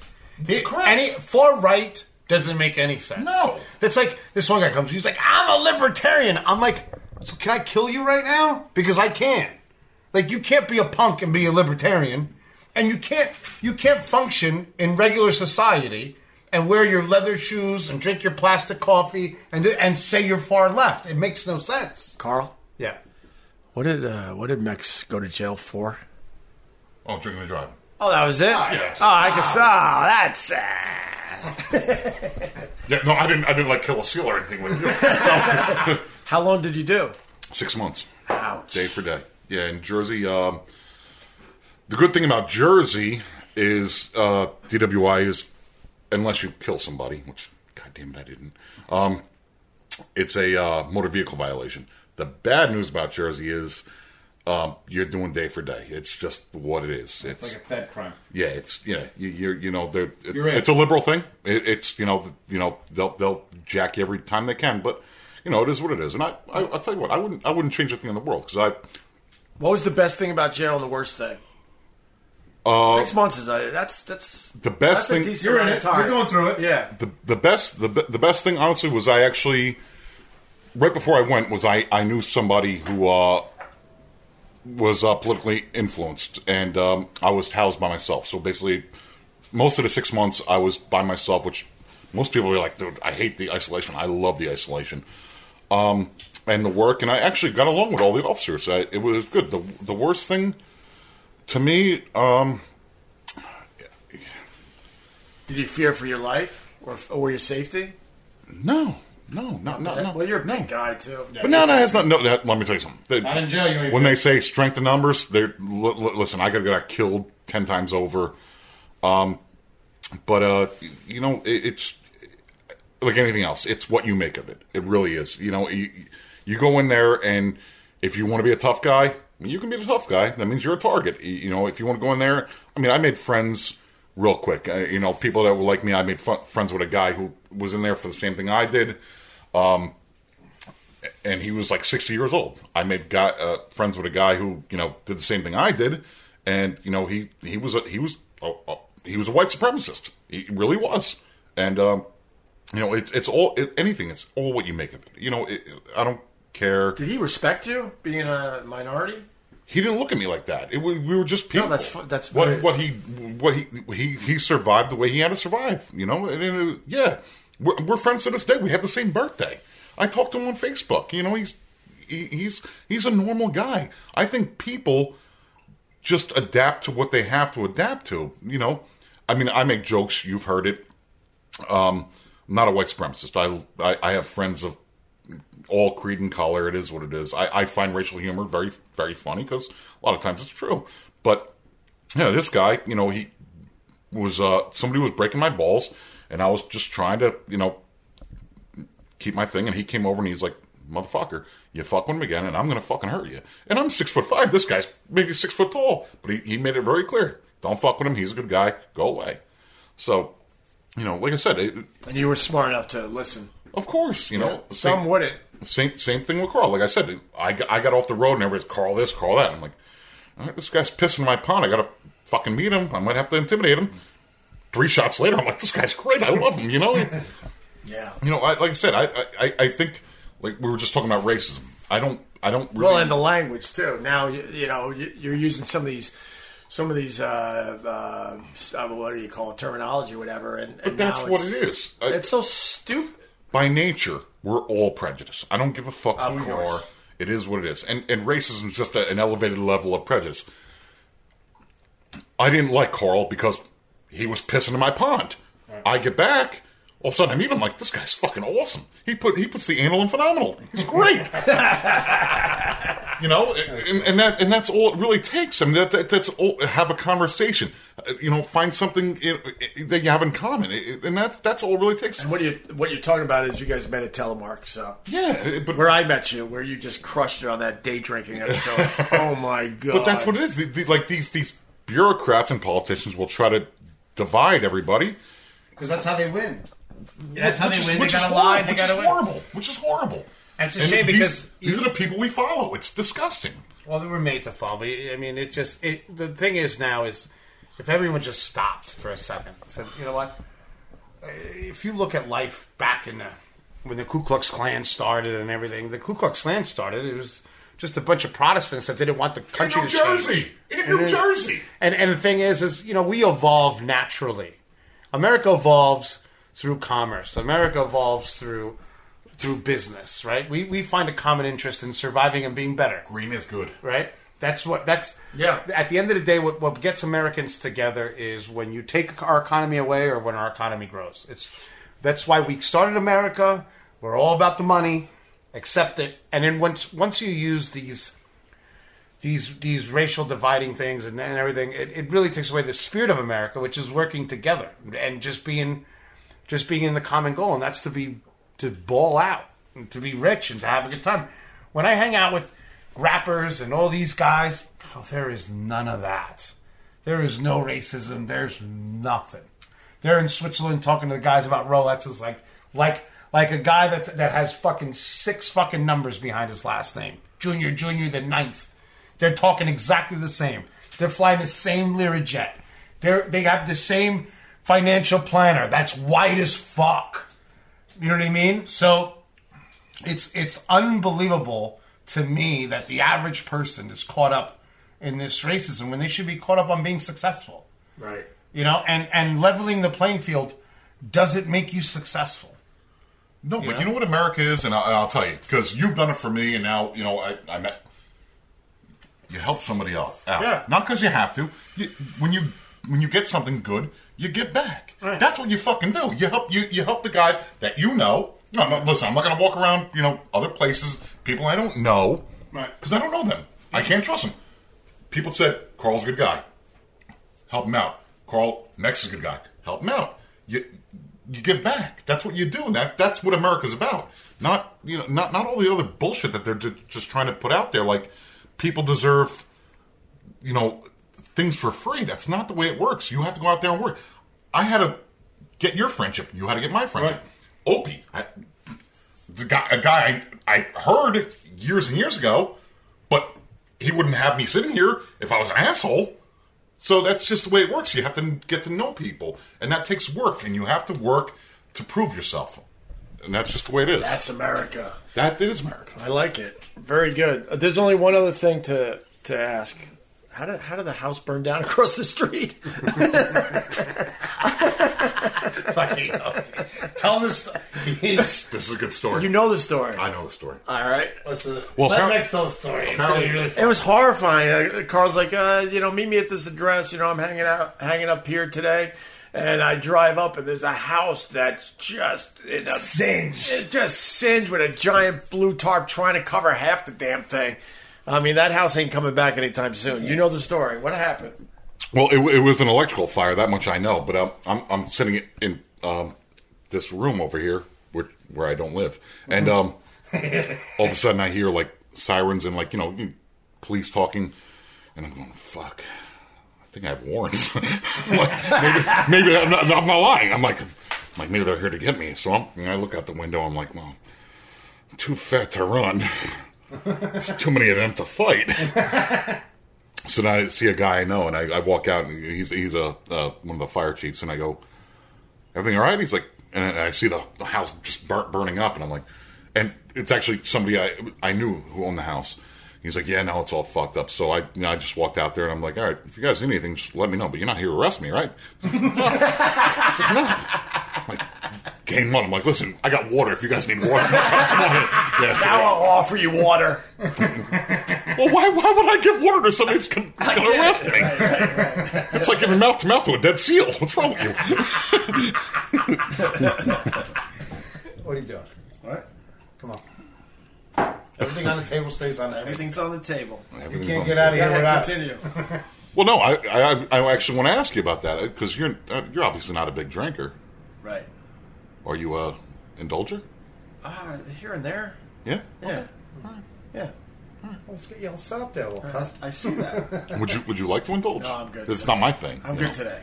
Speaker 4: It-
Speaker 5: Correct.
Speaker 4: Any far right doesn't make any sense.
Speaker 5: No.
Speaker 4: It's like this one guy comes, he's like, I'm a libertarian. I'm like, so can I kill you right now? Because I can. Like you can't be a punk and be a libertarian. And you can't you can't function in regular society and wear your leather shoes and drink your plastic coffee and and say you're far left. It makes no sense.
Speaker 2: Carl,
Speaker 4: Yeah.
Speaker 2: what did uh, what did Mex go to jail for?
Speaker 5: oh, drinking and driving.
Speaker 2: Oh, that was it.
Speaker 5: yeah.
Speaker 2: Oh, I guess. Oh, that's sad.
Speaker 5: Yeah, no, I didn't. I didn't like kill a seal or anything with you. So, [laughs]
Speaker 2: How long did you do?
Speaker 5: six months,
Speaker 2: Ouch.
Speaker 5: day for day. Yeah, in Jersey. Um, the good thing about Jersey is uh, DWI is, unless you kill somebody, which God damn it, I didn't. Um, it's a uh, motor vehicle violation. The bad news about Jersey is um, you're doing day for day. It's just what it is. It's,
Speaker 1: It's like a Fed crime.
Speaker 5: yeah, it's yeah, you you you know, they're, it-
Speaker 1: You're in.
Speaker 5: it's a liberal thing. It, it's you know, you know, they'll they'll jack you every time they can, but you know, it is what it is. And I, I I'll tell you what, I wouldn't I wouldn't change a thing in the world because I
Speaker 2: What was the best thing about jail and the worst thing? Six months is a, that's that's
Speaker 5: the
Speaker 2: that's
Speaker 5: best thing
Speaker 2: A decent amount of time.
Speaker 4: We're going through it. Yeah.
Speaker 5: the, the best the, be- the best thing honestly was I actually right before I went was I I knew somebody who uh was uh, politically influenced and um, I was housed by myself. So basically most of the 6 months I was by myself which most people were like dude I hate the isolation. I love the isolation. Um and the work and I actually got along with all the officers. I, it was good. The the worst thing to me um
Speaker 2: Did you fear for your life or or your safety?
Speaker 5: no. No, not not, not
Speaker 2: well, you're a
Speaker 5: no.
Speaker 2: big guy too.
Speaker 5: But no, no, it's not. No, that, let me tell you something. They-
Speaker 1: Not in jail, you ain't
Speaker 5: when they say strength in numbers, they're l- l- listen. I could have got killed ten times over. Um, but uh, y- you know, it, it's like anything else. It's what you make of it. It really is. You know, you, you go in there, and if you want to be a tough guy, I mean, you can be the tough guy. That means you're a target. Y- You know, if you want to go in there, I mean, I made friends real quick. Uh, you know, people that were like me, I made fu- friends with a guy who was in there for the same thing I did. Um, and he was like 60 years old. I made guy, uh, friends with a guy who you know did the same thing I did, and you know he he was a, he was a, a, he was a white supremacist. He really was, and um, you know it's it's all it, anything. It's all what you make of it. You know, it, I don't care.
Speaker 2: Did he respect you being a minority?
Speaker 5: He didn't look at me like that. It, we, we were just people.
Speaker 2: that's fu- that's
Speaker 5: what
Speaker 2: very-
Speaker 5: what he what he he he survived the way he had to survive. You know, and, and, uh, yeah, we're, we're friends to this day. We have the same birthday. I talked to him on Facebook. You know, he's he, he's he's a normal guy. I think people just adapt to what they have to adapt to. You know, I mean, I make jokes. You've heard it. Um, I'm not a white supremacist. I, I I have friends of all creed and color. It is what it is. I, I find racial humor very, very funny because a lot of times it's true. But you know, this guy, you know, he was uh, somebody was breaking my balls, and I was just trying to, you know, keep my thing. And he came over and he's like, "Motherfucker, you fuck with him again, and I'm gonna fucking hurt you." And I'm six foot five. This guy's maybe six foot tall, but he, he made it very clear: don't fuck with him. He's a good guy. Go away. So, you know, like I said, it,
Speaker 2: And you were smart enough to listen.
Speaker 5: of course, you know,
Speaker 2: Some
Speaker 5: same-
Speaker 2: wouldn't.
Speaker 5: same same thing with Carl. Like I said, I got, I got off the road and everybody's Carl this, Carl that. I'm like, all right, this guy's pissing in my pond. I gotta fucking meet him. I might have to intimidate him. Three shots later, I'm like, this guy's great. I love him. You know,
Speaker 2: Yeah.
Speaker 5: you know. I, like I said, I, I- I I think like we were just talking about racism. I don't I don't really.
Speaker 2: Well, and the language too. Now you, you know you, you're using some of these, some of these, uh, uh, uh, what do you call it, terminology, whatever. And,
Speaker 5: but
Speaker 2: and
Speaker 5: that's
Speaker 2: now
Speaker 5: what
Speaker 2: it's,
Speaker 5: it is. I-
Speaker 2: It's so stupid.
Speaker 5: by nature, we're all prejudiced. I don't give a fuck
Speaker 2: Of
Speaker 5: who you
Speaker 2: course.
Speaker 5: are. It is what it is. And and racism is just a, an elevated level of prejudice. I didn't like Carl because he was pissing in my pond. I get back, all of a sudden I meet him I'm like this guy's fucking awesome. He put he puts the anal in phenomenal. He's great. [laughs]
Speaker 2: [laughs]
Speaker 5: you know, and, and that and that's all it really takes. I mean, that, that that's all. Have a conversation. Uh, You know, find something you know, that you have in common, and that's that's all it really takes.
Speaker 2: What you what you're talking about is you guys met at Telemark, so
Speaker 5: Yeah, but
Speaker 2: where I met you, where you just crushed it on that day drinking
Speaker 5: [laughs]
Speaker 2: episode. oh my god!
Speaker 5: But that's what it is. The, the, like these these bureaucrats and politicians will try to divide everybody.
Speaker 10: Because that's how they win.
Speaker 4: That's how they
Speaker 5: which is-
Speaker 4: win. They
Speaker 5: which is
Speaker 4: got to
Speaker 5: horrible,
Speaker 4: lie. They
Speaker 5: which
Speaker 4: got
Speaker 5: is
Speaker 4: to win.
Speaker 5: horrible. Which is horrible.
Speaker 4: And it's a
Speaker 5: And
Speaker 4: shame
Speaker 5: these-
Speaker 4: because
Speaker 5: these
Speaker 4: you-
Speaker 5: are the people we follow. It's disgusting.
Speaker 4: Well, they were made to fall. But I mean, it just it, the thing is now is if everyone just stopped for a second, said, you know what? Uh, If you look at life back in the when the Ku Klux Klan started and everything, the Ku Klux Klan started. It was just a bunch of Protestants that didn't want the
Speaker 5: In
Speaker 4: country
Speaker 5: New
Speaker 4: to
Speaker 5: Jersey,
Speaker 4: change.
Speaker 5: in New
Speaker 4: And-
Speaker 5: Jersey.
Speaker 4: And and the thing is, is you know we evolve naturally. America evolves through commerce. America evolves through through business, right? We we find a common interest in surviving and being better
Speaker 5: Green is good.
Speaker 4: right? That's what that's
Speaker 2: Yeah.
Speaker 4: At the end of the day, what, what gets Americans together is when you take our economy away or when our economy grows. It's that's why we started America. We're all about the money, accept it, and then once once you use these these these racial dividing things and, and everything, it, it really takes away the spirit of America, which is working together and just being just being in the common goal, and that's to be to ball out, and to be rich, and to have a good time. When I hang out with rappers and all these guys, oh, there is none of that. There is no racism. There's nothing. They're in Switzerland talking to the guys about Rolexes, like like like a guy that that has fucking six fucking numbers behind his last name, Junior Junior the ninth. They're talking exactly the same. They're flying the same Learjet. They're they have the same financial planner. That's white as fuck. You know what I mean? So it's it's unbelievable to me that the average person is caught up in this racism when they should be caught up on being successful.
Speaker 2: right.
Speaker 4: You know, and and leveling the playing field doesn't make you successful.
Speaker 2: [laughs]
Speaker 5: No, but you know what America is, and, I, and I'll tell you because you've done it for me, and now you know I, I met. You help somebody else out,
Speaker 4: Yeah.
Speaker 5: not because you have to. You, when you when you get something good, you give back. That's what you fucking do. You help you you help the guy that you know. No, I'm not, listen, I'm not gonna walk around you know other places, people I don't know,
Speaker 4: Right.
Speaker 5: Because I don't know them. I can't trust them. People said Carl's a good guy help him out. Carl, Max is a good guy, help him out. You you give back. That's what you do, and that that's what America's about. Not you know not not all the other bullshit that they're ju- just trying to put out there. Like people deserve, you know, things for free. That's not the way it works. You have to go out there and work. I had to get your friendship. You had to get my friendship. Opie, I, the guy, a guy I, I heard years and years ago, but he wouldn't have me sitting here if I was an asshole. So that's just the way it works. You have to get to know people, and that takes work, and you have to work to prove yourself. And that's just the way it is.
Speaker 2: That's America.
Speaker 5: that is America.
Speaker 2: I like it. Very good. Uh, There's only one other thing to to ask. How did how did the house burn down [laughs] across the street?
Speaker 3: Fucking Tell this. St-
Speaker 5: This is a good story.
Speaker 2: You know the story.
Speaker 5: I know the story.
Speaker 2: All right.
Speaker 5: Well,
Speaker 3: Let
Speaker 5: apparent-
Speaker 3: Max tell the story. It's
Speaker 5: Apparently-
Speaker 3: gonna be really
Speaker 2: It
Speaker 3: fun.
Speaker 2: was horrifying. Uh, Carl's like, uh, you know, meet me at this address. You know, I'm hanging out, hanging up here today, and I drive up, and there's a house that's just in a
Speaker 3: Singed.
Speaker 2: It just singed with a giant blue tarp trying to cover half the damn thing. I mean, that house ain't coming back anytime soon. You know the story. What happened?
Speaker 5: Well, it, it was an electrical fire, that much I know. But um, I'm I'm sitting in um, this room over here, where where I don't live, and um, all of a sudden I hear like sirens and like you know police talking, and I'm going fuck. I think I have warrants. [laughs] I'm like, maybe maybe I'm, not, I'm not lying. I'm like, I'm like maybe they're here to get me. So I'm, and I look out the window. I'm like, well, I'm too fat to run. There's too many of them to fight. [laughs] So then I see a guy I know, and I, I walk out, and he's he's a uh, one of the fire chiefs, and I go, "Everything all right?" He's like, and I see the, the house just burnt, burning up, and I'm like, and it's actually somebody I I knew who owned the house. He's like, "Yeah, no, it's all fucked up." So I you know, I just walked out there, and I'm like, "All right, if you guys need anything, just let me know." But you're not here to arrest me, right? [laughs] Game one. I'm like, "Listen, I got water. If you guys need water, [laughs] come on in." Yeah.
Speaker 2: I'll offer you water.
Speaker 5: Well, why, why would I give water to somebody that's
Speaker 2: [laughs]
Speaker 5: going to arrest me? [laughs] It's like giving mouth to mouth to a dead seal. What's wrong with you?
Speaker 3: [laughs] What are you doing? All right. Come on. Everything on the table stays on. Everything.
Speaker 2: Everything's on the table.
Speaker 3: You can't get out of here without.
Speaker 2: Continue.
Speaker 5: Well, no, I, I, I actually want to ask you about that because you're uh, you're obviously not a big drinker.
Speaker 2: [laughs] Right.
Speaker 5: Are you a indulger?
Speaker 2: Ah, here and there.
Speaker 5: Yeah.
Speaker 2: Yeah. Yeah.
Speaker 3: Let's get you all set up there, little cuss.
Speaker 2: I see that.
Speaker 5: Would you Would you like to indulge?
Speaker 2: No, I'm good
Speaker 5: It's
Speaker 2: today.
Speaker 5: not my thing.
Speaker 2: I'm
Speaker 5: you [laughs]
Speaker 2: good
Speaker 5: know.
Speaker 2: today.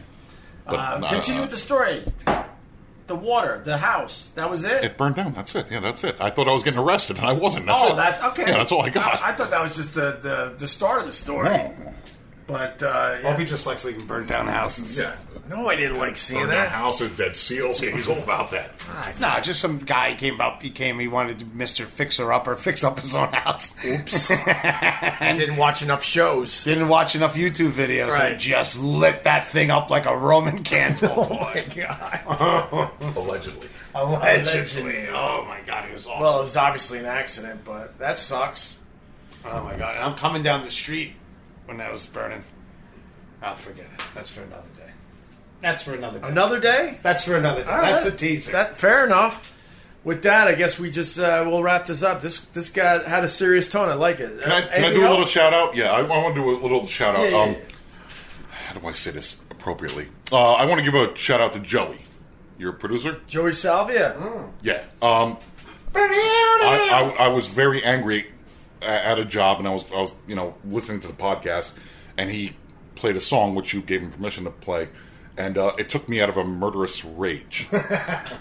Speaker 5: But
Speaker 2: Um,
Speaker 5: no,
Speaker 2: continue
Speaker 5: I-
Speaker 2: with the story. The water, the house. That was it.
Speaker 5: It burned down. That's it. Yeah, that's it. I thought I was getting arrested, and I wasn't. That's
Speaker 2: oh,
Speaker 5: it.
Speaker 2: that's okay.
Speaker 5: Yeah, that's all I got.
Speaker 2: I, I thought that was just the, the, the start of the story. But uh, yeah.
Speaker 3: Opie just likes leaving burnt down houses.
Speaker 5: yeah.
Speaker 2: no, I didn't like seeing
Speaker 5: Burned down
Speaker 2: that.
Speaker 5: houses, dead seals. Yeah, he's all about that.
Speaker 4: Nah, just some guy came up. He came. He wanted to Mister Fixer Upper fix up his own house. Oops.
Speaker 2: I didn't watch enough shows.
Speaker 4: Didn't watch enough YouTube videos
Speaker 2: Right.
Speaker 4: and just lit that thing up like a Roman
Speaker 3: [laughs]
Speaker 4: candle. oh [laughs] my
Speaker 2: [laughs]
Speaker 4: god!
Speaker 5: Allegedly.
Speaker 4: Allegedly. Oh my god! It was awful.
Speaker 2: Well, it was obviously an accident, but that sucks.
Speaker 4: oh my god! And I'm coming down the street when that was burning. I'll forget it. That's for another day. That's for another day.
Speaker 2: Another day.
Speaker 4: That's for another day.
Speaker 2: All
Speaker 4: That's
Speaker 2: right.
Speaker 4: a teaser.
Speaker 2: That fair enough. With that, I guess we just uh, we'll wrap this up. This this guy had a serious tone. I like it.
Speaker 5: Can I, can I do a little shout out? Yeah, I, want to do a little shout out.
Speaker 2: yeah,
Speaker 5: um,
Speaker 2: yeah.
Speaker 5: How do I say this appropriately? Uh, I want to give a shout out to Joey, your producer.
Speaker 2: Joey Salvia.
Speaker 4: Mm.
Speaker 5: Yeah. Um, I, I, I was very angry a- at a job, and I was I was you know listening to the podcast, and he played a song which you gave him permission to play, and uh, it took me out of a
Speaker 2: [laughs]
Speaker 5: murderous rage.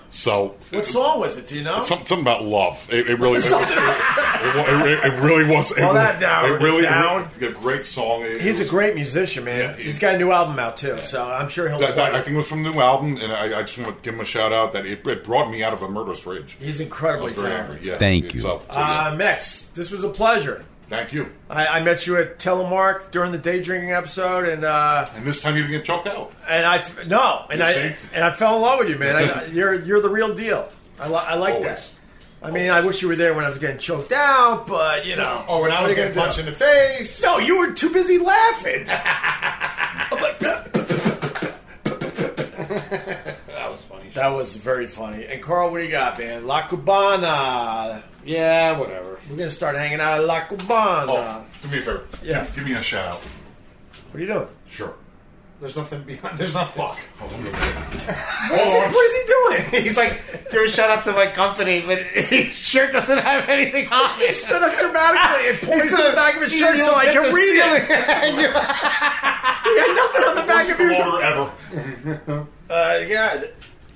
Speaker 5: so
Speaker 2: What song was it? Do you know?
Speaker 5: Some- Something about love. It, it really, it, was- it, it- it really was. It,
Speaker 2: Well,
Speaker 5: was-
Speaker 2: that down-
Speaker 5: it really,
Speaker 2: down.
Speaker 5: It, a great song. It- it
Speaker 2: He's a
Speaker 5: was-
Speaker 2: great musician, man.
Speaker 5: Yeah, he-
Speaker 2: he's got a new album out too, so I'm sure he'll.
Speaker 5: That,
Speaker 2: play
Speaker 5: that-
Speaker 2: it.
Speaker 5: I think it was from the new album, and I, I just want to give him a shout out that it, it brought me out of a murderous rage.
Speaker 2: he's
Speaker 5: I was
Speaker 2: incredibly
Speaker 5: very angry.
Speaker 2: talented.
Speaker 5: Yeah.
Speaker 7: Thank
Speaker 5: It's
Speaker 7: you.
Speaker 5: up. So, yeah.
Speaker 2: Uh, Mex, this was a pleasure.
Speaker 5: Thank you.
Speaker 2: I, I met you at Telemark during the day drinking episode, and uh,
Speaker 5: And this time you didn't get choked out.
Speaker 2: and I no, and
Speaker 5: You
Speaker 2: I
Speaker 5: see?
Speaker 2: and I fell in love with you, man.
Speaker 3: [laughs]
Speaker 2: I, you're you're the real deal. I, li- I like
Speaker 5: Always.
Speaker 2: that. I mean, I wish you were there when I was getting choked out, but you know.
Speaker 3: Or Oh, when I
Speaker 2: what
Speaker 3: was
Speaker 2: are you
Speaker 3: getting
Speaker 2: gonna
Speaker 3: punched
Speaker 2: do?
Speaker 3: in the face.
Speaker 2: No, you were too busy
Speaker 3: [laughs]
Speaker 2: laughing.
Speaker 3: That was funny.
Speaker 2: that was very funny. And Carl, what do you got, man? La Cubana.
Speaker 3: Yeah, whatever.
Speaker 2: We're gonna start hanging out at La Cubana.
Speaker 3: Uh,
Speaker 5: Oh, do me a favor.
Speaker 2: yeah.
Speaker 5: Give me a shout out.
Speaker 2: What are you doing?
Speaker 5: Sure. Oh,
Speaker 3: There's nothing behind. There's not fuck.
Speaker 5: Hold on.
Speaker 2: what is he doing? [laughs]
Speaker 3: He's like, give a shout out to my company, but his shirt doesn't have anything on it.
Speaker 2: He stood up dramatically [laughs] and pointed to the back of his
Speaker 3: He
Speaker 2: shirt so I
Speaker 3: almost hit
Speaker 2: can
Speaker 3: the
Speaker 2: read [laughs] it.
Speaker 3: ceiling.
Speaker 2: [laughs] He had nothing on the back of your shirt.
Speaker 5: promoter ever.
Speaker 2: Uh, yeah,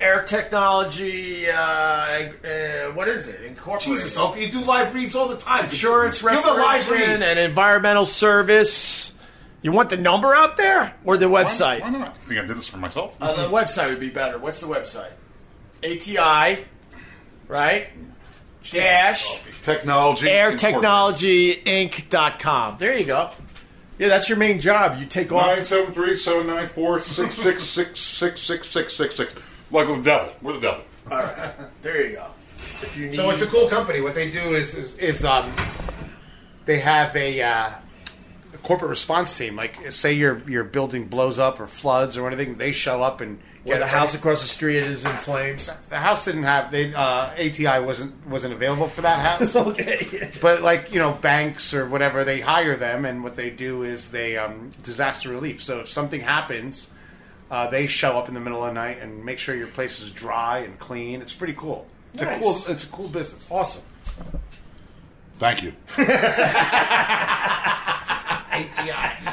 Speaker 2: Air Technology. Uh, uh, what is it? Incorporated.
Speaker 3: Jesus, Opie, you do live reads all the time.
Speaker 2: Insurance
Speaker 3: Give a live
Speaker 2: Restoration
Speaker 3: read.
Speaker 2: and Environmental Service. You want the number out there or the website?
Speaker 5: Why not? I think I did this for myself.
Speaker 2: Uh, the website would be better. What's the website? ATI, right? Dash
Speaker 5: technology.
Speaker 2: airtechnologyinc.com. There you go. Yeah, that's your main job. You take
Speaker 5: Nine
Speaker 2: off.
Speaker 5: seven three seven nine four six six six six six six six six. Like with the devil. We're the devil.
Speaker 2: There you go. If you need,
Speaker 3: So it's a cool company. What they do is is, is um, they have a uh, corporate response team. Like, say your your building blows up or floods or anything, they show up and
Speaker 2: yeah,
Speaker 3: get
Speaker 2: the house across the street is in [laughs] flames.
Speaker 3: The house didn't have they uh, ATI wasn't wasn't available for that
Speaker 2: [laughs]
Speaker 3: house. okay, but like you know banks or whatever, they hire them, and what they do is they um, disaster relief. So if something happens. Uh, they show up in the middle of the night and make sure your place is dry and clean. It's pretty cool. It's a
Speaker 2: Nice.
Speaker 3: cool. It's a cool business.
Speaker 2: Awesome.
Speaker 5: Thank you.
Speaker 3: ATI.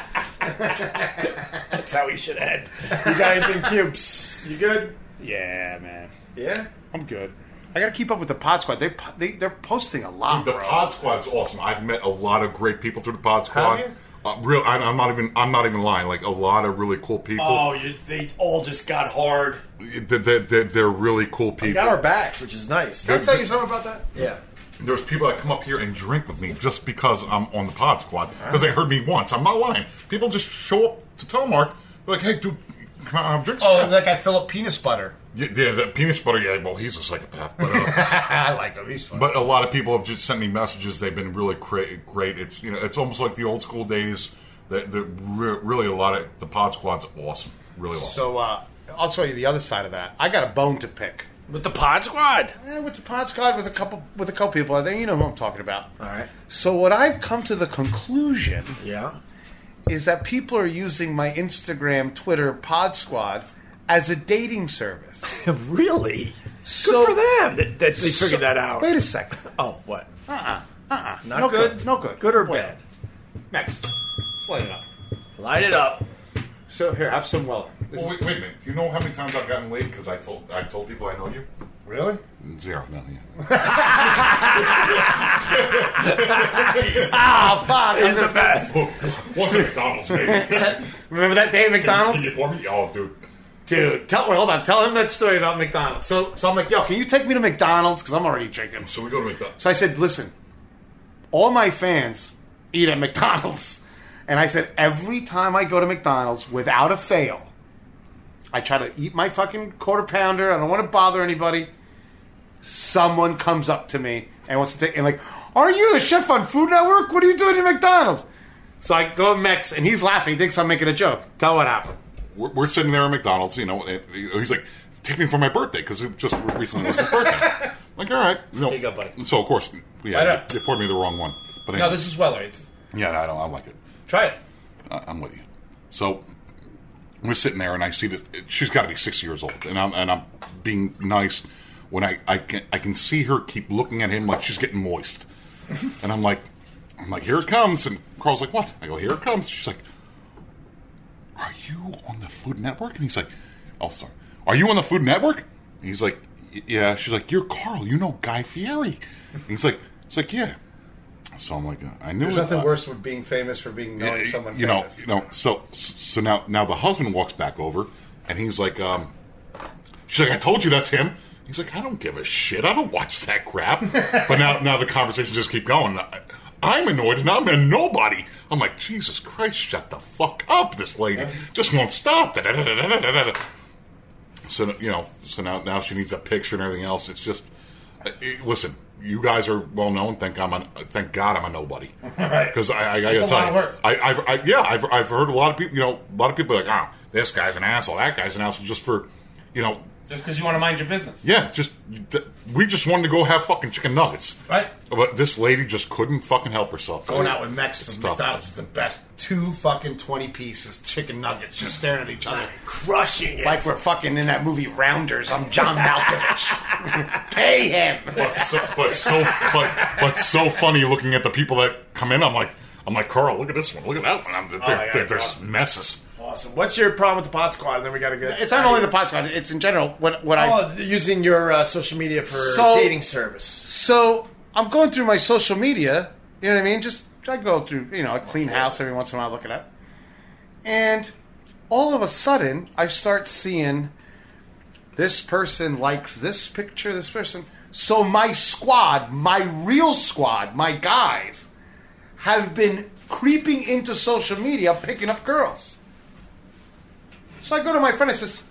Speaker 2: That's how we should end. You got anything, Cubes? You good?
Speaker 3: Yeah, man.
Speaker 2: Yeah.
Speaker 3: I'm good. I got to keep up with the Pod Squad. They po- they they're posting a lot,
Speaker 5: The
Speaker 3: bro.
Speaker 5: Pod Squad's awesome. I've met a lot of great people through the Pod Squad.
Speaker 2: Have you?
Speaker 5: Uh, real, I, I'm not even. I'm not even lying. Like a lot of really cool people.
Speaker 2: Oh, you, they all just got hard.
Speaker 5: They're, they're, they're- they're really cool people.
Speaker 2: They got our backs, which is nice.
Speaker 3: Can I tell you something about that?
Speaker 2: Yeah.
Speaker 5: There's people that come up here and drink with me just because I'm on the pod squad because they heard me once. I'm not lying. People just show up to Telemark. They're like, hey, dude, come out and have drinks.
Speaker 3: Oh, that guy Philip Penis Butter.
Speaker 5: yeah, yeah, the peanut butter. Yeah, well, he's a psychopath. But, uh,
Speaker 3: [laughs] I like him. He's fun.
Speaker 5: but a lot of people have just sent me messages. They've been really cra- great. It's you know, it's almost like the old school days. That that re- really a lot of the pod squad's awesome. Really awesome.
Speaker 3: so uh, I'll tell you the other side of that. I got a bone to pick.
Speaker 2: With the Pod Squad.
Speaker 3: Eh, with the Pod Squad, with a couple with a couple people out there, you know who I'm talking about.
Speaker 2: All right.
Speaker 3: So what I've come to the conclusion
Speaker 2: Yeah.
Speaker 3: is that people are using my Instagram, Twitter, Pod Squad as a
Speaker 2: [laughs]
Speaker 3: dating service.
Speaker 2: Really?
Speaker 3: so
Speaker 2: Good for them that, that they
Speaker 3: so-
Speaker 2: figured that out.
Speaker 3: Wait a second.
Speaker 2: Oh, what?
Speaker 3: Uh-uh.
Speaker 2: Not
Speaker 3: no
Speaker 2: good.
Speaker 3: No good.
Speaker 2: Good or
Speaker 3: Wait.
Speaker 2: bad?
Speaker 3: Next. Let's light it up.
Speaker 2: Light it up.
Speaker 3: So here, have some Weller. This
Speaker 5: Well, wait,
Speaker 3: is-
Speaker 5: wait a minute. Do you know how many times I've gotten late because I told I told people I know you?
Speaker 3: really?
Speaker 5: Zero. No, yeah.
Speaker 3: Ah, fuck!
Speaker 2: It's the best.
Speaker 5: [laughs] What's at McDonald's, baby?
Speaker 3: Remember that day at
Speaker 5: Can
Speaker 3: [laughs] McDonald's,
Speaker 5: you pour me? Oh, dude.
Speaker 3: dude? Tell well, hold on, tell him that story about McDonald's. So, so I'm like, yo, can you take me to McDonald's? Because I'm already drinking.
Speaker 5: So we go to McDonald's.
Speaker 3: So I said, listen, all my fans eat at McDonald's, and I said every time I go to McDonald's, without a fail, I try to eat my fucking quarter pounder. I don't want to bother anybody. Someone comes up to me and wants to take and like, are you the chef on Food Network? What are you doing at McDonald's? So I go to Mex and he's laughing. He thinks I'm making a joke. Tell what happened.
Speaker 5: We're, we're sitting there at McDonald's, you know, and he's like, take me for my birthday because it just recently was his
Speaker 3: [laughs]
Speaker 5: birthday. like, all right. You know,
Speaker 3: you go, buddy.
Speaker 5: So, of course,
Speaker 3: Right
Speaker 5: yeah,
Speaker 3: up.
Speaker 5: they poured me the wrong one. But anyway,
Speaker 3: No, this is Weller. It's,
Speaker 5: yeah, no, I don't, I don't like it.
Speaker 3: try it.
Speaker 5: I- I'm with you. So we're sitting there, and I see this. She's got to be six years old, and I'm and I'm being nice when I I can I can see her keep looking at him like she's getting moist, and I'm like I'm like here it comes, and Carl's like what? I go here it comes. She's like, are you on the Food Network? And he's like, oh sorry, are you on the Food Network? And he's like, "Y- yeah. She's like, you're Carl. You know Guy Fieri. And he's like, it's like yeah. So I'm like, I knew
Speaker 3: There's
Speaker 5: it.
Speaker 3: nothing
Speaker 5: I-
Speaker 3: worse than being famous for being knowing
Speaker 5: yeah,
Speaker 3: someone
Speaker 5: you
Speaker 3: famous.
Speaker 5: know you know so so now now the husband walks back over and he's like um she's like i told you that's him he's like i don't give a shit i don't watch that
Speaker 3: [laughs]
Speaker 5: crap but now now the conversation just keep going I, i'm annoyed and i'm a nobody i'm like jesus christ shut the fuck up this lady just won't stop Da-da-da-da-da-da-da. so you know so now now she needs a picture and everything else it's just uh, it- listen you guys are well known. Thank I'm a, thank God I'm a
Speaker 3: [laughs]
Speaker 5: nobody. Because I, I, I gotta
Speaker 3: a
Speaker 5: tell
Speaker 3: lot
Speaker 5: you,
Speaker 3: of work.
Speaker 5: I, I've, I, yeah, I've, "Ah, I've heard a lot of people, you know, a lot of people are like, oh, this guy's an asshole, that guy's an asshole, just for, you know,
Speaker 11: Just because you want to mind your business.
Speaker 5: Yeah, just th- we just wanted to go have fucking chicken nuggets,
Speaker 11: Right.
Speaker 5: But this lady just couldn't fucking help herself.
Speaker 3: Going out with Mex
Speaker 5: It's
Speaker 3: from
Speaker 5: tough.
Speaker 3: McDonald's is the best. Two fucking 20 pieces chicken nuggets just staring at each other.
Speaker 2: Crushing it.
Speaker 3: Like we're fucking in that movie Rounders. I'm John [laughs] Malkovich. Pay him.
Speaker 5: But [laughs] so, but so, but but so funny looking at the people that come in. I'm like, I'm like Carl. Look at this one. Look at that one.
Speaker 3: Oh,
Speaker 5: I'm, they're,
Speaker 11: yeah,
Speaker 5: they're,
Speaker 11: it's
Speaker 5: they're
Speaker 11: awesome.
Speaker 5: messes.
Speaker 2: Awesome. What's your problem with the pot squad? And then we got to get.
Speaker 4: It's not only the podcast; it's in general. What what I
Speaker 2: Oh, using your uh, social media for
Speaker 4: So-
Speaker 2: dating service.
Speaker 4: So I'm going through my social media. You know what I mean? Just I go through, you know, a clean house every once in a while, looking up, and all of a sudden I start seeing this person likes this picture, this person. So my squad, my real squad, my guys, have been creeping into social media, picking up girls. So I go to my friend. I says,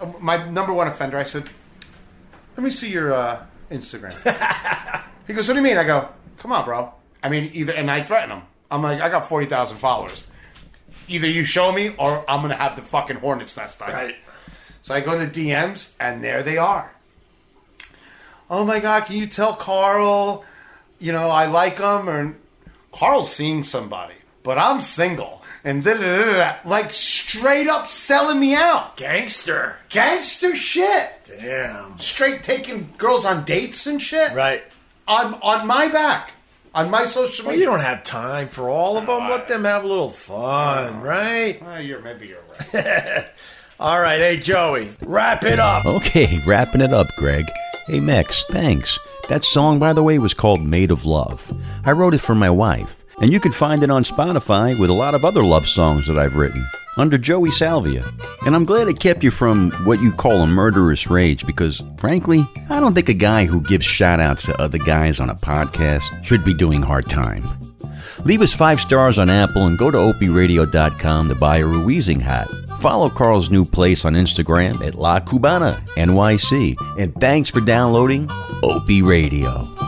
Speaker 4: uh, my number one offender. I said, let me see your uh, Instagram. he goes, what do you mean? I go, come on, bro. I mean, either, and I threaten him. I'm like, I got 40,000 followers. Either you show me or I'm going to have the fucking hornet's nest on you." So I go in the DMs and there they are. Oh my God, can you tell Carl, you know, I like him? Or Carl's seeing somebody, but I'm single. And da da da da. Like straight up selling me out.
Speaker 2: Gangster.
Speaker 4: Gangster shit
Speaker 2: Damn.
Speaker 4: straight taking girls on dates and shit.
Speaker 2: Right.
Speaker 4: On on my back. On my social
Speaker 2: Well, you
Speaker 4: media.
Speaker 2: don't have time for all of them. Let them have a little fun, right?
Speaker 4: Ah, you're maybe you're right.
Speaker 2: All right. Hey, Joey, wrap it up.
Speaker 7: Okay, [laughs] wrapping it up, Greg. Hey, Mex, thanks. That song, by the way, was called Made of Love. I wrote it for my wife, and you can find it on Spotify with a lot of other love songs that I've written under Joey Salvia. And I'm glad it kept you from what you call a murderous rage because, frankly, I don't think a guy who gives shout outs to other guys on a podcast should be doing hard time. Leave us five stars on Apple and go to opradio.com to buy a Ruizing hat. Follow Carl's new place on Instagram at La Cubana NYC. And thanks for downloading Opie Radio.